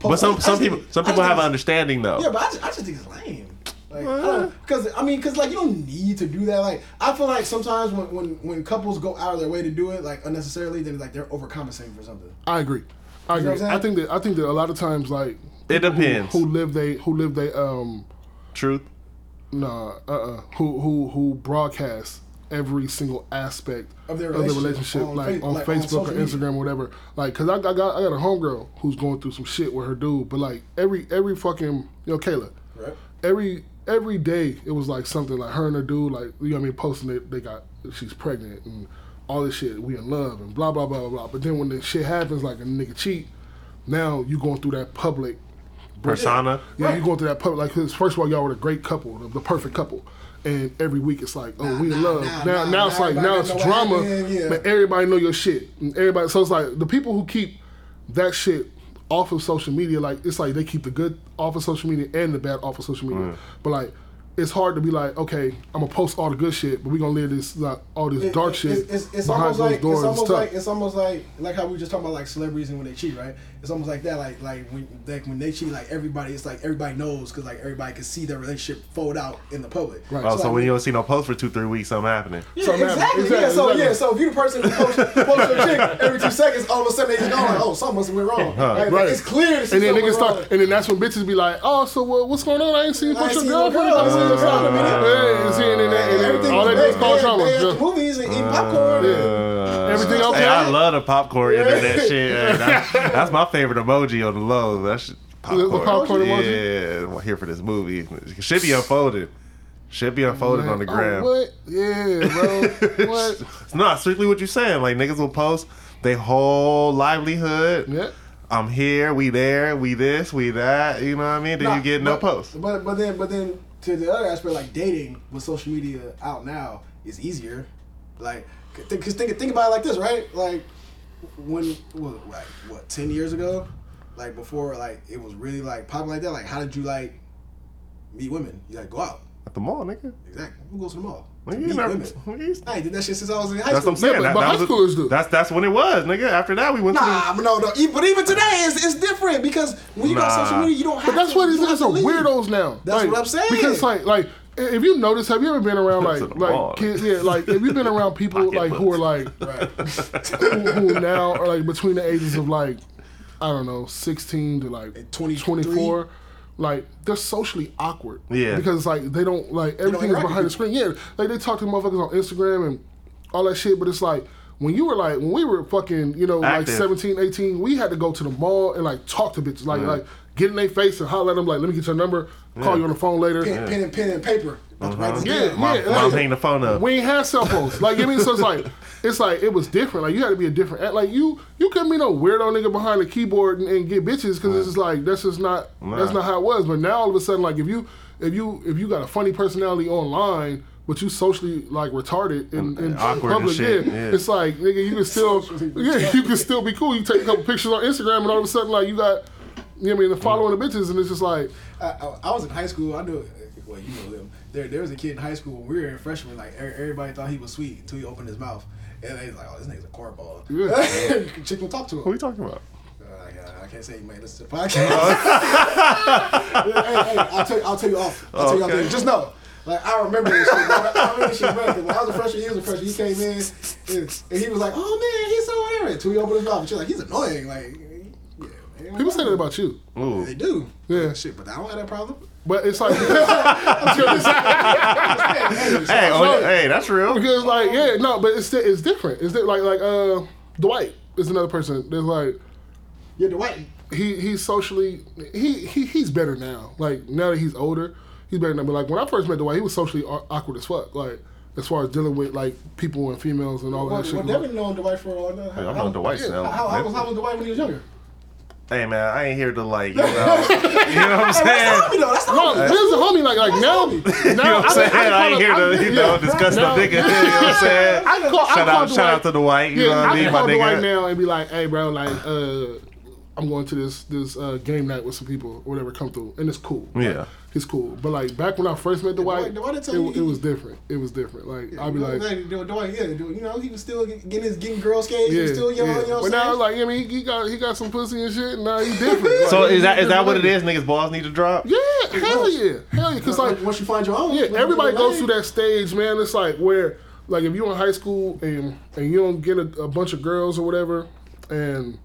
A: But
B: I
A: some
B: just
A: some
B: think-
A: people some
B: I just
A: people have
B: think-
A: an understanding though.
B: Yeah, but I just, I just think it's lame. Like, because I mean, because like you don't need to do that. Like, I feel like sometimes when, when when couples go out of their way to do it like unnecessarily, then like they're overcompensating for something.
C: I agree. I
B: You know
C: agree.
B: what I'm
C: I think that I think that a lot of times like
A: It
C: people who-
A: depends.
C: Who, live they who live they um
A: Truth.
C: nah uh uh who who who broadcast every single aspect
B: Of their relationship
C: relationship
B: on
C: like
B: Fa-
C: on
B: like, on
C: Facebook or
B: social media.
C: Instagram or whatever like because I, I got I got a homegirl who's going through some shit with her dude but like every every fucking you know Kayla
B: Right.
C: every every day it was like something like her and her dude like you know what I mean posting that they got she's pregnant and all this shit we in love and blah blah blah blah blah. But then when the shit happens like a nigga cheat, now you going through that public.
A: Persona.
C: Yeah, you going through that public like 'cause first of all y'all were the great couple, the, the perfect couple. And every week it's like, oh, we in love.
B: nah,
C: now,
B: nah,
C: now it's
B: nah,
C: like, now
B: everybody
C: it's
B: know what
C: drama.
B: happened, yeah.
C: But everybody know your shit. And everybody, so it's like the people who keep that shit off of social media, like it's like they keep the good off of social media and the bad off of social media. But like, it's hard to be like, okay, I'm gonna post all the good shit, but we gonna leave this like all this dark
B: It-
C: shit
B: It's, it's, it's
C: behind
B: almost
C: those
B: like it's
C: doors.
B: almost
C: tough.
B: like it's almost like like how we were just talking about like celebrities and when they cheat, right? It's almost like that, like like when like when they cheat, like everybody, it's like everybody knows because like everybody can see their relationship fold out in the public.
C: Right.
A: Oh,
B: So,
A: so
B: like,
A: when you don't see no post for two three weeks, something happening.
B: Yeah,
C: So, man,
B: exactly. Yeah.
C: exactly,
B: So
C: exactly.
B: yeah. So if you the person who posts [LAUGHS] post your chick every two seconds, all of a sudden they just going, oh, something must have went wrong. Like,
C: Right.
B: It's clear. that
C: and
B: something
C: then niggas
B: went
C: start,
B: wrong.
C: and then that's when bitches be like, "Oh, so well, what's going on? I ain't seen you
B: I ain't
C: with your
B: seen no
C: girlfriend.
B: girl.
C: I ain't seen your
B: Uh,
C: girlfriend. Yeah, and seeing and, that- and
B: Everything
C: all
B: was
C: that
B: bad.
C: just called
B: They-
C: drama.
B: they at the
C: Yeah.
B: movies and eating popcorn.
A: Uh,
C: Everything okay?
A: Hey, I love the popcorn internet shit. Hey,
C: [LAUGHS]
A: that- that's my favorite emoji on the low. That shit,
C: the
A: popcorn.
C: popcorn emoji?
A: yeah, I'm here for this movie. It should be unfolded. Should be unfolded on the
C: Oh,
A: gram. [LAUGHS]
C: what?
B: [LAUGHS]
C: Yeah, bro. what?
A: it's not strictly what you're saying. Like niggas will post their whole livelihood.
C: Yeah.
A: I'm here, we there, we this, we that. You know what I mean? Then
B: Nah,
A: you get no
B: but-
A: post.
B: But but then but then to the other aspect, like dating with social media out now is easier. Like, cause think, 'cause think think about it like this, right? Like when well, like what ten years ago, like before like it was really like popping like that. Like how did you like meet women? You like go out.
A: At the mall, nigga.
B: Exactly. Who goes to the mall? To
A: Nigga,
B: meet
A: you never-
B: women.
A: [LAUGHS]
B: I ain't did that shit since I was in high
A: That's what
B: school.
A: I'm saying.
C: but-
A: That-
C: but
A: that
C: high
A: was a-
C: schoolers do.
A: That's that's when it was, nigga. After that, we went to the
B: Nah, but no, no. E- But even today, it's, it's different because when you go on
A: Nah.
B: social media, you don't have.
C: But that's
B: to,
C: what
B: you
C: it is.
B: don't
C: It's a
B: have to leave.
C: weirdos now.
B: That's
C: Like,
B: what I'm saying.
C: Because like like if you notice, have you ever been around
A: That's
C: like
A: what I'm on.
C: like kids? Yeah, like if you've been around people
A: Pocket
C: like who
A: books.
C: are like who, who now are like between the ages of like I don't know, sixteen to like
B: 23?
C: 24. Like they're socially awkward.
A: Yeah.
C: Because it's like they don't like everything is
B: interact
C: behind the
B: with
C: screen. Yeah. Like they talk to motherfuckers on Instagram and all that shit, but it's like when you were like when we were fucking, you know, like
A: Active.
C: 17, 18, we had to go to the mall and like talk to bitches. Like like get in their face and holler at them like, let me get your number, call
A: Yeah.
C: you on the phone later.
B: Pen, pen and pen and paper. About to write this
C: Yeah,
B: down.
A: [LAUGHS] Mom,
C: yeah,
A: mom
C: hey.
A: hang the phone up.
C: We ain't had cell phones. Like you know what I mean, so it's like it's like it was different. Like you had to be a different. act. Like you you couldn't be no weirdo nigga behind the keyboard and, and get bitches because it's just like that's just not that's
A: Nah.
C: not how it was. But now all of a sudden, like if you if you if you got a funny personality online. But you socially like retarded in, in
A: Mm, awkward and
C: public,
A: shit,
C: yeah.
A: yeah.
C: It's like nigga, you can still, yeah, you can still be cool. You take a couple pictures on Instagram, and all of a sudden, like you got, you know what I mean, the following the bitches, and it's just like,
B: I, I, I was in high school. I knew, well, you know them. There, there was a kid in high school when we were in freshman. Like er- everybody thought he was sweet until he opened his mouth, and they was like, "Oh, this nigga's a cornball." [LAUGHS]
C: Yeah.
B: Chick will talk to
A: What are
B: him.
A: we talking about?
B: Uh, I can't- I can't say you might listen to the podcast.
C: Uh-huh.
B: [LAUGHS] hey, hey, I'll tell you. I'll tell you off. I'll tell you off.
A: Okay.
B: there. Just know. Like I remember this shit. man. I remember this shit. When I was a freshman, he was a freshman. He came in and, and he was like, "Oh man, he's so whatever." Until he opened his mouth, and she's like, "He's annoying." Like, yeah, man.
C: people say that about you.
A: Ooh,
B: They do.
C: Yeah.
B: Shit, but I don't have that problem.
C: But it's like [LAUGHS] hey,
A: hey, oh, hey, that's real.
C: because like yeah, no, but it's di- it's different. It's di- like like uh Dwight is another person. There's like
B: You're Dwight.
C: he he's socially he, he he's better now. Like now that he's older, he's better now. But like when I first met Dwight, he was socially aw- awkward as fuck. Like as far as dealing with like people and females and all
B: Well,
C: Oh, that shit.
B: well Devin known Dwight for a long time.
A: Hey,
B: How-
A: I'm on Dwight
B: How,
A: now.
B: how, how, was, how was Dwight when he was younger?
A: Hey man, I ain't here to
C: [LAUGHS]
A: like, you know, you know what I'm saying?
B: Homie, though, that's the
C: no,
B: homie.
C: there's a Oh, homie like like now.
B: homie.
A: [LAUGHS] You know what I'm saying? I ain't here to, you know, discuss no
C: No.
A: nigga. You know what I'm saying?
C: I can call, I
A: Shout
C: call
A: out, shout out to Dwight. You know what
C: Yeah,
A: I
C: I
A: mean,
C: can
A: my
C: call Dwight
A: nigga.
C: now and be like, "Hey, bro, like, uh, I'm going to this this uh, game night with some people, or whatever. Come through, and it's cool. Like,
A: Yeah.
C: it's cool. But like back when I first met
B: Dwight-
C: Dwight,
B: Dwight didn't
C: it,
B: tell you
C: it
B: he-
C: was different. It was different. Like I'd be
B: You know,
C: like,
B: like, Dwight- Dwight, yeah, Dwight, you know, he was still getting his getting girl skates. He
C: yeah,
B: was still young.
C: yeah.
B: You know
C: but
B: what
C: now
B: I'm saying?
C: like, I mean, he got he got some pussy and shit. And now he's
A: [LAUGHS]
C: different.
A: So
C: Like,
A: is that
C: he's
A: is that what it
C: different.
A: is? Niggas balls need to drop.
C: Yeah, hell yeah, hell yeah. Because like
B: once you find your own,
C: Yeah,
B: once you
C: everybody
B: find
C: goes
B: your
C: through that stage, man. It's like where, like, if you're in high school and and you don't get a, a bunch of girls or whatever, and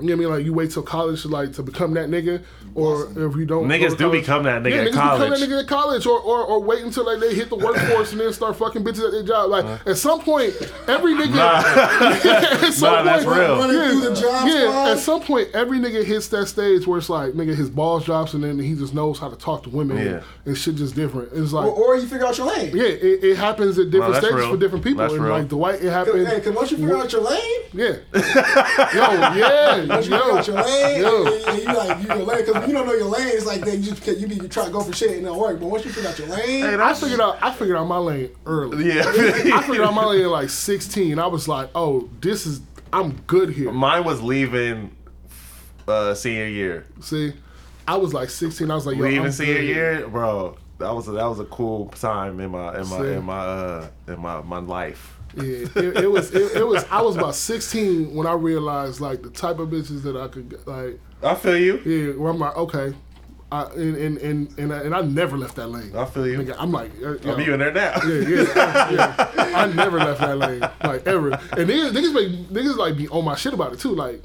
C: you know what I mean, like, you wait till college to like to become that nigga, or if you don't,
A: Niggas
C: go to
A: do become that nigga
C: yeah,
A: at
C: niggas become
A: college.
C: that nigga at college, or, or or wait until like they hit the workforce and then start fucking bitches at their job. Like at some point, every nigga, at some
A: Nah, that's real.
B: Running through the job squad.
C: yeah, at some point, every nigga hits that stage where it's like, nigga, his balls drops and then he just knows how to talk to women.
A: Yeah.
C: And shit just different. It's like,
B: Or, or you figure out your lane.
C: yeah, it, it happens at different
A: that's
C: stages
A: real.
C: for different people.
A: That's
C: and
A: real.
C: like Dwight, it
B: Hey,
C: happened.
B: 'cause once you figure out your lane,
A: [LAUGHS]
C: yeah. yo, yeah.
B: once you figure
C: Yo.
B: out your lane,
C: Yo.
B: and, and you like you your lane. Because you don't know your lane, it's like then you just can't- you be you try to go for shit and it don't work. But once you figure out your lane,
A: Hey,
C: I
A: that's
C: figured out I figured out my lane early. [LAUGHS] I
A: [LAUGHS] yeah.
C: figured out my lane at like 16. I was like, oh, this is I'm good here.
A: Mine was leaving uh, senior year.
C: See, I was like 16. I was like, yo,
A: Leaving
C: I'm
A: senior
C: good.
A: year, bro. That was a, that was a cool time in my in my
C: See?
A: in my uh, in my my life.
C: Yeah, it, it was. It, it was. I was about 16 when I realized like the type of bitches that I could get, like.
A: I feel you.
C: Yeah, where I'm like, okay, I, and and and and I, and I never left that lane.
A: I feel you.
C: Nigga, I'm like, uh, yo.
A: I'm you in there now. [LAUGHS]
C: Yeah, yeah, I, yeah. I never left that lane, like ever. And niggas, niggas, make, niggas like be on my shit about it too. Like,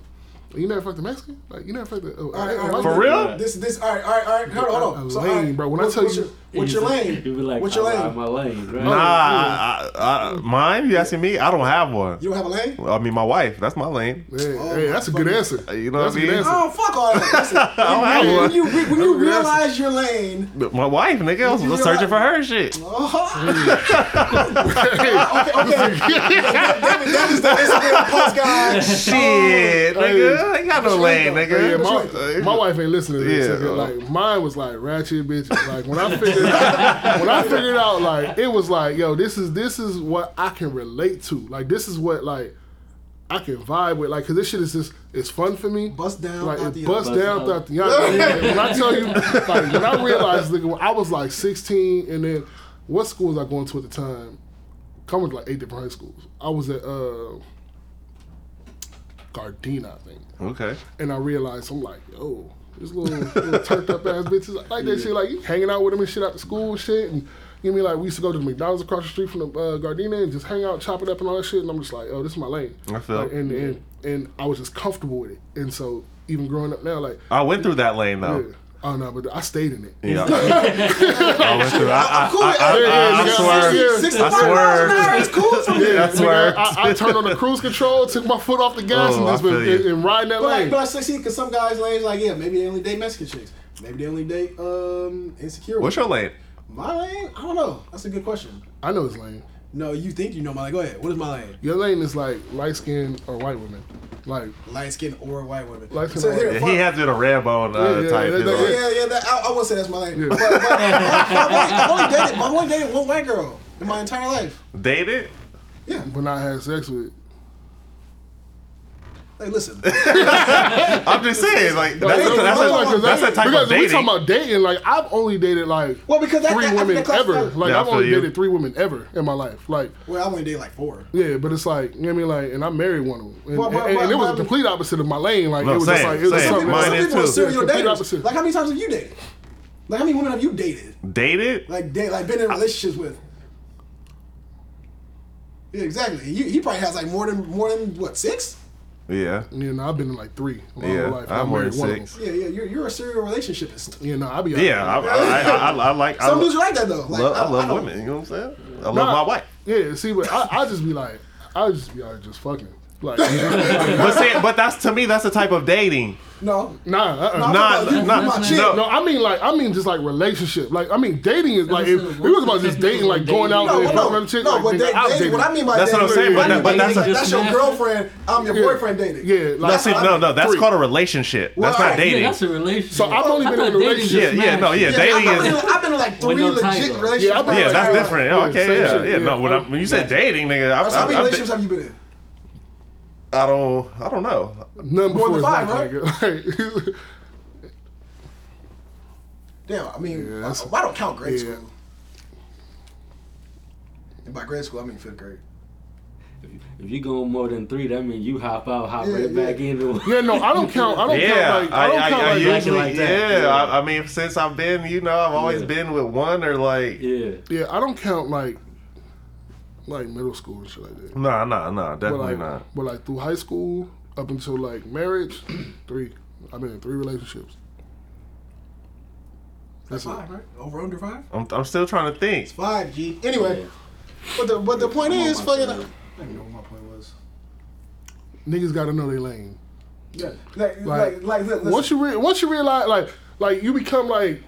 C: you never fucked a Mexican? Like, you never fucked a, oh,
B: All right, all
C: I-
B: right,
C: I-
A: For
B: wait,
A: real?
B: wait, This, this, all right, all right, all right. Hold on, hold on.
C: Lane,
B: all right,
C: bro, when I
B: what-
C: tell
B: what's
C: you-
B: your, what's your
D: He's-
B: lane?
D: He be like,
B: what's your
D: I
B: lane?
D: ride My lane,
C: Oh,
D: right?
A: Nah, I, I, I, mine. You asking me? I don't have one.
B: You don't have a lane?
C: [LAUGHS]
A: I mean, my wife. That's my lane.
C: Yeah, hey, that's a good answer.
A: You know
C: that's
A: what I mean?
C: A good answer. [LAUGHS]
B: Oh, fuck all that. Listen,
A: have
B: when,
A: one.
B: you, when you, when you
C: That's a good answer.
B: realize your lane, [LAUGHS]
C: [LAUGHS]
A: But my wife, nigga, I was
B: You realize-
A: searching for her shit.
B: oh, okay, okay. Devin, Devin's the Instagram post guy.
A: [LAUGHS]
C: [LAUGHS]
A: Shit, nigga, I ain't got no lane, nigga.
C: Yeah,
A: Uh,
C: my, my wife ain't listening to this.
A: Yeah,
C: so,
A: uh,
C: like mine was like ratchet bitches. Like when I figured out, when I figured out, like it was like, yo, this is this is what I can relate to. Like this is what like I can vibe with. Like, cause this shit is just it's fun for me.
B: Bust down,
C: like
B: out the
C: it bust
D: other.
C: down
D: Bust
C: throughout the yard. when I tell you, like when I realized, nigga, when I was like 16, and then what school was I going to at the time? Coming to like eight different high schools. I was at uh, Gardena, I think
A: Okay.
C: and I realized I'm like, yo, this little, little turned up ass bitches I like that shit. Like you hanging out with them and shit after school and shit. And you know what I mean like we used to go to the McDonald's across the street from the uh, Gardena and just hang out, chop it up and all that shit. And I'm just like, oh, this is my lane.
A: I feel-
C: Like, and, and and I was just comfortable with it. And so even growing up now, like
A: I went through that lane though.
C: Yeah. Oh no, but I stayed in it. [LAUGHS]
A: Yeah. I went through. I, I, I, I, I, I swear. I swear.
B: It's cool
A: [LAUGHS]
B: for me.
A: That's where-
C: I, I turned on the cruise control, took my foot off the gas,
A: Oh,
C: and just
A: I feel
C: been
A: you.
C: and, and riding that
B: But like,
C: lane.
B: but I succeed because some guys' lanes like, yeah, maybe they only date Mexican chicks. Maybe they only date um insecure.
A: What's your lane?
B: my lane? I don't know. That's a good question.
C: I know his lane.
B: No, you think you know my lane? Go ahead. What is my lane?
C: Your lane is like light skinned or white women. Like
B: Light skin or white women?
C: Light-skinned
B: so
C: or
B: here, Oh,
C: white
A: He has been a Rambone uh,
C: Yeah, yeah,
A: type.
C: that-
A: you know.
C: that-
B: Yeah, yeah. That, I, I won't say that's my lane.
C: Yeah.
B: But, but, but I've only, I've only dated, I've only dated one white girl in my entire life.
A: Dated?
B: Yeah.
C: when I had sex with.
B: Hey, listen.
A: I'm
C: [LAUGHS]
A: just saying, like that's
C: Like,
A: a, that's
C: like,
A: a,
C: 'cause
A: that's a type
C: because
A: of
C: we talking
A: dating.
C: about dating. Like I've only dated like
B: Well, because that,
C: three
B: that,
C: women
B: that classifies-
C: ever. Like
A: Yeah, I
C: I've only
A: feel you.
C: dated three women ever in my life. Like
B: well, I only dated like four.
C: yeah, but it's like you know what I mean. Like and I married one of them, and,
B: But- but-
C: and- and it
B: but-
C: was
B: but-
C: the complete opposite of my lane. Like
A: No,
C: it was just
A: same,
C: like it was
A: same.
C: something.
A: Mine
B: some
A: is
B: people are
A: too.
B: serial
C: Yeah, complete
B: daters.
C: opposite.
B: Like how many times have you dated? Like how many women have you dated?
A: Dated?
B: Like date, like been in relationships with? Yeah, exactly. You, he probably has like more than more than what six?
A: Yeah.
C: You know, I've been in like three my
A: Yeah,
C: whole life.
A: I'm
C: I married
A: wearing
C: one of
A: six.
C: them.
B: Yeah, yeah. You're you're a serial relationshipist.
C: You know, I'll be
A: Yeah. I, I, I, I, I like. I
B: Some
A: lo-
B: dudes are like that though. Like,
A: love, I love
B: don't-
A: women. You know what I'm saying? I love
C: Nah.
A: my wife.
C: Yeah, see, but I, I just be like, I just be out here just fucking.
A: [LAUGHS]
C: Like,
A: But see, but that's to me, that's the type of dating.
B: No,
C: nah, uh-uh.
B: No,
A: Nah,
B: you-
A: nah,
B: my chick.
A: no.
C: No, I mean like I mean just like relationship. Like I mean dating is like
D: That's
C: if
D: what it
C: we was about just
D: was.
C: dating, like going out
B: No,
C: with
B: well,
C: another
B: no,
C: chick.
B: no,
C: like,
B: but
C: nigga,
B: they,
C: I was
B: dating,
C: dating.
B: what I mean by
A: That's what
B: dating,
A: I'm saying, but that- but that's a-
B: that's your girlfriend. I'm your
C: Yeah.
B: boyfriend dating.
C: Yeah, like
A: That's it. No, no, that's
C: Three.
A: called a relationship. That's
B: Well,
A: not
D: Yeah,
A: dating.
D: that's a relationship.
C: So I've only
D: I
C: been
D: thought
C: in a
D: dating
C: relationship.
A: Yeah,
D: just
A: yeah, no,
D: matched.
A: yeah,
B: Yeah,
A: dating
B: I've, been,
A: is.
B: in- I've been in like three
D: no
B: legit
D: title.
B: relationships.
C: Yeah, I've been in
A: Yeah,
C: like,
A: that's
C: uh,
A: different.
C: yeah,
A: okay,
C: same
A: yeah,
C: shit,
A: yeah, No,
C: yeah.
A: when, I, when you said dating, nigga, I,
B: How many
A: I, I,
B: relationships have you been in?
A: I don't, I don't know.
C: None before
B: than
C: his
B: five,
C: life, nigga. [LAUGHS] Like,
B: Damn, I mean,
C: Yeah,
B: why
C: that's-
B: why don't count grade
C: yeah.
B: school? And by grade school, I mean fifth grade.
D: If you go more than three, that means you hop out, hop
B: Yeah,
D: right
B: yeah.
D: back into it.
C: yeah, no, I don't count. I don't
A: Yeah,
C: count. Like,
A: I,
C: I don't
A: I,
C: count.
A: I,
C: like,
A: usually,
D: like that.
A: yeah.
D: Yeah.
A: I, I mean, since I've been, you know, I've always
D: Yeah.
A: been with one or like,
D: Yeah.
C: yeah, I don't count like like middle school and shit like that.
A: nah, nah, nah,
C: But
A: definitely
C: like,
A: not.
C: but like through high school up until like marriage, [CLEARS THROAT] three. I've been in three relationships.
B: That's five, right? Over under five?
A: I'm, I'm still trying to think.
B: Five, G. Anyway,
D: Yeah.
B: but the but the point
D: I'm on
B: is,
D: my
B: fucking. uh, I
D: third.
B: don't even know what my point was.
C: Niggas gotta know their lane.
B: Yeah, like
C: Like-
B: like like. li- listen.
C: Once you re- once you realize like like you become like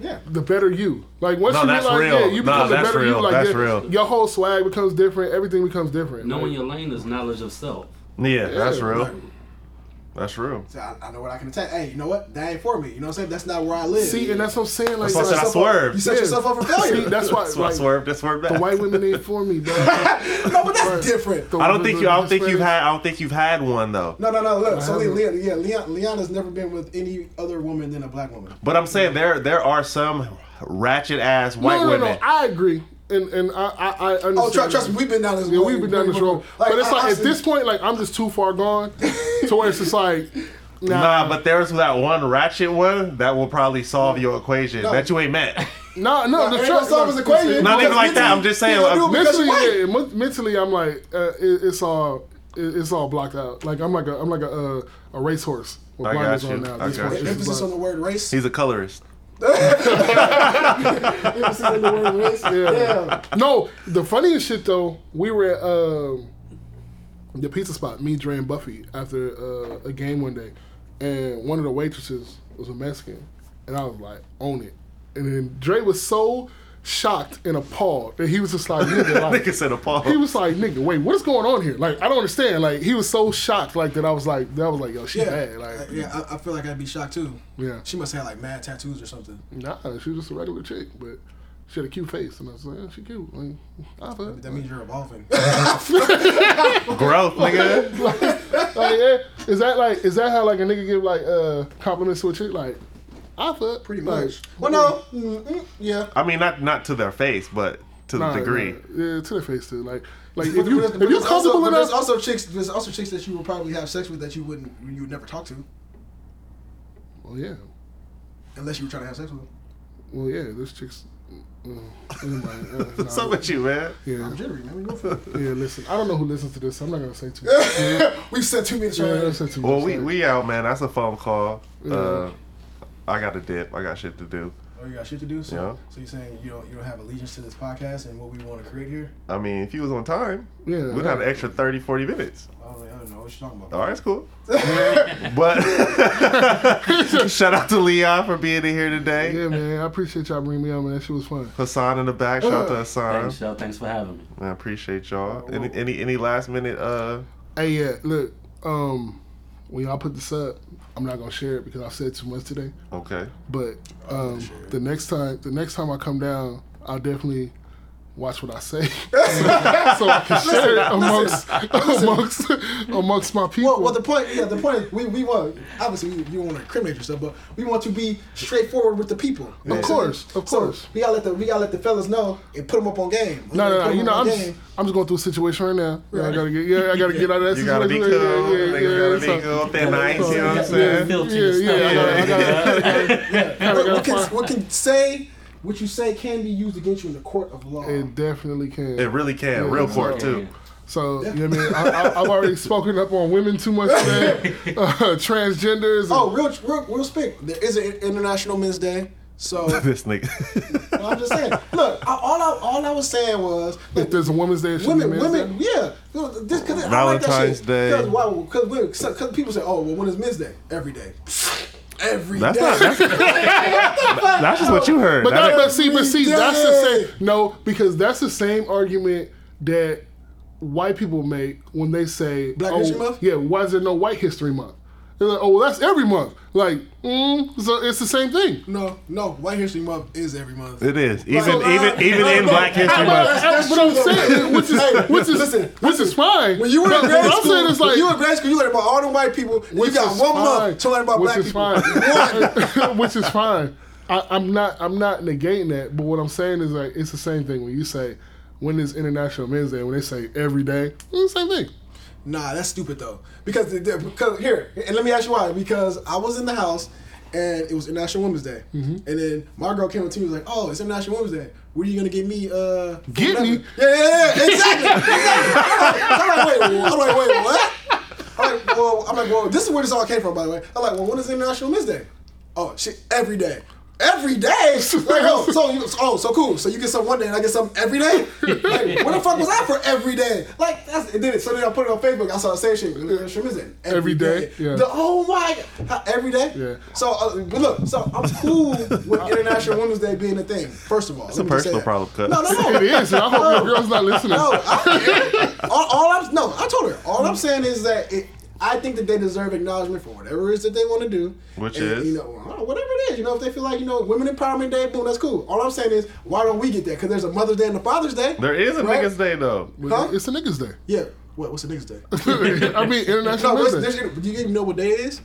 B: yeah.
C: the better you. Like once
A: No,
C: you
A: that's
C: realize
A: real.
C: yeah,
A: Nah,
C: you become the
A: that's
C: better you.
A: real.
C: Like
A: That's
C: your,
A: real.
C: your whole swag becomes different. Everything becomes different.
D: Knowing
C: like,
D: your lane is knowledge of self.
A: Yeah, that's
C: Yeah,
A: real.
C: like-
A: That's real.
B: So I, I know what I can attack. Hey, you know what? That ain't for me. You know what I'm saying? That's not where I live.
C: see, and that's what I'm saying. Like
A: That's why I said I
B: Yourself up-
A: swerved.
B: You set
C: Yeah.
B: yourself up for
C: see,
B: failure.
C: that's why
A: That's why I
C: like,
A: swerved. That's swerved
C: the
A: back. [LAUGHS]
C: white women ain't for me, bro. I
B: [LAUGHS] no, but that's different.
A: I don't think you. I don't think you've had. I don't think you've had one though.
B: No, no, no. Look, so
C: haven't.
B: Leon, yeah, Leon, Leon has never been with any other woman than a black woman.
A: But I'm saying there there are some ratchet ass white
C: no, no,
A: women.
C: No, I agree, and and I I, I understand.
B: Oh, trust, trust me, we've been down this
C: Yeah,
B: road.
C: we've been down
B: [LAUGHS]
C: this road, but it's
B: I-
C: like
B: I've
C: at
B: seen-
C: this point, like I'm just too far gone, to where it's just like, nah,
A: [LAUGHS] Nah, but there's that one ratchet one that will probably solve your equation that you ain't met.
C: [LAUGHS] nah, no, the
B: ain't
C: truck
B: gonna solve his equation.
A: Not even
B: mentally,
A: like that. I'm just saying.
B: you
A: uh,
B: don't do it
A: like,
B: because
C: mentally,
B: you're white.
C: yeah, mo- mentally, I'm like, uh, it, it's all, it, it's all blocked out. Like I'm like a, I'm like a, uh, a racehorse with
A: I got
C: blinders
A: you.
C: on now.
A: I
C: At this
A: got
C: point,
A: you.
C: it's
B: Emphasis
C: just
B: on the
C: like-
B: word race.
A: He's a colorist.
B: Emphasis on the word
C: [LAUGHS]
B: race. Yeah.
C: no, the funniest shit though, we were at um, the pizza spot, me, Dre, and Buffy, after uh, a game one day, and one of the waitresses was a Mexican, and I was like, own it, and then Dre was so shocked and appalled that he was just like, nigga, like.
A: [LAUGHS] Nigga said a pause.
C: [LAUGHS] He was like, "Nigga, wait, what is going on here? Like, I don't understand." Like, he was so shocked, like that. I was like, "That was like, yo, she
B: Yeah. Uh,
C: bad." Like,
B: yeah, I, I feel like I'd be shocked too.
C: Yeah.
B: She must have like mad tattoos or something.
C: nah, she was just a regular chick, but she had a cute face, and I was like, yeah, "She cute." Like, I fuck.
B: That means you're
C: [LAUGHS]
B: evolving. [LAUGHS]
A: Growth, nigga.
C: like, yeah, is that like, is that how like a nigga give like uh compliments to a chick? Like, I fuck
B: Pretty
C: Like,
B: much. Well, no. Mm-mm, yeah.
A: I mean, not not to their face, but to
C: nah,
A: the degree.
C: nah, yeah, to their face too. Like, like if
B: But
C: you
B: there's-
C: if
B: but
C: you
B: there's also,
C: comfortable
B: but
C: enough,
B: there's also chicks. There's also chicks that you would probably have sex with that you wouldn't. You would never talk to
C: well, yeah,
B: unless you were trying to have sex with them.
C: well, yeah, this chick's. Mm, anyway,
B: [LAUGHS]
C: uh,
A: [LAUGHS]
C: nah,
A: What's up with you, man?
C: Yeah,
B: I'm jittery, man. What the
C: yeah. Listen, I don't know who listens to this. So I'm not gonna say
B: [LAUGHS]
C: too. much. [LAUGHS]
B: fuck? We've said two minutes
C: Yeah, I
B: already.
C: don't say too
A: Well,
C: much,
A: we
C: sorry.
A: we out, man. That's a phone call. Uh, I got to dip. I got shit to do.
E: Oh, you got shit to do. So,
A: Yeah.
E: so you saying you don't you don't have allegiance to this podcast and what we want to create here?
A: I mean, if you was on time,
C: Yeah,
A: we'd have an extra 30, 40 minutes.
E: I don't, I don't know what you're talking about.
A: All right, it's
C: [LAUGHS]
A: cool. but [LAUGHS] shout out to Leon for being in here today.
C: Yeah, man. I appreciate y'all bringing me on, man. That shit was fun.
A: Hassan in the back. Shout out
C: Uh,
A: to
D: Thanks,
A: Hassan.
D: y'all. Thanks for having me.
A: I appreciate y'all. Any any any last minute? Uh,
C: Hey, yeah, look. Um, when y'all put this up, I'm not gonna share it because I said too much today.
A: okay.
C: But um, the next time, the next time I come down, I'll definitely watch what
A: [LAUGHS]
C: I say, so I can share it amongst amongst amongst my people.
B: Well, well, the point, yeah, the point is we, we want obviously you, you want to incriminate yourself, but we want to be straightforward with the people. You know what I'm
C: course,
B: saying?
C: of
B: So,
C: course.
B: we gotta let the we gotta let the fellas know and put them up on game.
C: no, no, no.
B: Put 'em
C: You know,
B: up on
C: I'm just,
B: game.
C: I'm just going through a situation right now. Yeah, I gotta get. Yeah, I gotta get out of that
A: You gotta be
C: situation.
A: cool.
C: Yeah, yeah,
A: Niggas gotta be
C: yeah,
A: cool. Thin nice. You know what I'm
C: yeah,
A: saying?
C: yeah,
D: Filter
C: yeah, yeah, I gotta- I gotta- I gotta-
B: What,
C: kinda
B: what
C: gotta
B: can,
C: find-
B: what can say what you say can be used against you in the court of law.
C: It definitely can.
A: It really can. Real court too. [LAUGHS]
C: So you know what I mean? I, I, I've already spoken up on women too much
A: [LAUGHS]
C: today, uh, transgenders. and-
B: oh, real real real speak. There is an International Men's Day,
C: [LAUGHS]
B: so
A: This nigga.
B: I'm just saying. Look, I, all I all I was saying was
C: if there's a women's day, it should
B: Women,
C: be a men's
B: women,
C: day.
B: yeah. No, This, cause I like that
A: Valentine's
B: shit.
A: Day.
B: Cause, why, cause, women, cause, 'cause people say, oh, well, when is Men's Day? Every day. Every day.
A: That's not. That's, [LAUGHS] that's just what you heard.
C: But
A: That
C: that,
A: ain't-
C: but see, but see, that's the
B: Every
C: same. No, because that's the same argument that white people make when they say
B: Black
C: oh,
B: History Month?
C: Yeah, why is there no White History Month? They're like, oh, well, that's every month. Like, mm, so it's the same thing.
B: [LAUGHS] no, no. White History Month is every month.
A: It is even
B: Like,
A: even even in Black History
C: But
A: Month.
C: that's what I'm saying, which is
B: Hey,
C: which is
B: listen,
C: which is fine.
B: When
C: [LAUGHS]
B: you were in
C: But
B: grade
C: what I'm
B: school,
C: saying is
B: when
C: like
B: you were in grade school, you learned about all the white people. You
C: Which
B: got
C: is
B: one
C: fine.
B: month to learn about
C: Which
B: black
C: is
B: people.
C: Fine. [LAUGHS] Which is fine. I, I'm not. I'm not negating that. But what I'm saying is like it's the same thing when you say when is International Men's Day. When they say every day, it's the same thing.
B: Nah, that's stupid though. Because the- the- because here, and let me ask you why. Because I was in the house and it was International Women's Day,
C: Mm-hmm.
B: and then my girl came up to me and was like, "Oh, it's International Women's Day. Where are you gonna get me? Uh, for
C: Get me?
B: whatever?" Yeah, yeah, yeah, exactly. exactly. I'm like, wait, wait, I'm like, wait, what? I'm like, well, I'm like, well, this is where this all came from, by the way. I'm like, well, when is International Women's Day? Oh, shit, every day. Every day, like, oh, so you, oh, so cool. So you get some one day, and I get some every day. Like, what the fuck was I for every day? Like that's and then it. So then I put it on Facebook. I started saying shit. International Women's Day
C: Every day, yeah.
B: The oh my, God, every day.
C: Yeah.
B: So uh, but look, so I'm cool with International Women's Day being a thing. First of all, it's
A: a personal problem, cuz.
B: No, no, no.
C: It is. And I hope your girl's not listening.
B: Oh. No, I, all, all I'm [LAUGHS] no, I told her. All I'm saying is that it, I think that they deserve acknowledgement for whatever it is that they want to do,
A: Which
B: And,
A: is?
B: you know I don't know, whatever it is. You know, if they feel like you know Women Empowerment Day, boom, that's cool. All I'm saying is why don't we get that? Because there's a Mother's Day and a Father's Day.
A: There is a
B: Right?
A: niggas day though.
B: Huh?
C: It's a niggas'
B: [LAUGHS]
C: day.
B: Yeah. What? What's the next day?
C: I mean International
B: no, what's, there's,
C: Men's Day.
B: do you even know what day it is?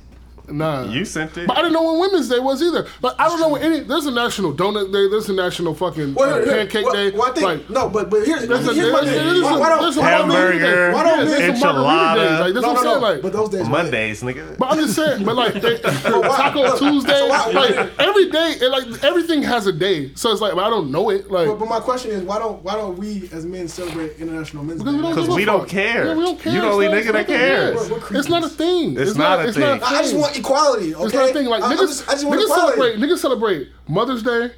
C: Nah.
A: You sent it.
C: but I didn't know when Women's Day was either. Like I don't know when any. There's a national donut day. There's a national fucking
B: Well,
C: uh,
B: here- here-
C: pancake
B: well,
C: day.
B: Well, I think
C: like,
B: no, but but here's,
C: there's a,
B: here's my
C: there's a-
B: thing. Why, why
C: there's
B: don't
C: a
A: Hamburger,
C: Why don't there's a margarita day?
A: enchilada.
C: Like, there's
B: no,
C: what I'm
B: no,
C: saying.
B: no,
C: Like,
B: but those days are-
A: Mondays, nigga.
C: But I'm just saying, but like
B: [LAUGHS]
C: they, Taco
B: Look,
C: Tuesday,
B: so why-
C: like every day, and like everything has a day. So it's like I don't know it, like
B: But, but my question is, why don't why don't we as men celebrate International Men's Day?
C: we don't
A: Because
C: give a
A: we don't
C: fuck.
A: care.
C: yeah, we don't care.
A: You the
C: It's
A: only
C: not-
A: nigga that
C: it's not a-
A: cares.
B: We're- we're
C: It's not a thing.
A: It's not a thing.
B: I I just want equality. Okay?
C: It's not a thing. Like
B: I, I'm
C: niggas,
B: just, I just want
C: niggas
B: equality.
C: celebrate. Niggas celebrate Mother's Day.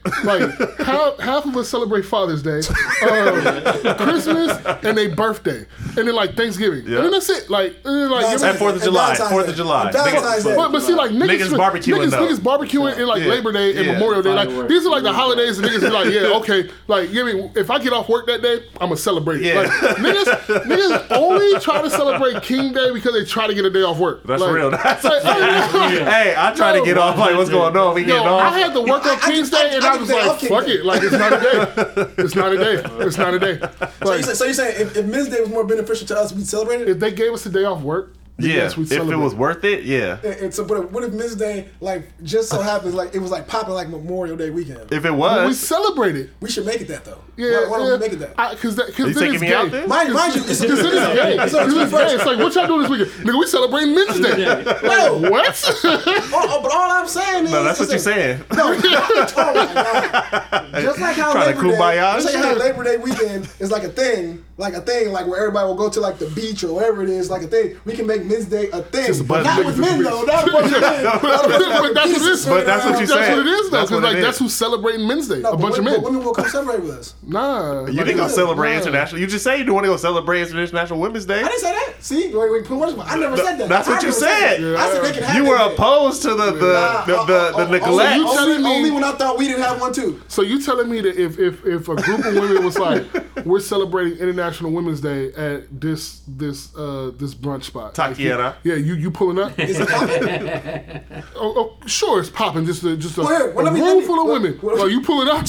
B: [LAUGHS]
C: Like half, half of us celebrate Father's Day,
B: [LAUGHS]
C: um, Christmas, and they birthday, and then like Thanksgiving,
A: Yeah.
C: and then that's it. Like, and then, like
B: Valentine's
A: And Fourth of
B: Day,
A: July,
B: Valentine's
A: Fourth of
B: Day,
A: July.
B: Valentine's
A: Niggas-
B: Day.
C: But, but see, like niggas,
A: Niggas barbecuing,
C: niggas,
A: though.
C: niggas barbecuing in like
A: Yeah.
C: Labor Day and
A: Yeah.
C: Memorial Day. Like
D: Fireworks.
C: these are like the holidays, and niggas be like, yeah, okay, like give me. If I get off work that day, I'ma celebrate. it.
A: Yeah.
C: Like niggas, niggas only try to celebrate King Day because they try to get a day off work.
A: That's
C: Like,
A: real. That's
C: like, I-
A: hey, I try to
C: No.
A: get off. Like, what's going on? We
C: Yo,
A: getting
C: I
A: off.
C: had to work
B: I-
C: on
B: I
C: King's
B: just- I-
C: Day, and
B: I
C: I,
B: just
C: was
B: said,
C: like,
B: okay,
C: "Fuck
B: then.
C: it, like it's not a day, it's not a day, it's not a day."
B: [LAUGHS] So you
C: Like
B: say- so you're saying if, if Men's Day was more beneficial to us, we'd celebrate it?
C: if they gave us a day off work, then
A: yeah,
C: yes, we
A: if it was worth it, yeah.
B: And so, but what if Men's Day like just so happens like it was like popping like Memorial Day weekend?
A: If it
C: we
A: was,
C: celebrate it.
B: We should make it that though.
C: Yeah,
B: why, why don't
C: yeah.
B: we make it that?
C: Because that,
A: Are
C: because
A: you
C: then
A: taking
C: it's
A: me
C: gay.
A: out there?
B: mind, mind you, it's,
C: Because it
B: [LAUGHS]
C: is gay. It's,
B: So it's
C: it's,
B: first.
C: gay. it's like, what y'all doing this weekend? Nigga, we celebrating Men's Day.
B: No, [LAUGHS]
C: what?
B: Oh, oh, but all I'm saying is
A: no, that's
B: is
A: what you're
B: that-
A: saying.
B: No, oh my God. Just like how
A: Trying to [LAUGHS]
B: Labor Day,
A: kumbaya
B: just like
A: and
B: how
A: shit.
B: Labor Day weekend is like a thing. like a thing, like where everybody will go to like the beach or wherever it is, like a thing. We can make Men's Day a thing.
A: Just a bunch
B: not
A: of
B: with
A: niggas
B: men
A: with
B: though. Not a bunch of men. Not a bunch of
C: [LAUGHS] but that's what it is.
B: penises
A: [LAUGHS] But that's what
B: around.
A: you
C: That's
A: said.
C: what it
A: That's
C: is, though. Because
A: what
C: like
A: it
C: that's
A: is.
C: who's celebrating Men's Day.
B: No,
C: a
B: but
C: bunch of
B: women-
C: men.
B: but Women will come celebrate with us.
C: nah,
A: You didn't go
B: Yeah.
A: celebrate
C: Nah.
A: international. You just say you don't want to go celebrate International Women's Day.
B: I didn't say that. See, wait, wait, put words. in my- I never
A: Th-
B: said that.
A: that's what
B: I
A: you
B: never
A: said.
B: that. I said they can have
A: You
B: their
A: were
B: day.
A: opposed to the the
B: Nah,
A: the,
B: uh,
A: the, the
B: uh,
A: neglect.
C: you
B: Only,
C: telling me-
B: only when I thought we didn't have one too.
C: So you telling me that if if if a group of women was like, [LAUGHS] we're celebrating International Women's Day at this this uh this brunch spot, Like, you-
A: Taquiera.
C: yeah, you you pulling
B: [LAUGHS]
C: up?
B: Is it
C: [LAUGHS]
B: popping?
C: oh, oh, sure, it's popping. Just a, just a,
B: Well, here, well,
C: a
B: let me-
C: room
B: let me-
C: full of
B: well,
C: women.
B: well-
C: Well, you pulling
B: [LAUGHS]
C: up?
B: I'm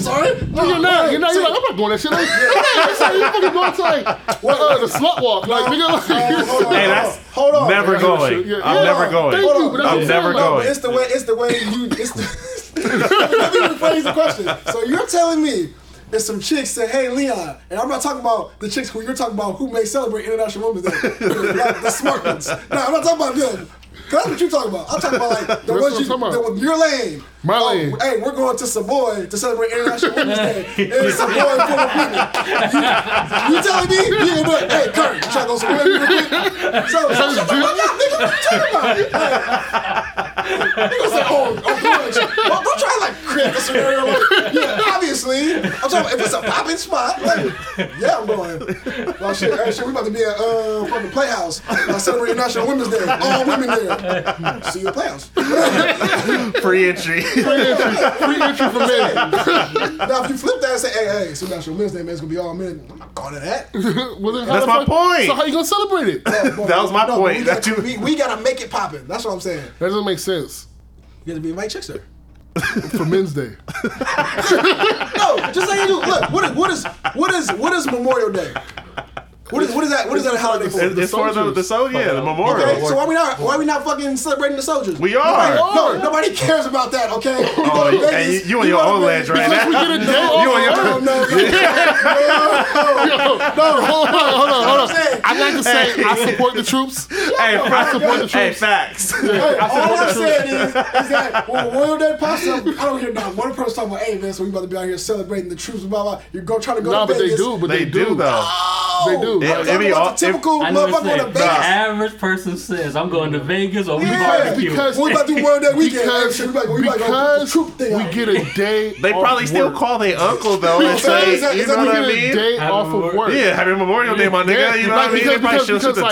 B: sorry.
C: No, you're not. You're not. You're
B: See,
C: like, I'm not going that shit. Like, [LAUGHS] yeah, so you fucking going to like what, uh, the slut walk, like nigga. Like,
B: Uh, hold on.
A: Hey, that's
B: Hold on.
A: never
C: Yeah,
A: going.
C: yeah,
A: I'm
C: yeah.
A: never going.
C: Thank you, but that's
A: I'm
C: what
A: never
C: I'm saying,
B: But
A: going.
B: it's the way. It's the way you. It's the. [LAUGHS] Let me rephrase the question. So you're telling me. There's some chicks say, "Hey, Leon," and I'm not talking about the chicks who you're talking about who may celebrate International Women's Day, [LAUGHS] like the smart ones. No, I'm not talking about them. 'Cause That's what you're talking about. I'm talking about like the
C: That's
B: ones
C: what
B: you,
C: I'm talking about.
B: the, your lane.
C: My
B: Oh,
C: lane.
B: Hey, we're going to Savoy to celebrate International Women's
C: [LAUGHS]
B: Day. And it's Savoy full of women. You telling me? Yeah, but hey, Kurt, you trying to go somewhere real quick? So, so shut the fuck up, nigga. What you talking about? Like, nigga said, oh, oh, brunch. Don't, don't try to like create a scenario. Like, yeah, obviously, I'm talking. About, if it's a popping spot, like, yeah, I'm going. Well, shit, hey, shit, we about to be at uh, fucking Playhouse uh, celebrating National Women's Day. All women there. See you at Playhouse. [LAUGHS]
A: [LAUGHS] Free entry.
C: [LAUGHS] free entry for
A: [LAUGHS]
C: men.
B: now, if you flip that and say, hey, hey, so National Women's Day, man, it's gonna be all men. I'm not going to that.
C: Well, then how
A: That's
C: the
A: my
C: fuck-
A: point.
C: So how you gonna
A: [LAUGHS]
C: celebrate it? That
B: But-
A: That was my
B: but
A: point.
B: We,
A: That
B: gotta,
A: you-
B: we, we gotta make it poppin'. That's what I'm saying.
C: doesn't make sense
B: You gotta be Mike Chickster.
C: for Men's
A: [LAUGHS]
C: Day.
B: No, just like you do. Look, what is what is what is what is Memorial Day? What is what is that? What is that a holiday for?
A: It's, it's for the the so yeah the memorial.
B: Okay, so why we not why we not fucking celebrating the soldiers?
A: We are.
B: Nobody, no, nobody cares about that. Okay. We
A: Oh,
B: go to
A: you, hey,
B: Vegas,
A: you, you
B: we
A: and your
B: go to
A: own
B: Vegas.
A: ledge right
C: Because we
A: now.
C: get
A: [LAUGHS]
C: a day off.
A: You and your-
B: No, no,
A: [LAUGHS]
B: no.
C: No, [LAUGHS] hold on, hold on, hold on.
B: I'm saying-
C: I'd like to say I support the troops.
A: Hey, I
C: support the
A: Hey,
C: troops.
A: facts.
B: Hey, all I'm saying is, is that when Memorial Day pops up, I don't hear not one person talking about, hey man, so we about to be out here celebrating the troops, blah blah. You're go trying to go
C: Nah,
B: to
C: but they
B: Vegas.
C: do, but
A: They do though.
C: They do.
A: It-
C: Like,
A: it
B: Oh, Talking
A: be
B: about
A: all-
B: the typical
D: I know what
B: motherfucker
D: you're
B: going to
D: saying.
B: Vegas.
D: The average person says, I'm going to Vegas or we
B: Yeah,
D: barbecue. [LAUGHS]
C: because-
B: We about to do World Day weekend.
C: because
B: we about, we about to go put the
C: because
B: troop thing
C: we
B: out.
C: get a day.
A: They
C: off
A: probably still
C: work.
A: call their uncle though and
B: Is that-
A: say,
B: is that-
A: you
B: is that
A: know
C: We
A: what
B: what
A: I
C: get
A: mean?
C: a day
D: Happy
C: off of
D: Memorial-
C: work.
A: Yeah, happy Memorial Day, my nigga. You know what I mean? They probably
C: Because,
A: still shoot
C: because, because
A: the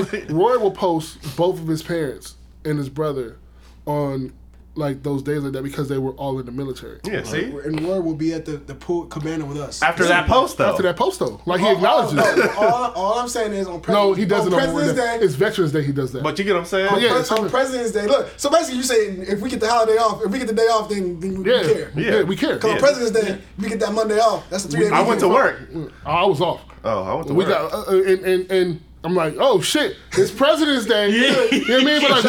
C: like
A: text.
C: Roy, Roy will post both of his parents and his brother on like those days like that because they were all in the military.
A: Yeah, see.
B: And Word will be at the, the pool cabana with us.
A: After that post though,
C: After that post though, like
B: Oh,
C: he acknowledges.
B: All,
C: it.
B: all, all I'm saying is on, Pres-
C: No, he doesn't.
B: on
C: On Memorial
B: Oh, President's
C: Day.
B: Day.
C: It's Veterans Day. He does that.
A: but you get what I'm saying?
B: on
C: Oh, yeah,
B: Pres-
C: it's
B: on
C: different.
B: President's Day. Look, so basically you're saying if we get the holiday off, if we get the day off, then, then we
C: yeah,
B: care.
C: yeah, we care.
B: Because
A: Yeah.
B: on President's Day, we get that Monday off. That's the three day
A: I went to work.
C: I was off.
A: Oh, I went to
C: we
A: work.
C: got uh, uh, and, and and I'm like, oh shit, it's President's Day. You know what I mean?
A: [LAUGHS]
C: But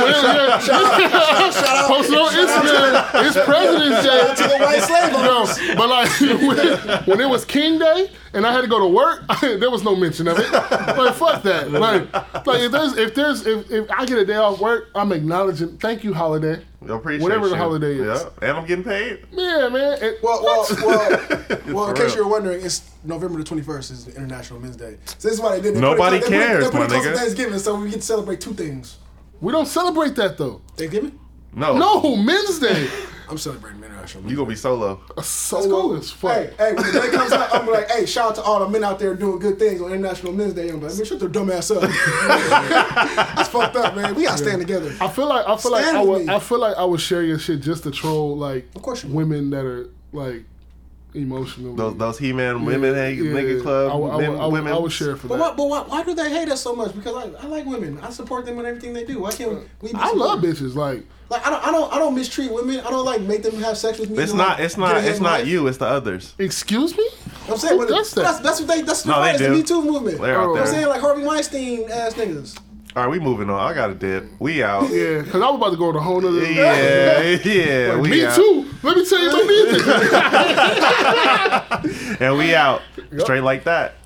C: like, whatever, [LAUGHS] yeah. Post it on Instagram. It's President's Day.
B: To the white slave
C: No,
B: owners.
C: but like [LAUGHS] when, when it was King Day and I had to go to work, [LAUGHS] there was no mention of it. Like fuck that. Like, like if there's if there's if, if I get a day off work, I'm acknowledging. Thank you, holiday.
A: I appreciate
C: Whatever the
A: you.
C: holiday is.
A: Yeah. And I'm getting paid.
C: Yeah, man. It-
B: Well, well, well, well in
A: [LAUGHS] For
B: case
A: real.
B: you're wondering, it's November the 21st is International Men's Day. So this is why they did it. They
A: Nobody
B: put it, they put it-
A: cares,
B: They put
A: my
B: it close to
A: nigga.
B: Thanksgiving, so we get to celebrate two things.
C: we don't celebrate that though.
B: Thanksgiving?
A: No.
C: No, Men's Day.
B: I'm celebrating International Men's
A: You
B: Day.
A: gonna be solo.
C: So
B: That's cool.
C: as fuck.
B: Hey, hey, when the day comes out, I'm like, hey, shout out to all the men out there doing good things on International Men's Day. I'm like, man, shut their dumb ass up. [LAUGHS] That's fucked up, man. We gotta stand together.
C: I feel like I feel like
B: Stand
C: I
B: with
C: would
B: me.
C: I feel like I would share your shit just to troll like
B: course you would.
C: women that are like emotional.
A: Those those He Man women hang nigga club.
C: I would, I would-
A: men,
C: I would-
A: women.
C: I would share for
B: But
C: that.
B: what, but why, why do they hate us so much? Because I, I like women. I support them in everything they do. Why can't we?
C: I love bitches. Like
B: Like I don't, I don't, I don't mistreat women. I don't like make them have sex with me.
A: It's
B: and,
A: not
B: like,
A: it's
B: get
A: not
B: ahead
A: it's
B: in
A: not
B: life.
A: you, it's the others.
C: excuse me.
B: I'm saying,
C: Who
B: but
C: does that?
B: That's, that's what they. That's
A: No,
B: the
A: they
B: fight. It's the
A: do.
B: Me Too movement.
A: They're out
C: Oh.
B: I'm
A: there.
B: saying like Harvey Weinstein ass niggas.
A: Alright, we moving on. I got a dip. We out. Yeah,
C: Yeah, because I was about to go on a whole nother.
A: yeah. we
C: me
A: out.
C: too. Let me tell you about me.
A: And we out. Straight like that.